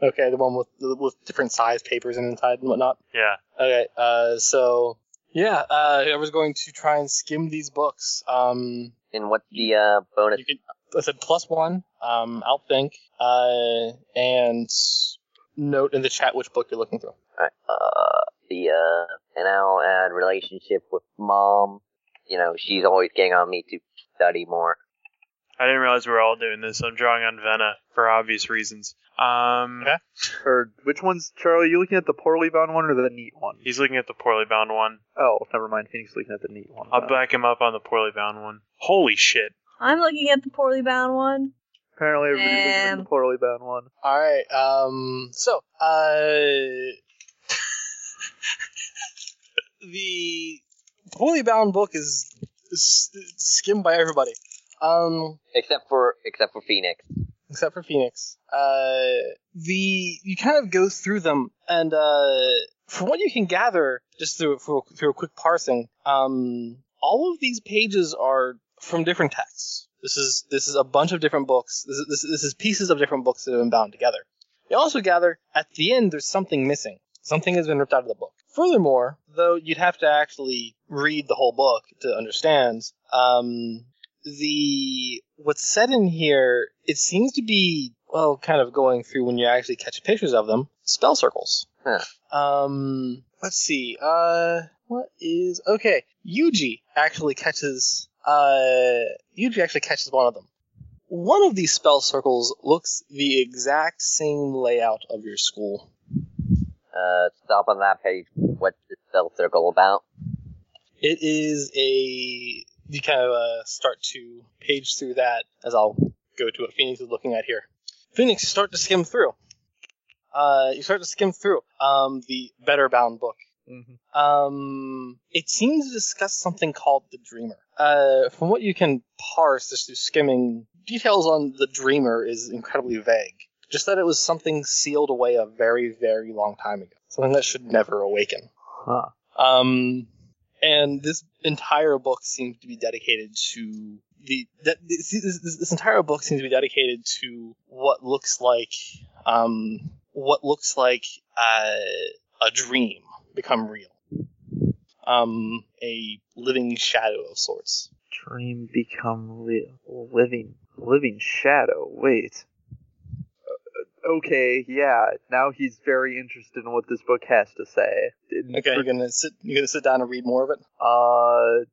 S6: Okay, the one with with different size papers and inside and whatnot.
S7: yeah.
S6: Okay, uh, so yeah, uh, I was going to try and skim these books. Um,
S11: And what's the uh, bonus?
S6: You could, I said plus one. Um, outthink. Uh, and note in the chat which book you're looking through.
S11: Alright, uh, the, uh, and I'll add relationship with mom. You know, she's always getting on me to study more.
S7: I didn't realize we are all doing this. I'm drawing on Venna for obvious reasons. Um,
S6: Okay.
S3: Or which one's Charlie? You looking at the poorly bound one or the neat one?
S7: he's looking at the poorly bound one.
S3: Oh, never mind. Phoenix looking at the neat one.
S7: I'll
S3: Uh,
S7: back him up on the poorly bound one. Holy shit!
S1: I'm looking at the poorly bound one.
S3: Apparently, everybody's looking at
S1: Man.
S3: the poorly bound one.
S6: All right. Um, so, uh, the poorly bound book is s- skimmed by everybody, um,
S11: Except for, except for Phoenix.
S6: except for Phoenix. Uh, the you kind of go through them, and uh, from what you can gather, just through through, through a quick parsing, um, all of these pages are from different texts. This is this is a bunch of different books. This is, this, is- this is pieces of different books that have been bound together. You also gather at the end there's something missing. Something has been ripped out of the book. Furthermore, though you'd have to actually read the whole book to understand, um, the what's said in here it seems to be well, kind of going through when you actually catch pictures of them, spell circles.
S11: Huh.
S6: Um, let's see. Uh, what is okay? Yuji actually catches. Uh, Yuji actually catches one of them one of these spell circles looks the exact same layout of your school.
S11: Uh, stop on that page. What's the spell circle about?
S6: It is a. You kind of uh, start to page through that as I'll go to what Phoenix is looking at here. Phoenix, you start to skim through. Uh, you start to skim through um, the Better Bound book.
S3: Mm-hmm.
S6: Um, it seems to discuss something called the Dreamer. Uh, from what you can parse just through skimming, details on the Dreamer is incredibly vague. Just that it was something sealed away a very, very long time ago. Something that should never awaken.
S3: Huh.
S6: Um, and this entire book seems to be dedicated to the that this, this, this this entire book seems to be dedicated to what looks like um what looks like uh, a dream become real. Um, a living shadow of sorts.
S12: Dream become real. Living, living shadow. Wait.
S3: Uh, Okay, yeah. Now he's very interested in what this book has to say. In
S6: Okay, you're gonna sit. You're gonna sit down and read more of it.
S3: Uh,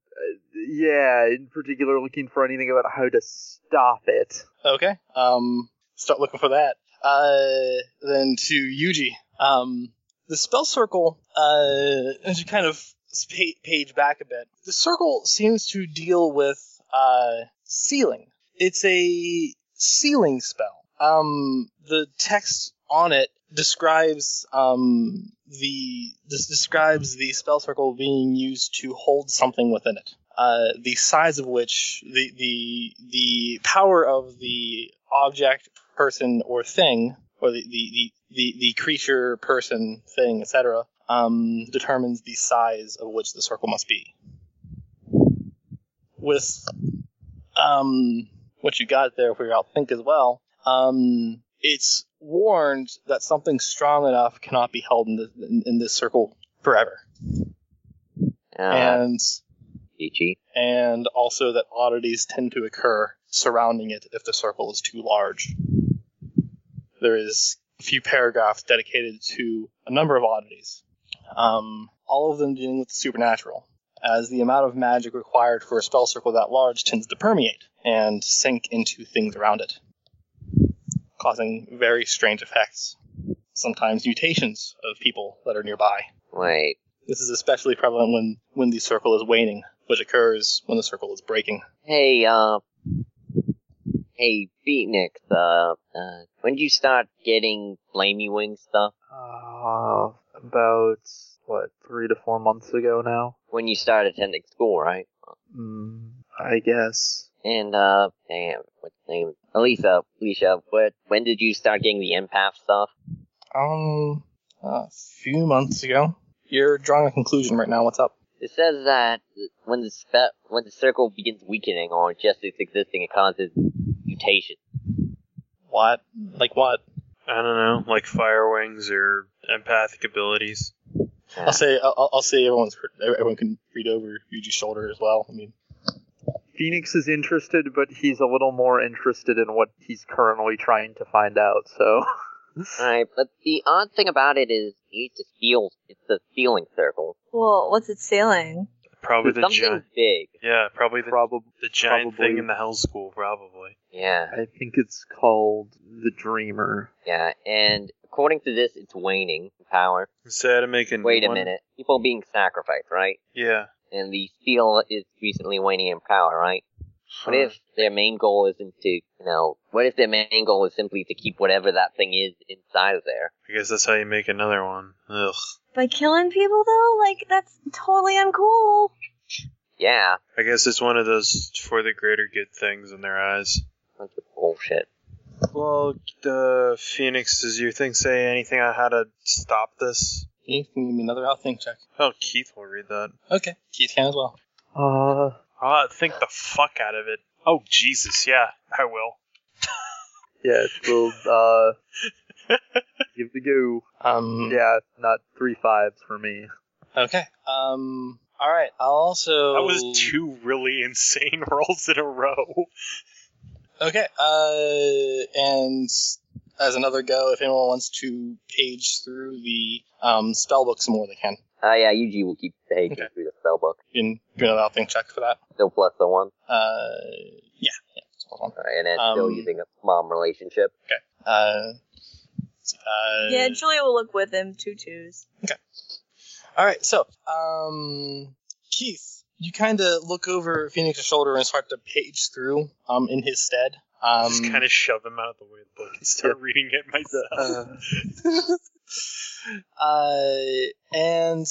S3: yeah, in particular, looking for anything about how to stop it.
S6: Okay. Um, start looking for that. Uh, then to Yuji. Um, the spell circle, uh, as you kind of pa- page back a bit, the circle seems to deal with uh, sealing. It's a sealing spell. Um, the text on it describes um, the this describes the spell circle being used to hold something within it. Uh, the size of which the the the power of the object, person, or thing, or the the the, the, the creature, person, thing, etc. Um, determines the size of which the circle must be. With um, what you got there for your outthink as well. Um, it's warned that something strong enough cannot be held in, the, in, in this circle forever,
S11: Uh,
S2: Uh-huh.
S6: and
S11: Ichi.
S6: and also that oddities tend to occur surrounding it if the circle is too large. There is a few paragraphs dedicated to a number of oddities, um, all of them dealing with the supernatural, as the amount of magic required for a spell circle that large tends to permeate and sink into things around it, causing very strange effects, sometimes mutations of people that are nearby.
S11: Wait.
S6: This is especially prevalent when, when the circle is waning, which occurs when the circle is breaking.
S11: Hey, uh, hey, Phoenix, uh, uh, when did you start getting flamey wing stuff?
S12: Uh, about what three to four months ago now.
S11: When you started attending school, right?
S12: Mm, I guess.
S11: And, uh, damn, what's the name? Elisa, Alicia, what, when did you start getting the empath stuff?
S6: Um, a few months ago. You're drawing a conclusion right now. What's up?
S11: It says that when the spe- when the circle begins weakening or just its existing, it causes mutation.
S6: What? Like what?
S7: I don't know, like fire wings or empathic abilities.
S6: I'll say I'll, I'll- I'll say everyone's everyone can read over Yuji's shoulder as well. I mean,
S3: Phoenix is interested, but he's a little more interested in what he's currently trying to find out. So
S2: Alright, but the odd thing about it is you need to steal. It's a stealing circle.
S4: Well, what's it stealing?
S7: Probably the
S2: Something
S7: giant.
S2: big.
S7: Yeah, probably the,
S3: probably
S7: the giant
S3: probably-
S7: thing in the Hell School. Probably.
S2: Yeah,
S3: I think it's called the Dreamer.
S2: yeah. And according to this, it's waning in power.
S7: Instead of making.
S2: Wait a
S7: Mm-hmm. one-
S2: minute. People being sacrificed, right?
S7: Yeah.
S2: And the steel is recently waning in power, right? What if their main goal isn't to, you know, what if their main goal is simply to keep whatever that thing is inside of there?
S7: I guess that's how you make another one. Ugh.
S4: By killing people, though? Like, that's totally uncool.
S2: Yeah,
S7: I guess it's one of those for the greater good things in their eyes.
S2: bunch of bullshit.
S7: Well, uh, Phoenix, does your thing say anything on how to stop this?
S6: Keith, can you give me another outthink check.
S7: Oh, Keith will read that.
S6: Okay, Keith can as well.
S3: Uh,
S7: I'll think the fuck out of it. Oh, Jesus, yeah, I will.
S3: yeah, it's will uh, give it a go.
S6: Um,
S3: Yeah, not three fives for me.
S6: Okay. Um, all right. I'll also.
S7: That
S3: Oh.
S7: was two really insane rolls in a row.
S6: Okay. Uh, and as another go, if anyone wants to page through the um, spell book some more, they can.
S2: Oh yeah, UG will keep taking
S6: Okay.
S2: through the spell book.
S6: You can do another outthink check for that.
S2: Still plus the one.
S6: Uh, yeah. yeah just hold on.
S2: Alright, and it's still
S6: Um,
S2: using a mom relationship.
S6: Uh, uh,
S4: Yeah, Julia will look with him. Two twos.
S6: All right, so um, Keith, you kind of look over Phoenix's shoulder and start to page through um, in his stead. Um,
S7: Just kind of shove him out of the way of the book and start reading it myself.
S3: Uh,
S6: uh, and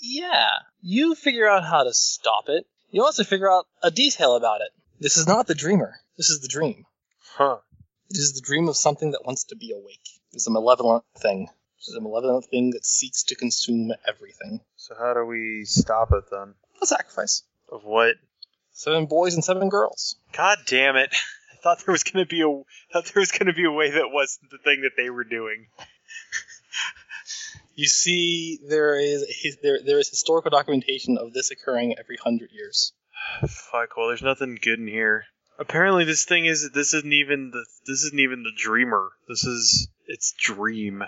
S6: yeah, you figure out how to stop it. You also figure out a detail about it. This is not the dreamer. This is the dream.
S7: Huh.
S6: It is the dream of something that wants to be awake. It's a malevolent thing. It's a malevolent thing that seeks to consume everything.
S7: So how do we stop it then?
S6: A sacrifice.
S7: Of what?
S6: Seven boys and seven girls.
S7: God damn it! I thought there was gonna be a thought there was gonna be a way that wasn't the thing that they were doing.
S6: You see, there is his, there there is historical documentation of this occurring every hundred years.
S7: Fuck. Well, there's nothing good in here. Apparently, this thing is this isn't even the this isn't even the dreamer. This is it's dream.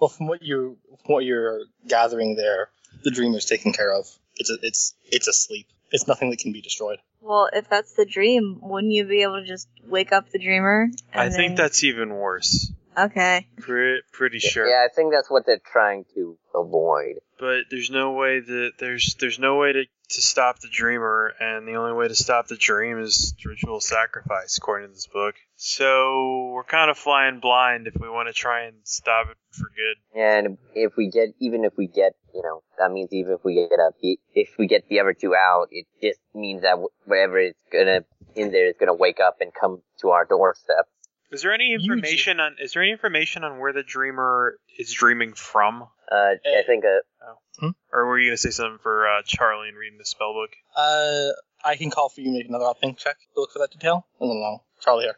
S6: Well, from what you from what you're gathering there, the dreamer's taken care of. It's a, it's it's asleep. It's nothing that can be destroyed.
S4: Well, if that's the dream, wouldn't you be able to just wake up the dreamer?
S7: I think that's even worse.
S4: that's okay.
S7: Pre- pretty sure.
S2: Yeah, I think that's what they're trying to avoid.
S7: But there's no way that there's there's no way to to stop the dreamer, and the only way to stop the dream is ritual sacrifice, according to this book. So we're kind of flying blind if we want to try and stop it for good.
S2: And if we get, even if we get, you know, that means even if we get up, if we get the other two out, it just means that wh- whatever is gonna in there is gonna wake up and come to our doorstep.
S7: Is there any
S6: Usually-
S7: information on is there any information on where the dreamer is dreaming from?
S2: Uh, I think uh
S7: Or were you gonna say something for uh, Charlie and reading the spell book?
S6: Uh, I can call for you. Make another think check to look for that detail. I don't know. Charlie here.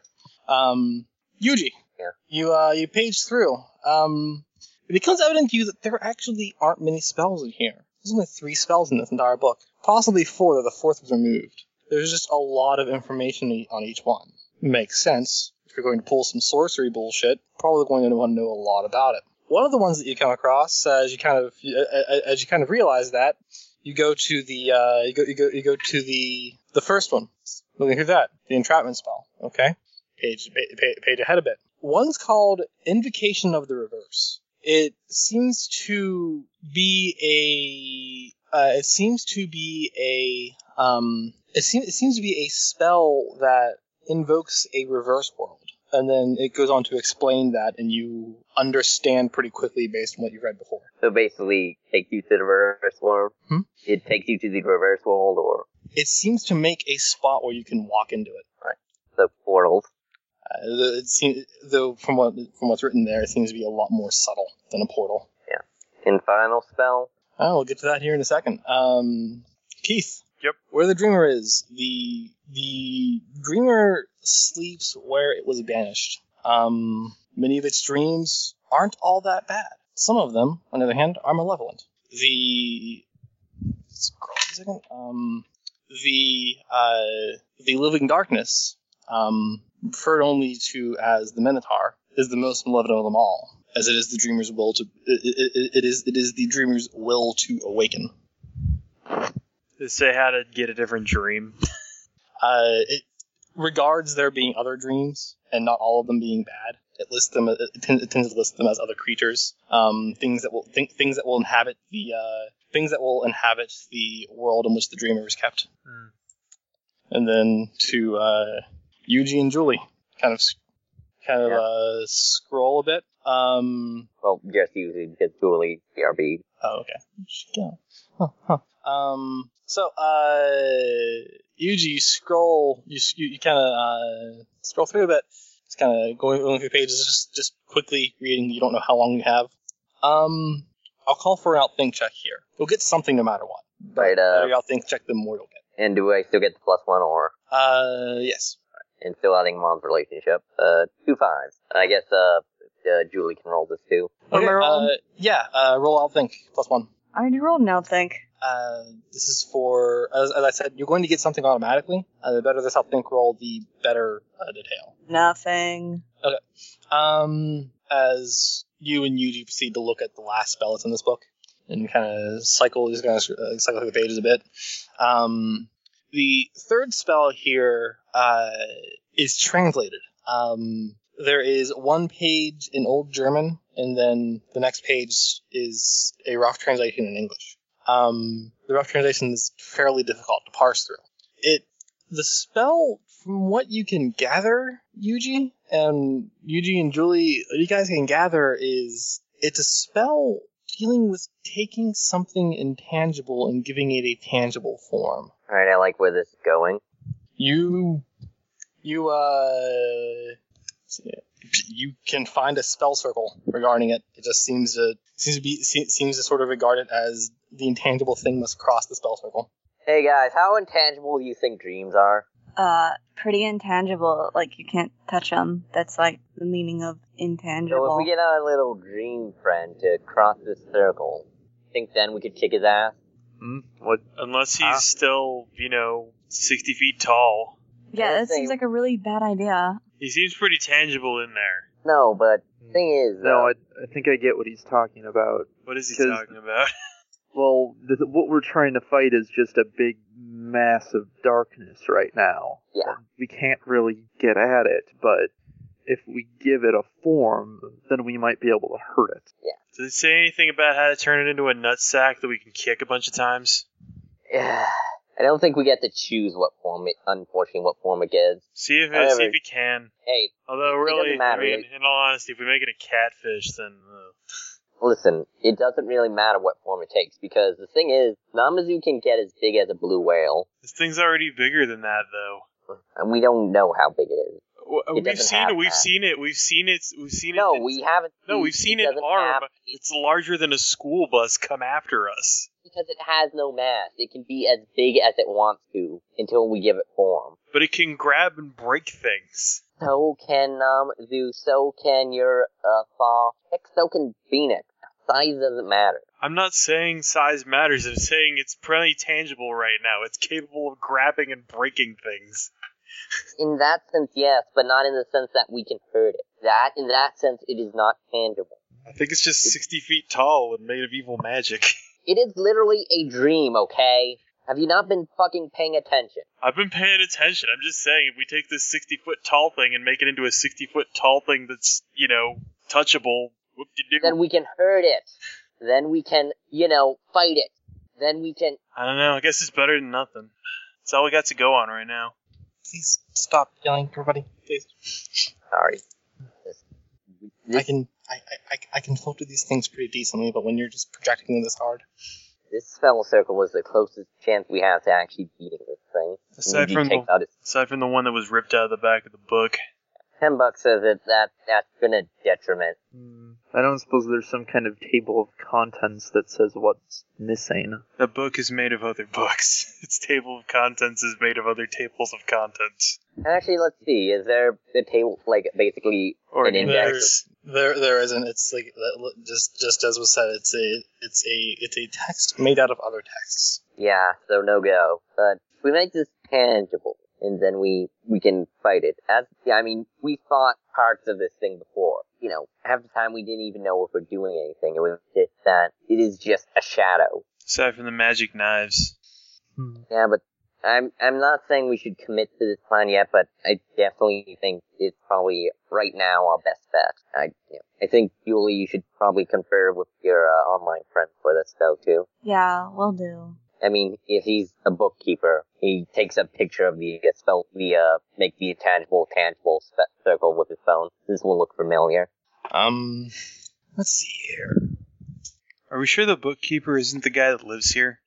S6: Um, Yuji.
S2: Yeah.
S6: You uh you page through. Um, it becomes evident to you that there actually aren't many spells in here. There's only three spells in this entire book. Possibly four, though the fourth was removed. There's just a lot of information e- on each one. Makes sense. If you're going to pull some sorcery bullshit, probably going to want to know a lot about it. One of the ones that you come across, uh, as you kind of uh, uh, as you kind of realize that, you go to the uh, you go you go you go to the the first one. Looking at that, the entrapment spell. Okay, page pa- pa- page ahead a bit. One's called Invocation of the Reverse. It seems to be a uh, it seems to be a um it seems it seems to be a spell that invokes a reverse world. And then it goes on to explain that, and you understand pretty quickly based on what you've read before.
S2: so. Basically, takes you to the reverse world.
S6: Hmm?
S2: It takes you to the reverse world or
S6: It seems to make a spot where you can walk into it.
S2: the portals.
S6: Uh, it seems, though, from what from what's written there, it seems to be a lot more subtle than a portal.
S2: In final spell,
S6: Oh, we'll get to that here in a second. Um, Keith.
S7: Yep.
S6: Where the dreamer is, the the dreamer sleeps where it was banished. Um, many of its dreams aren't all that bad. Some of them, on the other hand, are malevolent. The scroll for a second. Um, the uh, the living darkness, um, referred only to as the Minotaur, is the most malevolent of them all, as it is the dreamer's will to it, it, it- it is it is the dreamer's will to awaken.
S5: They say how to get a different dream.
S6: Uh, it regards there being other dreams and not all of them being bad. It lists them. It, tend- it tends to list them as other creatures, um, things that will th- things that will inhabit the uh, things that will inhabit the world in which the dreamer is kept.
S5: Hmm.
S6: and then to uh, Yuji and Julie. Kind of, kind of
S2: Yeah.
S6: uh, scroll a bit. Um,
S2: Well, just using because Julie CRB.
S6: oh, okay. Yeah. Huh, huh. Um, so uh, Yuji, you scroll. You s- you, you kind of uh, scroll through a bit. Just kind of going going through pages, just just quickly reading. You don't know how long you have. Um, I'll call for an outthink check here. You'll get something no matter what. But
S2: Right,
S6: the
S2: uh,
S6: better you outthink check, the more you'll get.
S2: and do I still get the plus one or?
S6: Uh, yes.
S2: And still adding mom's relationship. Uh, two fives. I guess, uh, uh, Julie can roll this too.
S4: Or
S6: Okay,
S4: Merle.
S6: uh, yeah, uh, roll out think plus one.
S4: I already rolled now, think.
S6: Uh, this is for as, as I said, you're going to get something automatically. Uh, the better this out think roll, the better uh, detail.
S4: Nothing.
S6: Um, as you and Yuji proceed to look at the last spell that's in this book and kind of cycle, just kind of uh, cycle through the pages a bit. Um, the third spell here uh, is translated. Um, there is one page in Old German, and then the next page is a rough translation in English. Um, the rough translation is fairly difficult to parse through. It the spell, from what you can gather, Yuji and Yuji and Julie, what you guys can gather is it's a spell dealing with taking something intangible and giving it a tangible form.
S2: Alright, I like where this is going.
S6: You, you, uh, you can find a spell circle regarding it. It just seems to seems to be se- seems to sort of regard it as the intangible thing must cross the spell circle.
S2: Hey guys, how intangible do you think dreams are?
S4: Uh, pretty intangible. Like you can't touch them. That's like the meaning of
S2: So if
S4: intangible.
S2: we get our little dream friend to cross this circle, think then we could kick his ass?
S13: Hmm? What?
S5: Unless he's
S13: Huh?
S5: still, you know, 60 feet tall.
S4: yeah, that
S2: Let's
S4: seems
S2: say-
S4: like a really bad idea.
S5: He seems pretty tangible in there.
S2: No, but thing is,
S3: No,
S2: uh,
S3: I, I think I get what he's talking about.
S5: What is he
S3: 'Cause-
S5: talking about?
S3: Well, th- what we're trying to fight is just a big mass of darkness right now.
S2: Yeah.
S3: We can't really get at it, but if we give it a form, then we might be able to hurt it.
S5: Did it say anything about how to turn it into a nutsack that we can kick a bunch of times?
S2: I don't think we get to choose what form it, unfortunately, what form it gets.
S5: See if it,
S2: However-
S5: see if he can.
S2: Hey,
S5: Although,
S2: It doesn't
S5: really,
S2: matter,
S5: I mean,
S2: it-
S5: in all honesty, if we make it a catfish, then uh,
S2: listen, it doesn't really matter what form it takes because the thing is, Namazu can get as big as a blue whale,
S5: this thing's already bigger than that, though.
S2: and we don't know how big it is.
S7: uh,
S5: W-
S2: It
S5: Uh, We've
S2: doesn't
S5: seen
S2: have
S5: it. We've
S2: that.
S5: seen it. We've seen it. We've seen it.
S2: No,
S5: It's-
S2: we haven't.
S5: No, we've seen it
S2: doesn't
S5: arm.
S2: have-
S5: It's larger than a school bus come after us.
S2: because it has no mass. It can be as big as it wants to until we give it form.
S5: But it can grab and break things.
S2: So can Namazu, so can your uh, Thaw, heck, so can Phoenix. Size doesn't matter.
S5: I'm not saying size matters. I'm saying it's pretty tangible right now. It's capable of grabbing and breaking things.
S2: In that sense, yes, but not in the sense that we can hurt it. That, in that sense, it is not tangible.
S5: I think it's just 60 feet tall and made of evil magic.
S2: It is literally a dream, okay? Have you not been fucking paying attention?
S5: I've been paying attention. I'm just saying, if we take this 60 foot tall thing and make it into a 60 foot tall thing that's, you know, touchable, whoop de
S2: Then
S5: doo.
S2: we can hurt it. Then we can, you know, fight it. Then we can.
S5: I don't know. I guess it's better than nothing. It's all we got to go on right now.
S6: Please stop yelling, everybody. Please.
S2: Sorry.
S6: I can I, I, I- I can filter these things pretty decently, but when you're just projecting them this hard,
S2: This spell circle was the closest chance we have to actually beating this thing.
S5: Aside
S2: Yuji
S5: from
S2: takes
S5: the-
S2: out his
S5: Aside from the one that was ripped out of the back of the book.
S2: Ten bucks says that, that that's been a detriment.
S3: Hmm. I don't suppose there's some kind of table of contents that says what's missing.
S5: The book is made of other books. Its table of contents is made of other tables of contents.
S2: And actually, let's see. Is there a table like basically
S5: Or
S2: An index.
S6: there there isn't. It's like that- just just as was said, it's a it's a it's a text made out of other texts.
S2: yeah, so no go. But we make this tangible, and then we we can fight it. As I mean, we fought parts of this thing before. You know, half the time we didn't even know if we're doing anything. It was just that it is just a shadow.
S7: Aside from the magic knives.
S2: Yeah, but I'm I'm not saying we should commit to this plan yet, but I definitely think it's probably right now our best bet. I you know, I think Julie, you should probably confer with your uh, online friend for this though too.
S14: Yeah, will do.
S2: I mean, if he's a bookkeeper, he takes a picture of the uh, spell, the uh, make the tangible tangible spe- circle with his phone. This will look familiar.
S6: Um, let's see here.
S7: Are we sure the bookkeeper isn't the guy that lives here?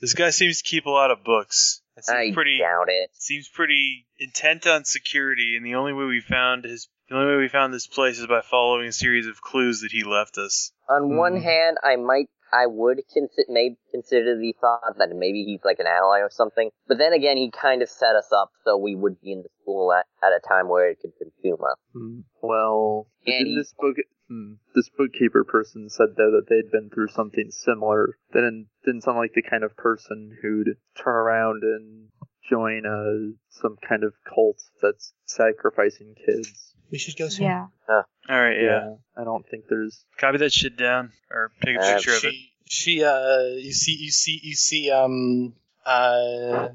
S7: This guy seems to keep a lot of books. It seems
S2: I
S7: pretty
S2: doubt it.
S7: seems pretty intent on security, and the only way we found his the only way we found this place is by following a series of clues that he left us.
S2: On one hand, I might, I would consider, maybe consider the thought that maybe he's like an ally or something. But then again, he kind of set us up so we would be in the school at, at a time where it could consume us.
S3: Well,
S2: And he-
S3: this book, hmm, this bookkeeper person said though that they'd been through something similar. They didn't didn't sound like the kind of person who'd turn around and join uh, some kind of cult that's sacrificing kids.
S6: We should go soon.
S14: Yeah.
S7: All right, yeah.
S3: I don't think there's.
S7: Copy that shit down or take a
S2: Uh,
S7: picture of it.
S6: she, she, uh, you see, you see, you see, um, uh,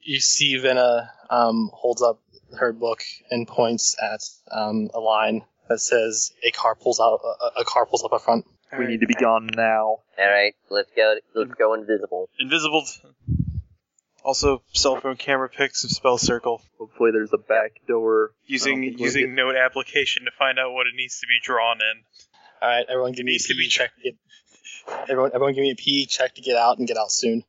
S6: you see Vena, um, holds up her book and points at, um, a line that says a car pulls out, a, a car pulls up up front.
S7: All
S3: we
S7: right.
S3: need to be gone now.
S2: All right, let's go. Let's go invisible.
S7: invisible. Also, cell phone camera pics of spell circle
S3: Hopefully, there's a back door. I don't
S7: using
S3: think we'll
S7: using
S3: get-
S7: note application to find out what it needs to be drawn in.
S6: All right, everyone, give me a
S7: Needs to
S6: PE
S7: be-
S6: check. To get, everyone, everyone, give me a PE check to get out and get out soon.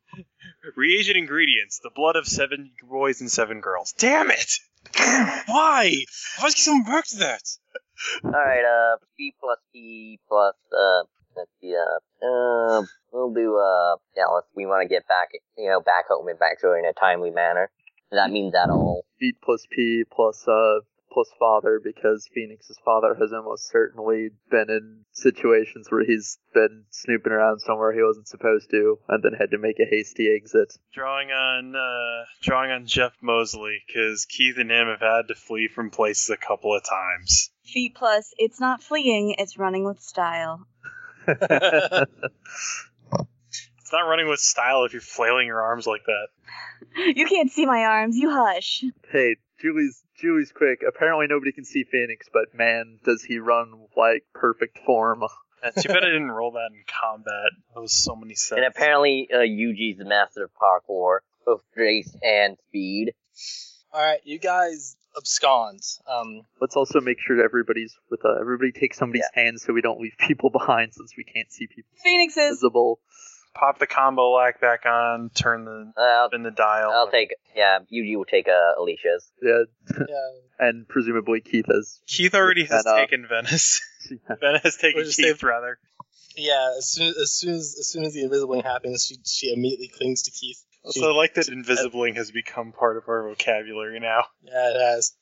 S7: Reagent ingredients: the blood of seven boys and seven girls. Damn it! Why? Why is someone marked that?
S2: All right, uh, B plus P plus uh, let's see, uh, uh, we'll do uh, yeah, let's, we want to get back, you know, back home and back to her in a timely manner. That means that all.
S3: feet plus P plus uh plus father because Phoenix's father has almost certainly been in situations where he's been snooping around somewhere he wasn't supposed to and then had to make a hasty exit.
S7: Drawing on uh, drawing on Jeff Mosley because Keith and him have had to flee from places a couple of times.
S4: Feet plus, it's not fleeing, it's running with style.
S7: It's not running with style if you're flailing your arms like that.
S4: You can't see my arms, you hush.
S3: Hey, Julie's Julie's quick. Apparently nobody can see Phoenix, but man, does he run like perfect form.
S7: That's too bad I didn't roll that in combat. That was so many sets.
S2: And apparently, uh, Yuji's the master of parkour, both grace and speed.
S6: All right, you guys abscond. Um,
S3: Let's also make sure everybody's with uh, everybody take somebody's hand so we don't leave people behind since we can't see people
S4: Phoenix is.
S3: visible.
S7: Pop the combo lock back on. Turn the
S2: Uh, I'll,
S7: spin the dial.
S2: I'll take, yeah, Yuji will take uh, Alicia's.
S3: Yeah,
S6: yeah,
S3: and presumably Keith has
S7: Keith already has
S3: And, uh,
S7: taken Venice. Venice has taken
S6: We'll
S7: Keith
S6: just say-
S7: rather.
S6: yeah. As soon as soon as, as soon as the invisibling happens, she she immediately clings to Keith. She-
S7: So I like that invisibling has become part of our vocabulary now.
S6: Yeah, it has.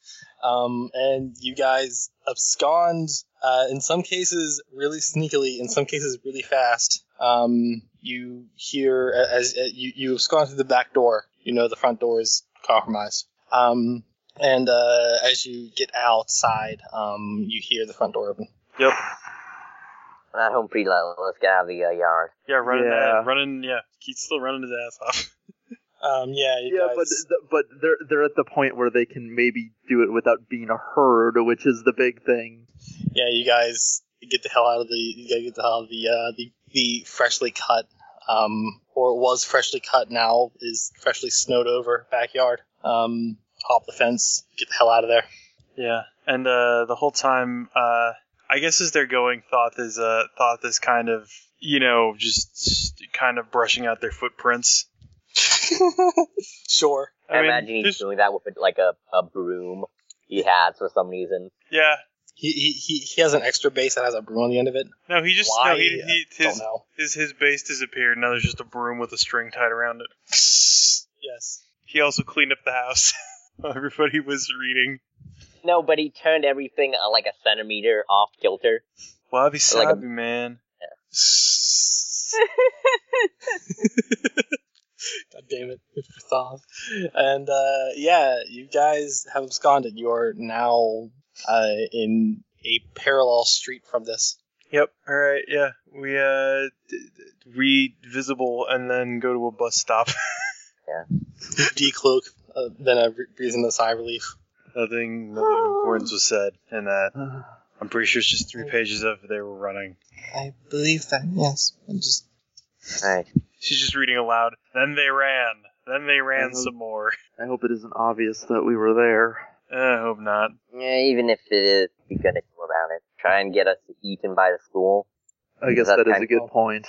S6: Um, and you guys abscond, uh, in some cases really sneakily, in some cases really fast. Um, you hear as, as you, you abscond through the back door. You know the front door is compromised. Um, and uh, as you get outside, um, you hear the front door open.
S7: Yep.
S2: We're not home free, let- let's get out of the uh, yard.
S7: Yeah, running
S3: Yeah.
S7: that running yeah. Keith's still running his ass off.
S6: Um, yeah, you
S3: yeah,
S6: guys.
S3: but th- but they're they're at the point where they can maybe do it without being heard, which is the big thing.
S6: yeah, you guys get the hell out of the you guys get the hell out of the uh, the the freshly cut um or was freshly cut now is freshly snowed over backyard. Um, hop the fence, get the hell out of there.
S7: Yeah. And uh the whole time uh I guess as they're going thought is uh thought is kind of you know, just kind of brushing out their footprints.
S6: Sure.
S2: I, imagine he's
S7: there's-
S2: doing that with like a, a broom he had for some reason.
S7: yeah.
S6: He, he, he, he has an extra base that has a broom on the end of it.
S7: No, he just
S6: Why?
S7: no, he, he,
S6: Don't
S7: his,
S6: know.
S7: his his base disappeared. Now there's just a broom with a string tied around it.
S6: Yes.
S7: He also cleaned up the house. Everybody was reading.
S2: No, but he turned everything uh, like a centimeter off kilter.
S7: Wabi
S2: Like a-
S7: Sabi, man.
S6: God damn it. pissed off. And uh, yeah, you guys have absconded. You are now uh, in a parallel street from this.
S7: Yep. All right. Yeah. We uh, d- d- read visible and then go to a bus stop.
S6: Decloak, uh, then a re- reason the sigh of relief.
S7: nothing. Nothing of importance was said in that. I'm pretty sure it's just three pages of they were running.
S6: I believe that, yes. I'm just.
S2: Alright.
S7: She's just reading aloud. Then they ran. Then they ran
S2: Uh-huh.
S3: Mhm.
S7: some more.
S3: I hope it isn't obvious that we were there.
S7: Uh, I hope not.
S2: Yeah, even if it is, be good at school about it. Try and get us eaten by the school.
S3: I guess
S2: That
S3: that is
S2: kind
S3: a good point.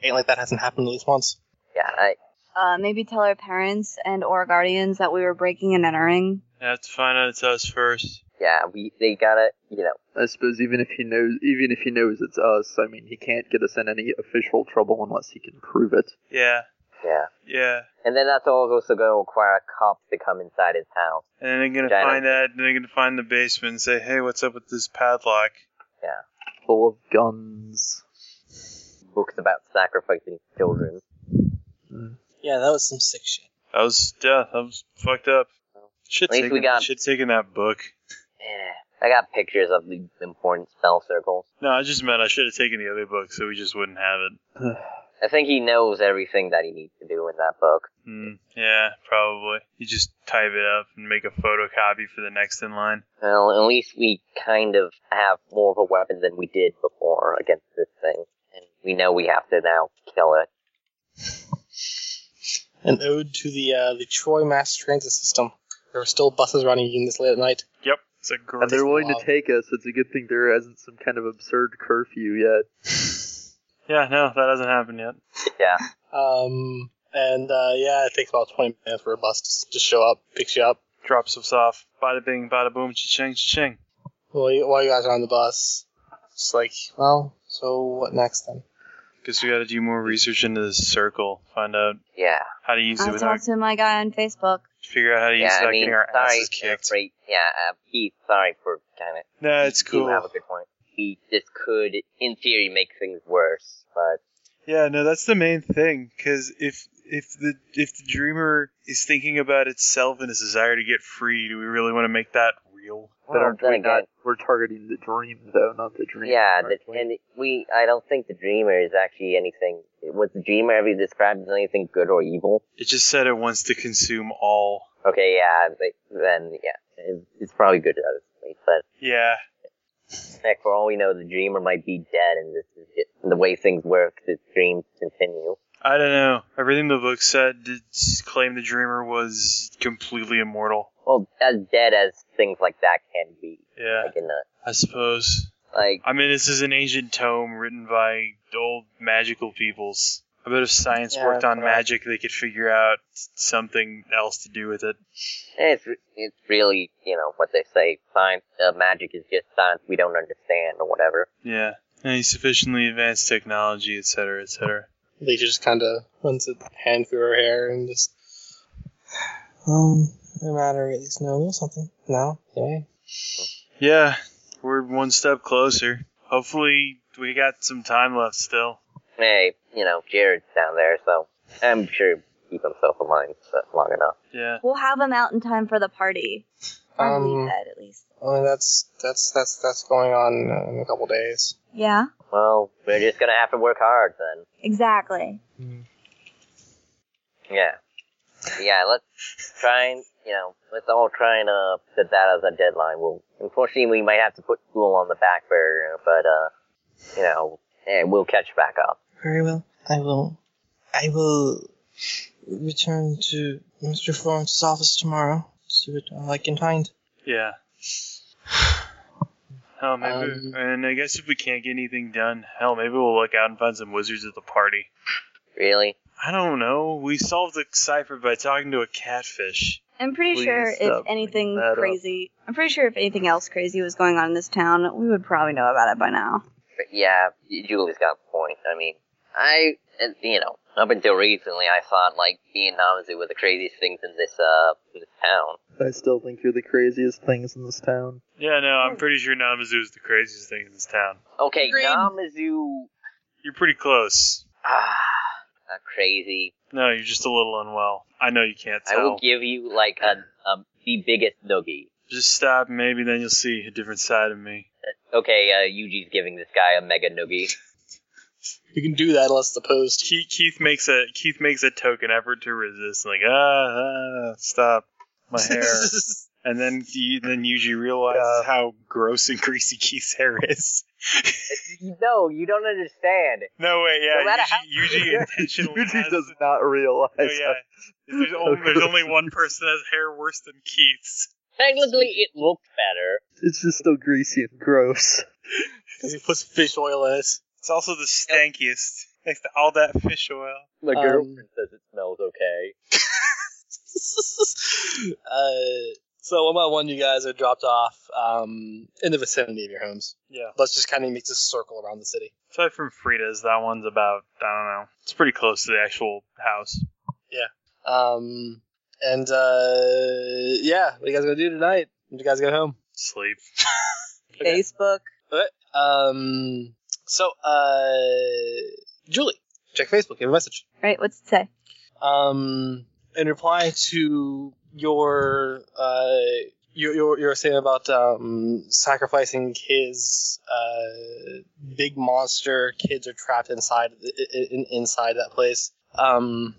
S6: Ain't like that hasn't happened at least once.
S2: Yeah, I,
S4: Uh, maybe tell our parents and or guardians that we were breaking and entering.
S7: I have to find out it's us first.
S2: yeah, we they gotta, you know,
S3: I suppose even if he knows, even if he knows it's us, I mean, he can't get us in any official trouble unless he can prove it.
S7: Yeah.
S2: yeah.
S7: Yeah.
S2: And then that's all also gonna require a cop to come inside his house.
S7: And they're gonna
S2: Yeah, I
S7: find that. And they're gonna find the basement and say, "Hey, what's up with this padlock?"
S3: Full of guns.
S2: Books about sacrificing children.
S6: Yeah, that was some sick shit.
S7: I was yeah, I was fucked up. Should
S2: At least
S7: taken,
S2: we got-
S7: should taken that book.
S2: Yeah. Eh, I got pictures of the important spell circles.
S7: No, I just meant I should have taken the other book, so we just wouldn't have it.
S2: I think he knows everything that he needs to do in that book.
S7: Hmm, yeah, probably. You just type it up and make a photocopy for the next in line.
S2: Well, at least we kind of have more of a weapon than we did before against this thing. And we know we have to now kill it.
S6: An ode to the uh, the Troy mass transit system. There are still buses running even this late at night.
S7: Yep, it's a great.
S3: And they're willing
S6: Wow.
S3: to take us. It's a good thing there isn't some kind of absurd curfew yet.
S7: Yeah, no, that hasn't happened yet.
S2: Yeah.
S6: Um, and uh, yeah, it takes about 20 minutes for a bus to s- just show up, picks you up.
S7: Drops us off. Bada bing, bada boom, cha-ching, cha-ching.
S6: While you, while you guys are on the bus, it's like, well, so what next then?
S7: Guess we gotta do more research into this circle. Find out
S2: Yeah.
S7: how to use it
S4: I'll
S7: without.
S4: talk to my guy on Facebook.
S7: Figure out how to use
S2: yeah,
S7: it
S2: I
S7: without
S2: mean,
S7: getting our
S2: sorry,
S7: asses kicked.
S2: Jeffrey. Yeah, uh, Keith, sorry for kind of.
S7: No, it's
S2: You do have
S7: cool.
S2: a good point. We, this could, in theory, make things worse, but
S7: Yeah, no, that's the main thing. Because if if the if the dreamer is thinking about itself and his desire to get free, do we really want to make that real?
S3: But
S2: Well,
S3: aren't
S2: then
S3: we
S2: again-
S3: not? We're targeting the dream, though, not the dream.
S2: yeah,
S3: aren't
S2: the,
S3: we?
S2: and we, I don't think the dreamer is actually anything. Was the dreamer ever described as anything good or evil?
S7: It just said it wants to consume all.
S2: Okay, yeah, th- then yeah, it- it's probably good to honestly, but
S7: Yeah,
S2: heck, for all we know, the dreamer might be dead, and this is just, the way things work. This dreams continue.
S7: I don't know. Everything the book said did s- claim the dreamer was completely immortal.
S2: Well, as dead as things like that can be,
S7: Yeah,
S2: like in the
S7: I suppose.
S2: like.
S7: I mean, this is an ancient tome written by old magical peoples. I bet if science
S6: Yeah,
S7: worked on
S6: correct.
S7: magic, they could figure out s- something else to do with it.
S2: It's it's really you know what they say. Science, uh, magic is just science we don't understand or whatever.
S7: Yeah, any sufficiently advanced technology, etc., etc.
S6: Leisha just kind of runs a hand through her hair and just. Um, no matter, at least know a little something. No? Yeah.
S7: Yeah, we're one step closer. Hopefully, we got some time left still.
S2: Hey, you know Jared's down there, so I'm sure he'll keep himself alive uh, long enough.
S7: Yeah,
S4: We'll have them out in time for the party. I
S6: Um,
S4: believe that at least.
S6: I mean, that's, that's, that's, that's going on uh, in a couple days.
S4: Yeah,
S2: Well, we're just gonna have to work hard then.
S4: exactly.
S2: Yeah. Yeah, let's try and, you know, let's all try and uh, set that as a deadline. We'll, unfortunately, we might have to put school on the back burner, but, uh, you know, eh, we'll catch back up.
S6: Very well. I will. I will return to Mr. Florence's office tomorrow. See what I can find.
S7: yeah. Hell, maybe.
S6: Um,
S7: and I guess if we can't get anything done, hell, maybe we'll look out and find some wizards at the party.
S2: Really?
S7: I don't know. We solved the cipher by talking to a catfish.
S4: I'm pretty
S3: Please
S4: sure
S3: stop
S4: if
S3: bringing
S4: anything
S3: that up.
S4: crazy, I'm pretty sure if anything else crazy was going on in this town, we would probably know about it by now.
S2: But yeah, Julie's got a point. I mean, I, eh, you know, up until recently, I thought, like, me and Namazu were the craziest things in this, uh, in this town.
S3: I still think you're the craziest things in this town.
S7: Yeah, no, I'm pretty sure Namazu is the craziest thing in this town.
S2: Okay,
S15: Agreed.
S2: Namazu,
S7: You're pretty close.
S2: ah, not crazy.
S7: No, you're just a little unwell. I know you can't
S2: I
S7: tell.
S2: will give you like a, a the biggest noogie.
S7: Just stop, maybe then you'll see a different side of me.
S2: Okay, uh, Yuji's giving this guy a mega noogie.
S6: You can do that unless the post.
S7: Keith, Keith makes a Keith makes a token effort to resist, like ah, ah stop my hair, and then you, then Yuji realizes how gross and greasy Keith's hair is.
S2: no, you don't understand.
S7: No way, yeah,
S2: No matter how-
S7: Yuji, Yuji intentionally.
S16: Yuji
S7: has-
S16: does not realize.
S7: oh, yeah. There's only, there's only one person that has hair worse than Keith's.
S2: Technically, it looked better.
S16: It's just so greasy and gross.
S6: He puts fish oil in it.
S7: It's also the stankiest next to all that fish oil.
S2: My
S6: Um,
S2: girlfriend says it smells okay.
S6: uh, so one by one, you guys are dropped off um, in the vicinity of your homes.
S7: Yeah.
S6: Let's just kind of make this circle around the city.
S7: Aside from Frida's, that one's about I don't know. It's pretty close to the actual house.
S6: Um, and uh, yeah, what are you guys gonna do tonight? When you guys go home?
S7: Sleep.
S6: Okay.
S4: Facebook.
S6: Um, so uh, Julie, check Facebook. Give a message.
S17: Right? What's it say?
S6: um, in reply to your uh, your, your your saying about um, sacrificing kids, uh, big monster kids are trapped inside i- i- in, inside that place. Um,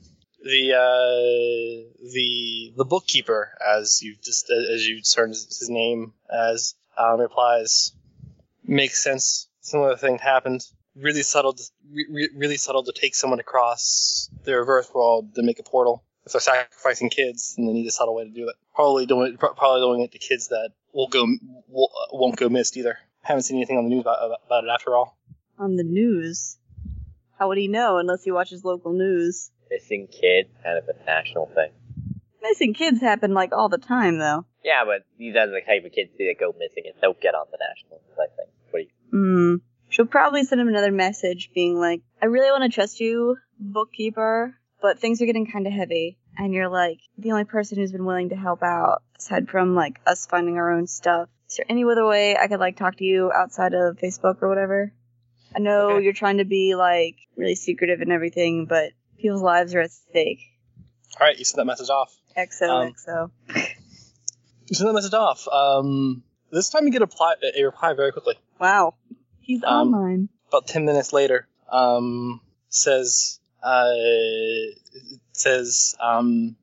S6: the uh, the the bookkeeper, as you just as you discern his name as, um, replies, makes sense. Similar thing happened really subtle, to, re- re- really subtle to take someone across the reverse world to make a portal. If they're sacrificing kids, then they need a subtle way to do it. Probably doing it, pro- probably doing it to kids that will go will, won't go missed either. Haven't seen anything on the news about, about it after all.
S4: On the news. How would he know unless he watches local news?
S2: Missing kid, kind of a national thing.
S4: Missing kids happen like all the time, though.
S2: Yeah, but these are the type of kids that go missing and don't get on the national I think. What do you?
S4: Hmm. She'll probably send him another message being like, I really want to trust you, bookkeeper, but things are getting kind of heavy. And you're like, the only person who's been willing to help out, aside from like us finding our own stuff. Is there any other way I could like talk to you outside of Facebook or whatever? I know
S6: Okay.
S4: you're trying to be like really secretive and everything, but people's lives are at stake.
S6: All right, you send that message off. Um,
S4: XOXO.
S6: You send that message off. Um, this time you get a, pli- a reply very quickly.
S4: wow. He's
S6: um,
S4: online.
S6: about 10 minutes later um, says uh, it says um,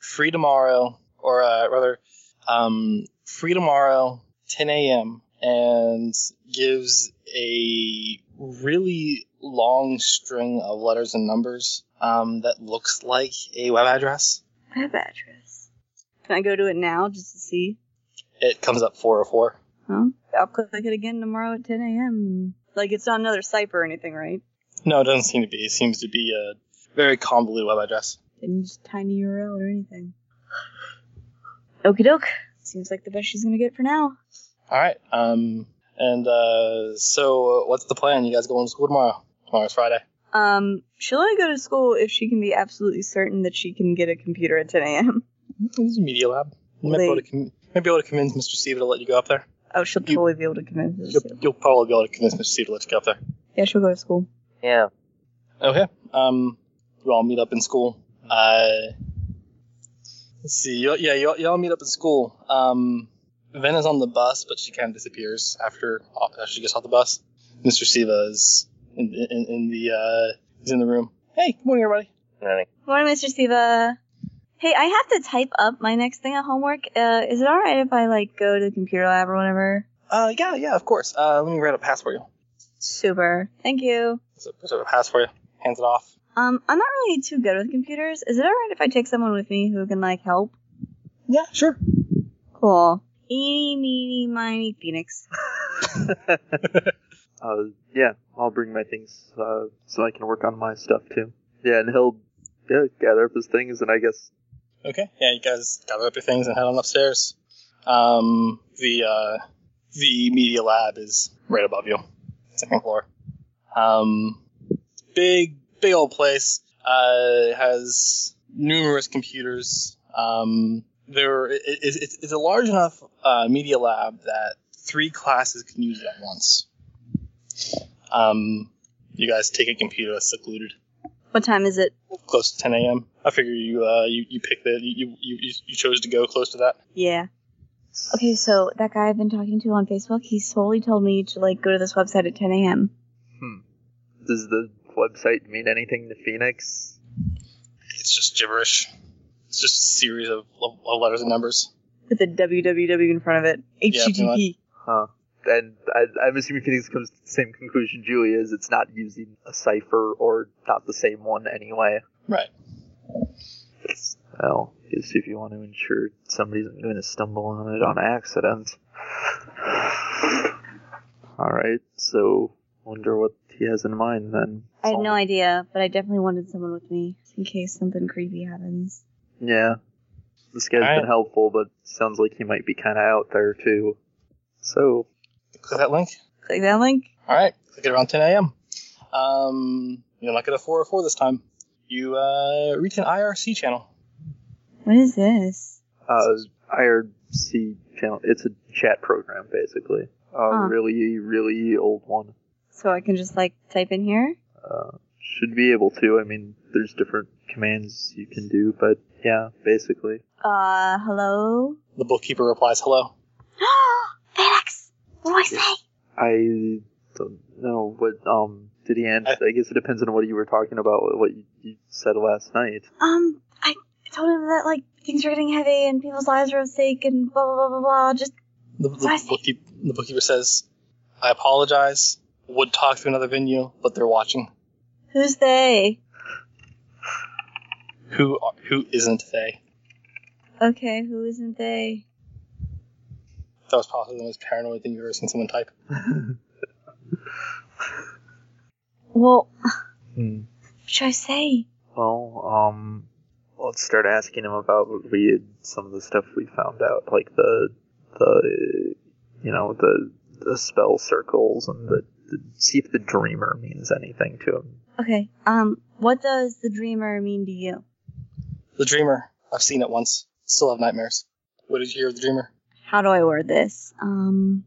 S6: free tomorrow or uh, rather um, free tomorrow 10 a.m and gives a really long string of letters and numbers um, that looks like a web address
S4: Web address. Can I go to it now just to see?
S6: it comes up 404
S4: Huh? I'll click it again tomorrow at 10 a.m. Like it's not another site or anything, right?
S6: no it doesn't seem to be it seems to be a very convoluted web address
S4: Didn't just tiny URL or anything. Okie doke. Seems like the best she's gonna get for now.
S6: All right. Um, and uh, so, uh, what's the plan? You guys going to school tomorrow? Tomorrow's Friday.
S4: Um, she'll only go to school if she can be absolutely certain that she can get a computer at 10 a.m.
S6: This is media lab. You might be, able to
S4: Late.
S6: com- might be able to convince Mr. Steve to let you go up there.
S4: Oh, she'll
S6: You-
S4: totally be able to convince
S6: You'll,
S4: us.
S6: you'll probably be able to convince Mr. Steve to let you go up there.
S4: Yeah, she'll go to school.
S2: Yeah.
S6: Okay. Um, we all meet up in school. Uh, let's see. You, yeah, you, all- you all meet up in school. Um, Ven is on the bus, but she kind of disappears after after she gets off the bus. Mr. Siva is in, in, in the uh, is in the room. Hey, good morning, everybody.
S2: Alright.
S4: Morning, Mr. Siva. Hey, I have to type up my next thing at homework. Uh, is it alright if I like go to the computer lab or whatever?
S6: Uh, yeah, yeah, of course. Uh, let me write a pass for you.
S4: Super. Thank you.
S6: So, so a pass for you. Hands it off.
S4: Um, I'm not really too good with computers. Is it alright if I take someone with me who can like help?
S6: Yeah, sure.
S4: Cool. Eeny, meeny, miny, phoenix.
S3: Uh, yeah, I'll bring my things uh, so I can work on my stuff too. Yeah, and he'll yeah, gather up his things, and I guess
S6: Okay. Yeah, you guys gather up your things and head on upstairs. Um, the uh, the media lab is right above you, second floor. Um, big big old place. Uh, has numerous computers. Um, there it, it, it's- it's a large enough uh, media lab that three classes can use it at once. Um, you guys take a computer that's secluded.
S4: What time is it?
S6: close to 10 a.m. I figure you uh, you you pick the you, you you you chose to go close to that.
S4: Yeah.
S18: Okay, so
S4: That guy I've been talking to on Facebook, he solely told me to like go to this website at 10 a.m.
S3: Does the website mean anything to Phoenix?
S6: It's just gibberish. It's just a series of, of, of letters and numbers.
S4: with a www in front of it.
S6: Yeah, pretty much.
S4: HTTP.
S3: Huh. And I, I'm assuming Phoenix comes to the same conclusion Julie is. It's not using a cipher or not the same one anyway.
S6: Right.
S3: Well, just if you want to ensure somebody's not going to stumble on it on accident. All right. So wonder what he has in mind then.
S4: I had no idea, but I definitely wanted someone with me in case something creepy happens.
S3: Yeah. This guy's
S6: Alright.
S3: been helpful, but sounds like he might be kind of out there too. So,
S6: Click that link.
S4: Click that link.
S6: All right. Click it around 10 a.m. Um, you're not get a 404 this time. You uh, reach an IRC channel.
S4: What is this?
S3: uh, IRC channel, it's a chat program basically. A
S4: Huh.
S3: really, really old one.
S4: So I can just like type in here?
S3: Uh, should be able to. I mean, there's different commands you can do, but yeah, basically.
S4: Uh, hello?
S6: The bookkeeper replies, "Hello."
S4: Phoenix! What do I say?
S3: I don't know what, um, did he answer? I guess it depends on what you were talking about, what you, you said last night.
S4: Um, I told him that like things are getting heavy and people's lives are at stake and blah blah blah blah blah. Just
S6: The, the, bookkeep, the bookkeeper says, "I apologize. Would talk to another venue, but they're watching.
S4: who's they?
S6: Who are, who isn't they?
S4: Okay, who isn't they?
S6: That was probably the most paranoid thing you've ever seen someone type.
S4: Well,
S3: Hmm.
S4: what should I say?
S3: Well, um, let's start asking him about what we some of the stuff we found out, like the the you know the the spell circles and the, the see if the dreamer means anything to him.
S4: Okay, um, what does the dreamer mean to you?
S6: The Dreamer. I've seen it once. Still have nightmares. What did you hear of the Dreamer?
S4: How do I word this? Um,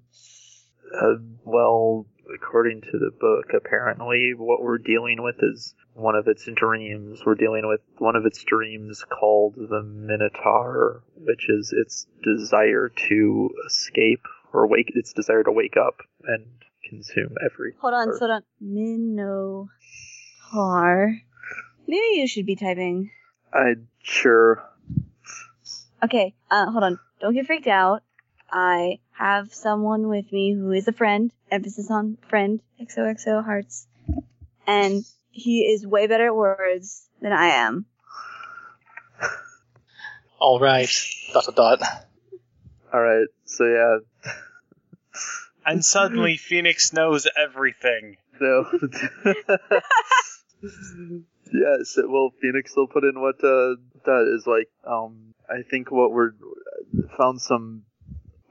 S3: Uh, well, according to the book, apparently what we're dealing with is one of its dreams. We're dealing with one of its dreams called the Minotaur, which is its desire to escape or wake, its desire to wake up and consume every.
S4: hold on,
S3: or-
S4: hold on. Minotaur. Maybe you should be typing.
S3: I sure.
S4: Okay, uh, hold on. Don't get freaked out. I have someone with me who is a friend. Emphasis on friend. XOXO hearts. And he is way better at words than I am.
S6: All right. Dot dot dot.
S3: All right. So yeah,
S7: And suddenly Phoenix knows everything.
S3: No. yes. it- Well, Phoenix will put in what uh, that is like. Um, I think what we're found some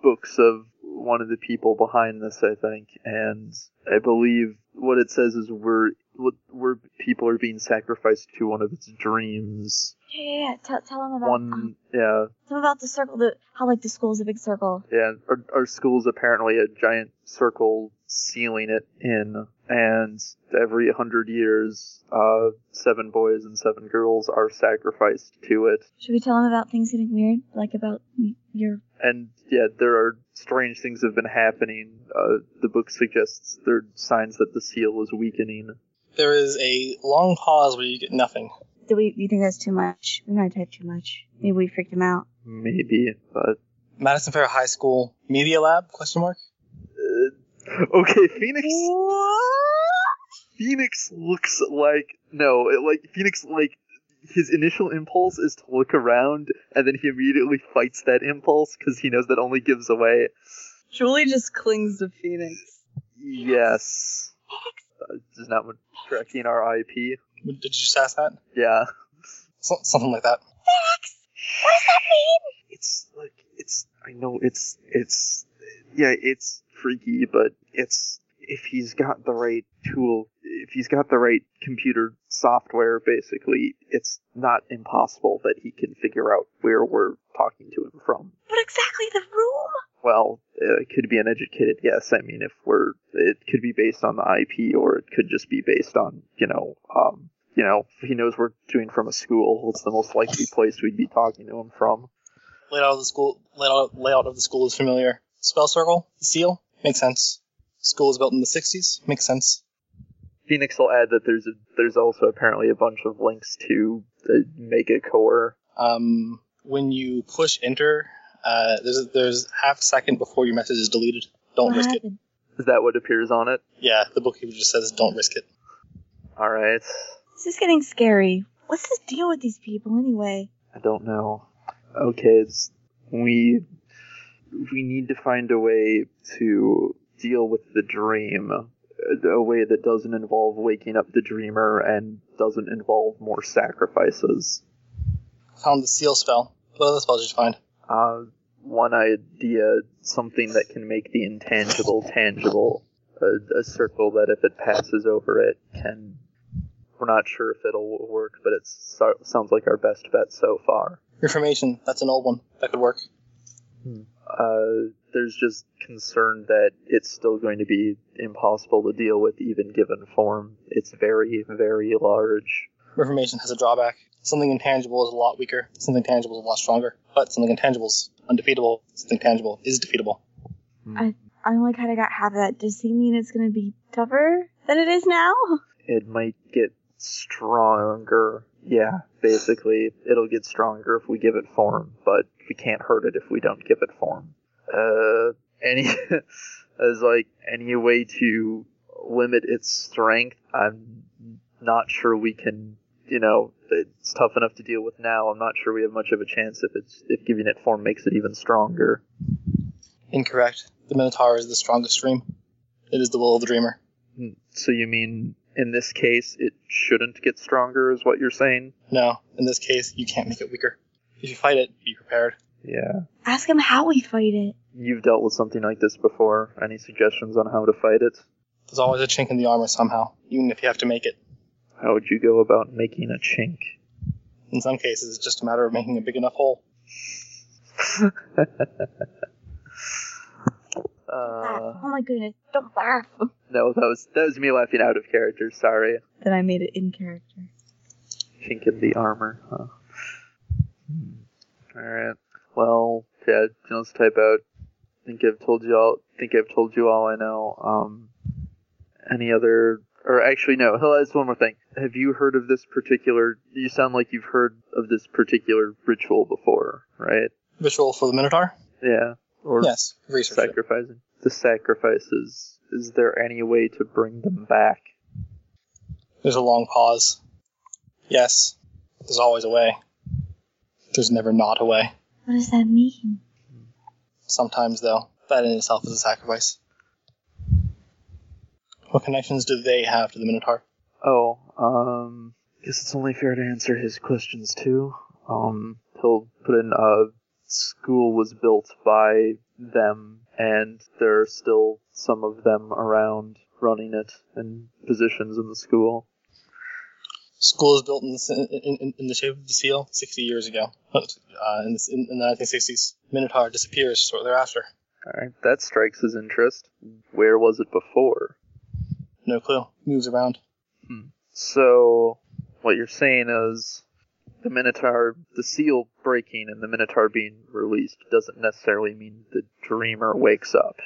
S3: books of one of the people behind this. I think, and I believe what it says is we're what we're people are being sacrificed to one of its dreams.
S4: Yeah, yeah, yeah. Tell, tell him about um,
S3: One, yeah,
S4: tell him about the circle. The, how like the school's a big circle.
S3: yeah, our, our school's apparently a giant circle sealing it in, and every hundred years, uh, seven boys and seven girls are sacrificed to it.
S4: Should we tell him about things getting weird, like about y- your?
S3: And yeah, there are strange things have been happening. Uh, the book suggests there are signs that the seal is weakening.
S6: There is a long pause where you get nothing.
S4: Do we? You think that's too much? We might type too much. Maybe we freaked him out.
S3: Maybe, but
S6: Madison Fair High School Media Lab? Question mark.
S3: uh, okay, Phoenix. Phoenix looks like no, it, like Phoenix like his initial impulse is to look around, and then he immediately fights that impulse because he knows that only gives away.
S4: Julie just clings to Phoenix.
S3: Yes, uh, this is not what tracking our IP.
S6: Did you just ask that?
S3: Yeah,
S6: So- something like that.
S3: it's like it's. I know it's it's. Yeah, it's freaky, but it's if he's got the right tool, if he's got the right computer software, basically, it's not impossible that he can figure out where we're talking to him from.
S18: But exactly the room.
S3: Well, uh, it could be an educated guess. I mean, if we're, it could be based on the IP, or it could just be based on, you know, um, you know, he knows we're doing from a school. It's the most likely place we'd be talking to him from.
S6: Layout of the school layout, layout of the school is familiar. Spell circle, seal, makes sense. School is built in the 60s, makes sense.
S3: Phoenix will add that there's a, there's also apparently a bunch of links to uh, Mega Core.
S6: Um, when you push enter, uh, there's there's half a second before your message is deleted. Don't risk it.
S3: Is that what appears on it?
S6: Yeah, the bookkeeper just says don't risk it.
S3: All right.
S4: This is getting scary. What's this deal with these people anyway?
S3: I don't know. Okay, it's, we we need to find a way to deal with the dream, uh, a way that doesn't involve waking up the dreamer and doesn't involve more sacrifices.
S6: Found the seal spell. What other spells did you find?
S3: Uh, one idea, something that can make the intangible tangible, a, a circle that if it passes over it can. We're not sure if it'll work, but it sounds like our best bet so far.
S6: Reformation. That's an old one. That could work.
S3: Uh, there's just concern that it's still going to be impossible to deal with, even given form. It's very, very large.
S6: Reformation has a drawback. Something intangible is a lot weaker. Something tangible is a lot stronger. But something intangible is undefeatable. Something tangible is defeatable.
S4: I only kind of got half of that. Does he mean it's going to be tougher than it is now?
S3: It might get stronger. Yeah, basically, it'll get stronger if we give it form, but we can't hurt it if we don't give it form. Uh, any as like any way to limit its strength, I'm not sure we can. You know, it's tough enough to deal with now. I'm not sure we have much of a chance if it's if giving it form makes it even stronger.
S6: Incorrect. The Minotaur is the strongest stream. It is the will of the dreamer.
S3: Hmm, So you mean in this case it shouldn't get stronger, is what you're saying?
S6: No, in this case, you can't make it weaker. If you fight it, be prepared.
S3: Yeah.
S4: Ask him how we fight it.
S3: You've dealt with something like this before. Any suggestions on how to fight it?
S6: There's always a chink in the armor somehow, even if you have to make it.
S3: How would you go about making a chink?
S6: In some cases, it's just a matter of making a big enough hole.
S3: Uh,
S4: oh my goodness, don't laugh.
S3: no, that was that was me laughing out of character. Sorry.
S4: Then I made it in character.
S3: Chink in the armor. Huh. All right. Hmm. Well, yeah, just type out. Think I've told you all. Think I've told you all I know. Um, any other? Or actually, no. He'll ask one more thing. Have you heard of this particular? You sound like you've heard of this particular ritual before, right?
S6: Ritual for the Minotaur?
S3: Yeah. Or
S6: yes, research it.
S3: sacrificing the sacrifices. Is there any way to bring them back?
S6: There's a long pause. Yes, there's always a way. There's never not a way.
S4: What does that mean?
S6: Sometimes, though, that in itself is a sacrifice. What connections do they have to the Minotaur?
S3: Oh, um, guess it's only fair to answer his questions too. Um, he'll put in uh, school was built by them, and there are still some of them around running it in positions in the school.
S6: School is built in the, in, in, in the shape of the seal 60 years ago, uh, in, the, in the 1960s. Minotaur disappears shortly thereafter.
S3: All right, that strikes his interest. Where was it before?
S6: No clue. Moves around.
S3: So, what you're saying is the Minotaur, the seal breaking and the Minotaur being released doesn't necessarily mean the dreamer wakes up.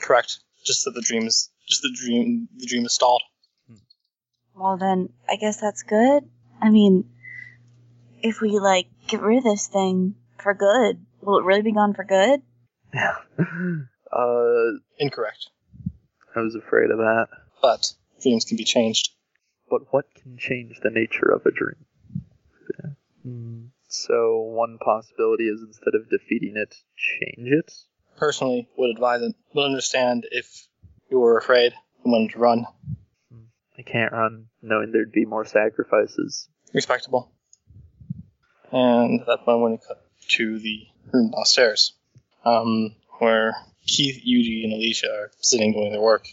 S6: Correct. Just that the dream is just the dream. The dream is stalled.
S4: Well, then, I guess that's good. I mean, if we, like, get rid of this thing for good, will it really be gone for good?
S3: Uh,
S6: Incorrect.
S3: I was afraid of that.
S6: But dreams can be changed.
S3: But what can change the nature of a dream? Yeah. Hmm. So, one possibility is instead of defeating it, change it?
S6: Personally, would advise and would understand if you were afraid and wanted to run.
S3: I can't run knowing there'd be more sacrifices.
S6: Respectable. And at that point, when it cut to the room downstairs, um, where Keith, Yuji, and Alicia are sitting doing their work.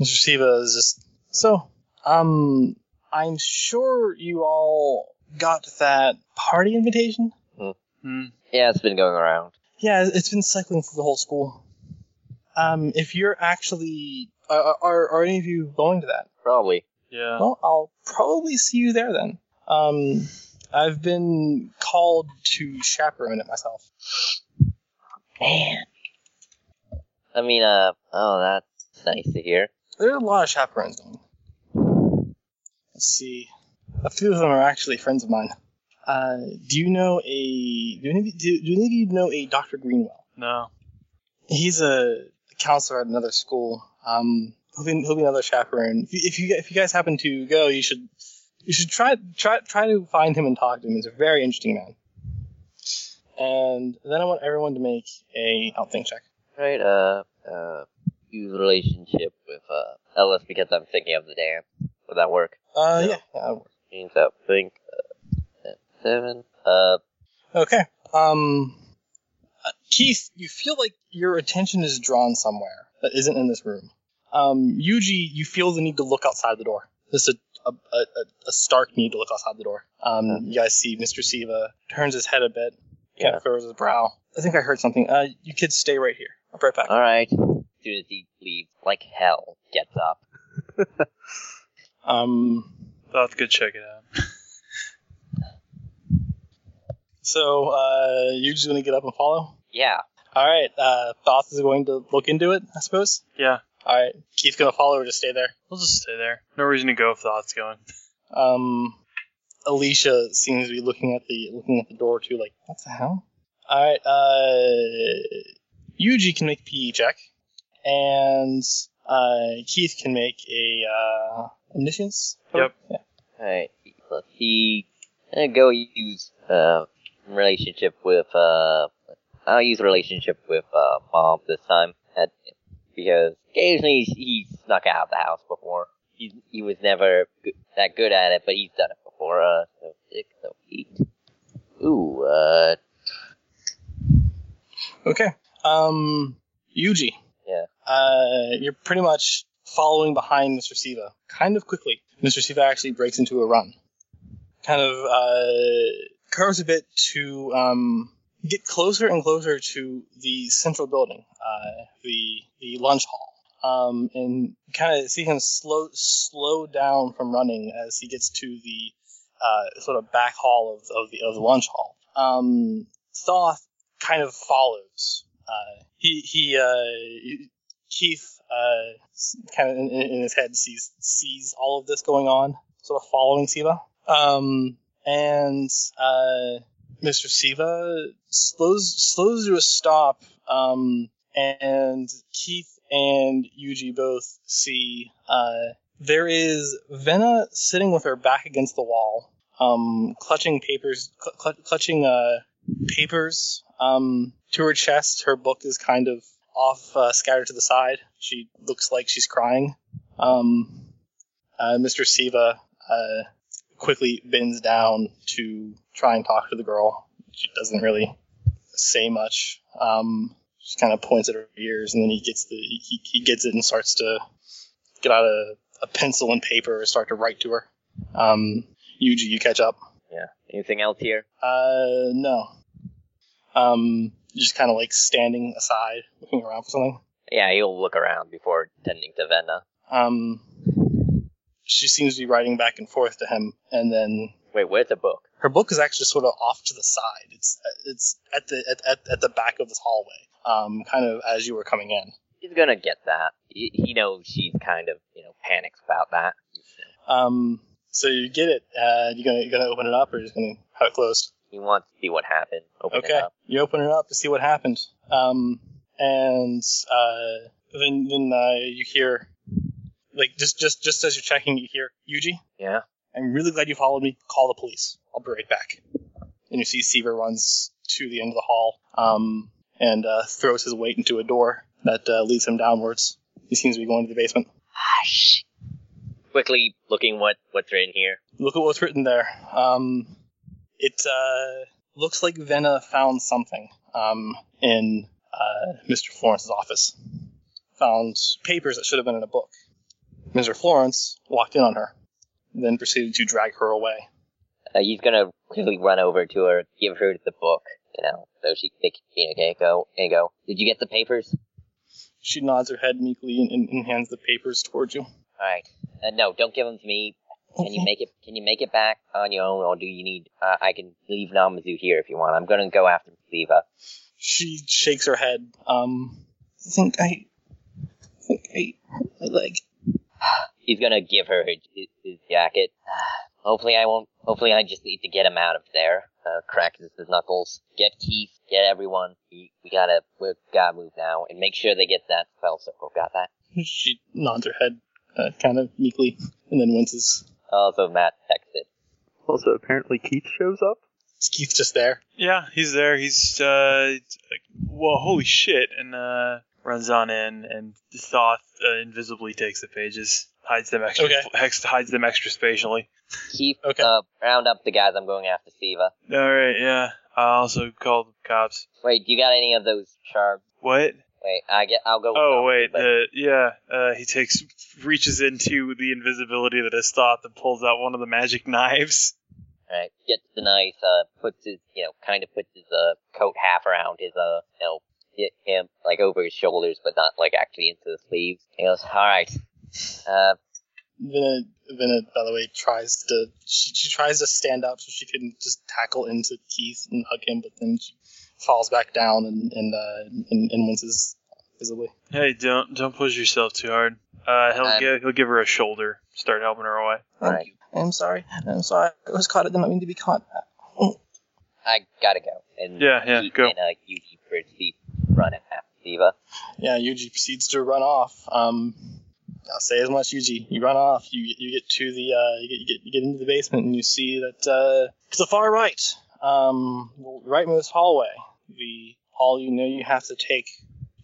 S6: Mr. Siva is just so. Um, I'm sure you all got that party invitation.
S7: Hmm.
S2: Yeah, it's been going around.
S6: Yeah, it's been cycling through the whole school. Um, if you're actually, are, are, are uh, any of you going to that?
S2: Probably.
S7: Yeah.
S6: Well, I'll probably see you there then. Um, I've been called to chaperone it myself.
S2: Man. I mean, uh, oh, that's nice to hear.
S6: There are a lot of chaperones. Going. Let's see. A few of them are actually friends of mine. Uh, do you know a? Do any, of you- do, do any of you know a Doctor Greenwell?
S7: No.
S6: He's a counselor at another school. Um, he'll be, he'll be another chaperone. If you, if you if you guys happen to go, you should you should try try try to find him and talk to him. He's a very interesting man. And then I want everyone to make a outthink check.
S2: Right, uh, uh, use relationship with, uh, Ellis because I'm thinking of the dance. Would that work?
S6: Uh, yeah, yeah, that'll work.
S2: Means I think, uh, at seven. Uh,
S6: Okay. Um, uh, Keith, you feel like your attention is drawn somewhere that isn't in this room. Um, Yuji, you feel the need to look outside the door. This is a, a, a, a stark need to look outside the door. Um, You guys see Mr. Siva turns his head a bit, kind
S2: Yeah.
S6: of furrows his brow. I think I heard something. Uh, you kids stay right here. I'll be right back.
S2: alright. As soon as he leaves, like hell, gets up.
S6: Um,
S7: I'll have to go check it out.
S6: so uh, Yuji's going to get up and follow.
S2: Yeah.
S6: All right. Uh, Thoth is going to look into it, I suppose.
S7: Yeah.
S6: All right. Keith's going to follow or just stay there.
S7: We'll just stay there. No reason to go if thought's going.
S6: Um, Alicia seems to be looking at the looking at the door too, like what the hell? All right, uh, Yuji can make a PE check, and uh, Keith can make a uh, omniscience.
S7: Yep.
S6: Yeah.
S2: Alright, let's see. I'm gonna go use, uh, relationship with, uh, I'll use relationship with, uh, mom this time. At, because occasionally he snuck out of the house before. He, he was never good, that good at it, but he's done it before. Uh, so six, so eight. Ooh, uh,
S6: Okay. Um, Yuji.
S2: Yeah.
S6: Uh, you're pretty much following behind Mr. Siva, kind of quickly. Mr. Siva actually breaks into a run, kind of uh, curves a bit to um, get closer and closer to the central building, uh, the the lunch hall. Um, and kind of see him slow slow down from running as he gets to the uh, sort of back hall of, of the of the lunch hall. Um, Thoth kind of follows. Uh, he he uh, Keith uh, kind of in, in in his head sees sees all of this going on, sort of following Siva. Um, and uh, Mr. Siva slows slows to a stop. Um, and Keith and Yuji both see uh, there is Venna sitting with her back against the wall, um, clutching papers, cl- cl- clutching uh, papers um, to her chest. Her book is kind of off, uh, scattered to the side. She looks like she's crying. Um, uh, Mr. Siva uh, quickly bends down to try and talk to the girl. She doesn't really say much. Um, just kind of points at her ears, and then he gets the he, he- he gets it and starts to get out a, a pencil and paper and start to write to her. Um, Yuji, you catch up.
S2: yeah. Anything else here?
S6: Uh, no. Um, just kind of like standing aside, looking around for something.
S2: Yeah, he'll look around before tending to Venna.
S6: Um, she seems to be writing back and forth to him, and then
S2: Wait, where's the book?
S6: her book is actually sort of off to the side. It's it's at the at, at, at the back of this hallway. Um, kind of as you were coming in.
S2: He's gonna get that. He, he knows she's kind of, you know, panics about that.
S6: Um, so you get it. Uh, you gonna you gonna open it up or just gonna have it closed?
S2: He wants to see what happened. Open
S6: Okay.
S2: it up.
S6: uh, You open it up to see what happened. Um, and uh, then then uh, you hear like just just just as you're checking, you hear Yuji.
S2: Yeah.
S6: I'm really glad you followed me. Call the police. I'll be right back. And you see Seaver runs to the end of the hall um, and uh, throws his weight into a door that uh, leads him downwards. He seems to be going to the basement.
S2: Hush. Quickly looking what what's written here.
S6: Look at what's written there. Um, it uh, looks like Venna found something um, in uh, Mr. Florence's office. Found papers that should have been in a book. Mr. Florence walked in on her, then proceeded to drag her away.
S2: Uh, he's gonna quickly run over to her, give her the book, you know, so she they can communicate. Go and go. Did you get the papers?
S6: She nods her head meekly and, and, and hands the papers towards you.
S2: All right. Uh, no, don't give them to me. Can you make it? Can you make it back on your own, or do you need? Uh, I can leave Namazu here if you want. I'm gonna go after Siva.
S6: She shakes her head. Um, I think I, I think I, my leg.
S2: He's gonna give her his, his jacket. hopefully, I won't. Hopefully, I just need to get him out of there. Uh, crack his knuckles. Get Keith. Get everyone. We, we gotta. We gotta move now, and make sure they get that spell circle. Got that?
S6: She nods her head, uh, kind of meekly, and then winces.
S2: Also, Matt texted.
S3: Also, apparently Keith shows up.
S6: Is Keith just there?
S7: Yeah, he's there. He's uh, like, well, holy shit, and uh, runs on in, and Thoth uh, invisibly takes the pages, hides them extra,
S6: Okay.
S7: hex, hides them extra spatially.
S2: Keith.
S6: Okay.
S2: Uh, round up the guys. I'm going after Siva.
S7: All right, yeah. I also called the cops.
S2: Wait, do you got any of those shards?
S7: What?
S2: Wait, I get. I'll go.
S7: Oh
S2: with Namazu,
S7: wait,
S2: but-
S7: uh, yeah. Uh, he takes reaches into the invisibility that is Thoth and pulls out one of the magic knives.
S2: Alright, gets the knife, uh, puts his, you know, kind of puts his, uh, coat half around his, uh, you know, hi- him, like over his shoulders, but not, like, actually into the sleeves. He goes, alright, uh,
S6: Vina, Vina, by the way, tries to she, she tries to stand up so she can just tackle into Keith and hug him, but then she falls back down and and uh, and, and winces visibly.
S7: Hey, don't don't push yourself too hard. Uh, he'll
S2: I'm-
S7: give he'll give her a shoulder. Start helping her away.
S2: alright,
S6: I'm sorry. I'm sorry. I was caught. I did not mean to be caught.
S2: I gotta go. And
S7: Yeah, yeah,
S2: he,
S7: go.
S2: And, uh, Yuki proceeds to run after Siva.
S6: Yeah, Yuji proceeds to run off. Um, I'll say as much, Yuji. You run off. You you get to the uh, you, get, you get you get into the basement and you see that uh, to the far right, um, the rightmost hallway, the hall you know you have to take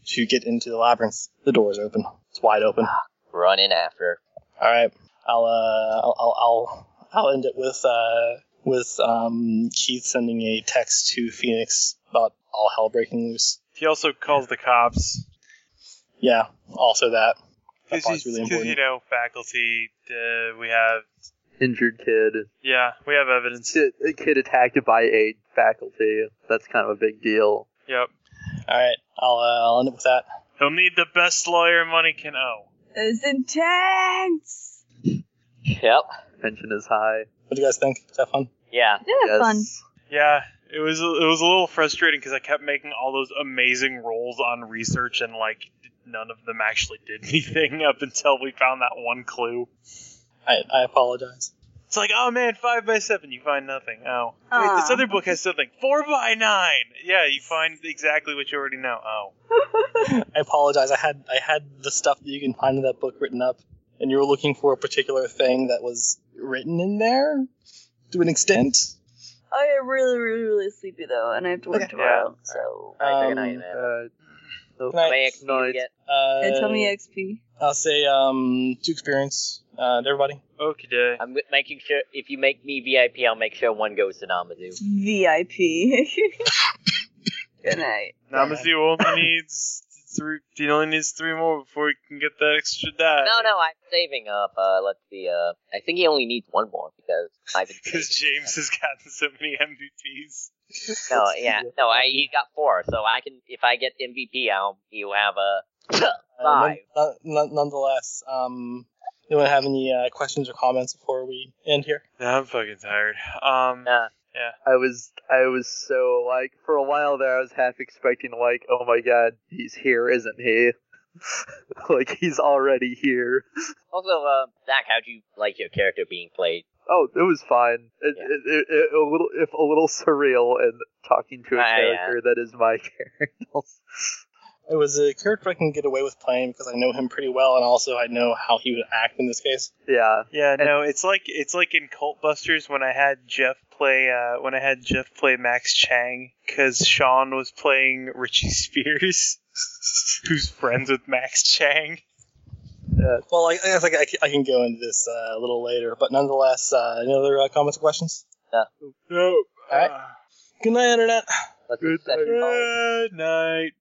S6: to get into the labyrinth. The door is open. It's wide open.
S2: Running after.
S6: All right. I'll uh, I'll, I'll I'll I'll end it with uh, with um, Keith sending a text to Phoenix about all hell breaking loose.
S7: He also calls the cops
S6: Yeah. Also that. That
S7: because
S6: part's really important.
S7: you know faculty. Uh, we have
S3: Injured kid.
S7: yeah, we have evidence.
S3: Kid- A kid attacked by a faculty. That's kind of a big deal.
S7: Yep,
S6: All right. I'll uh, I'll end it with that.
S7: he'll need the best lawyer money can owe.
S4: It's intense.
S2: Yep.
S3: Tension is high.
S6: What do you guys think? Is that fun?
S2: Yeah.
S4: Did
S3: Yes.
S4: have fun.
S7: Yeah, it was it was a little frustrating because I kept making all those amazing rolls on research and like none of them actually did anything up until we found that one clue.
S6: I, I apologize.
S7: It's like, oh man, five by seven, you find nothing. Oh, wait, this
S4: Aw.
S7: other book has something. Four by nine, yeah, you find exactly what you already know. Oh,
S6: I apologize. I had I had the stuff that you can find in that book written up, and you were looking for a particular thing that was written in there to an extent.
S4: I am really, really, really sleepy though, and I have to work
S6: Okay.
S4: tomorrow.
S2: So,
S6: Um,
S2: good night, man.
S3: Uh, so-
S6: Can I-
S2: How many XP do you
S3: night.
S2: get?
S6: Uh,
S4: And tell me XP.
S6: I'll say um two experience uh, to everybody.
S7: okie day.
S2: I'm wi- making sure, if you make me VIP, I'll make sure one goes to Namazu.
S4: VIP. Good night.
S7: Namazu only needs three. He only needs three more before he can get that extra die.
S2: No, no, I'm saving up. Uh, let's see. Uh, I think he only needs one more because I've been.
S7: because
S2: saving.
S7: James has gotten so many MVPs.
S2: No, yeah, no, I he got four, so I can if I get MVP, I'll you have a
S6: Uh,
S2: Five.
S6: none- none- nonetheless, um, anyone have any uh, questions or comments before we end here?
S7: Nah, I'm fucking tired. Um,
S2: Yeah.
S3: I was I was so like for a while there I was half expecting like oh my god he's here isn't he like he's already here
S2: also uh, Zach. How'd you like your character being played?
S3: oh it was fine it,
S2: Yeah.
S3: it, it, it- a little if a little surreal and talking to a
S2: Ah, yeah.
S3: character that is my character
S6: It was a character I can get away with playing because I know him pretty well, and also I know how he would act in this case.
S3: yeah
S7: Yeah, no, it's like it's like in Cult Busters when I had Jeff play uh, when I had Jeff play Max Chang because Sean was playing Richie Spears, who's friends with Max Chang.
S6: Well, I, I guess I, ca- I can go into this uh, a little later, but nonetheless, uh, any other uh, comments or questions?
S7: No. Ah,
S6: All right. Good night, Internet.
S2: Let's
S3: Good
S2: session
S7: Good night.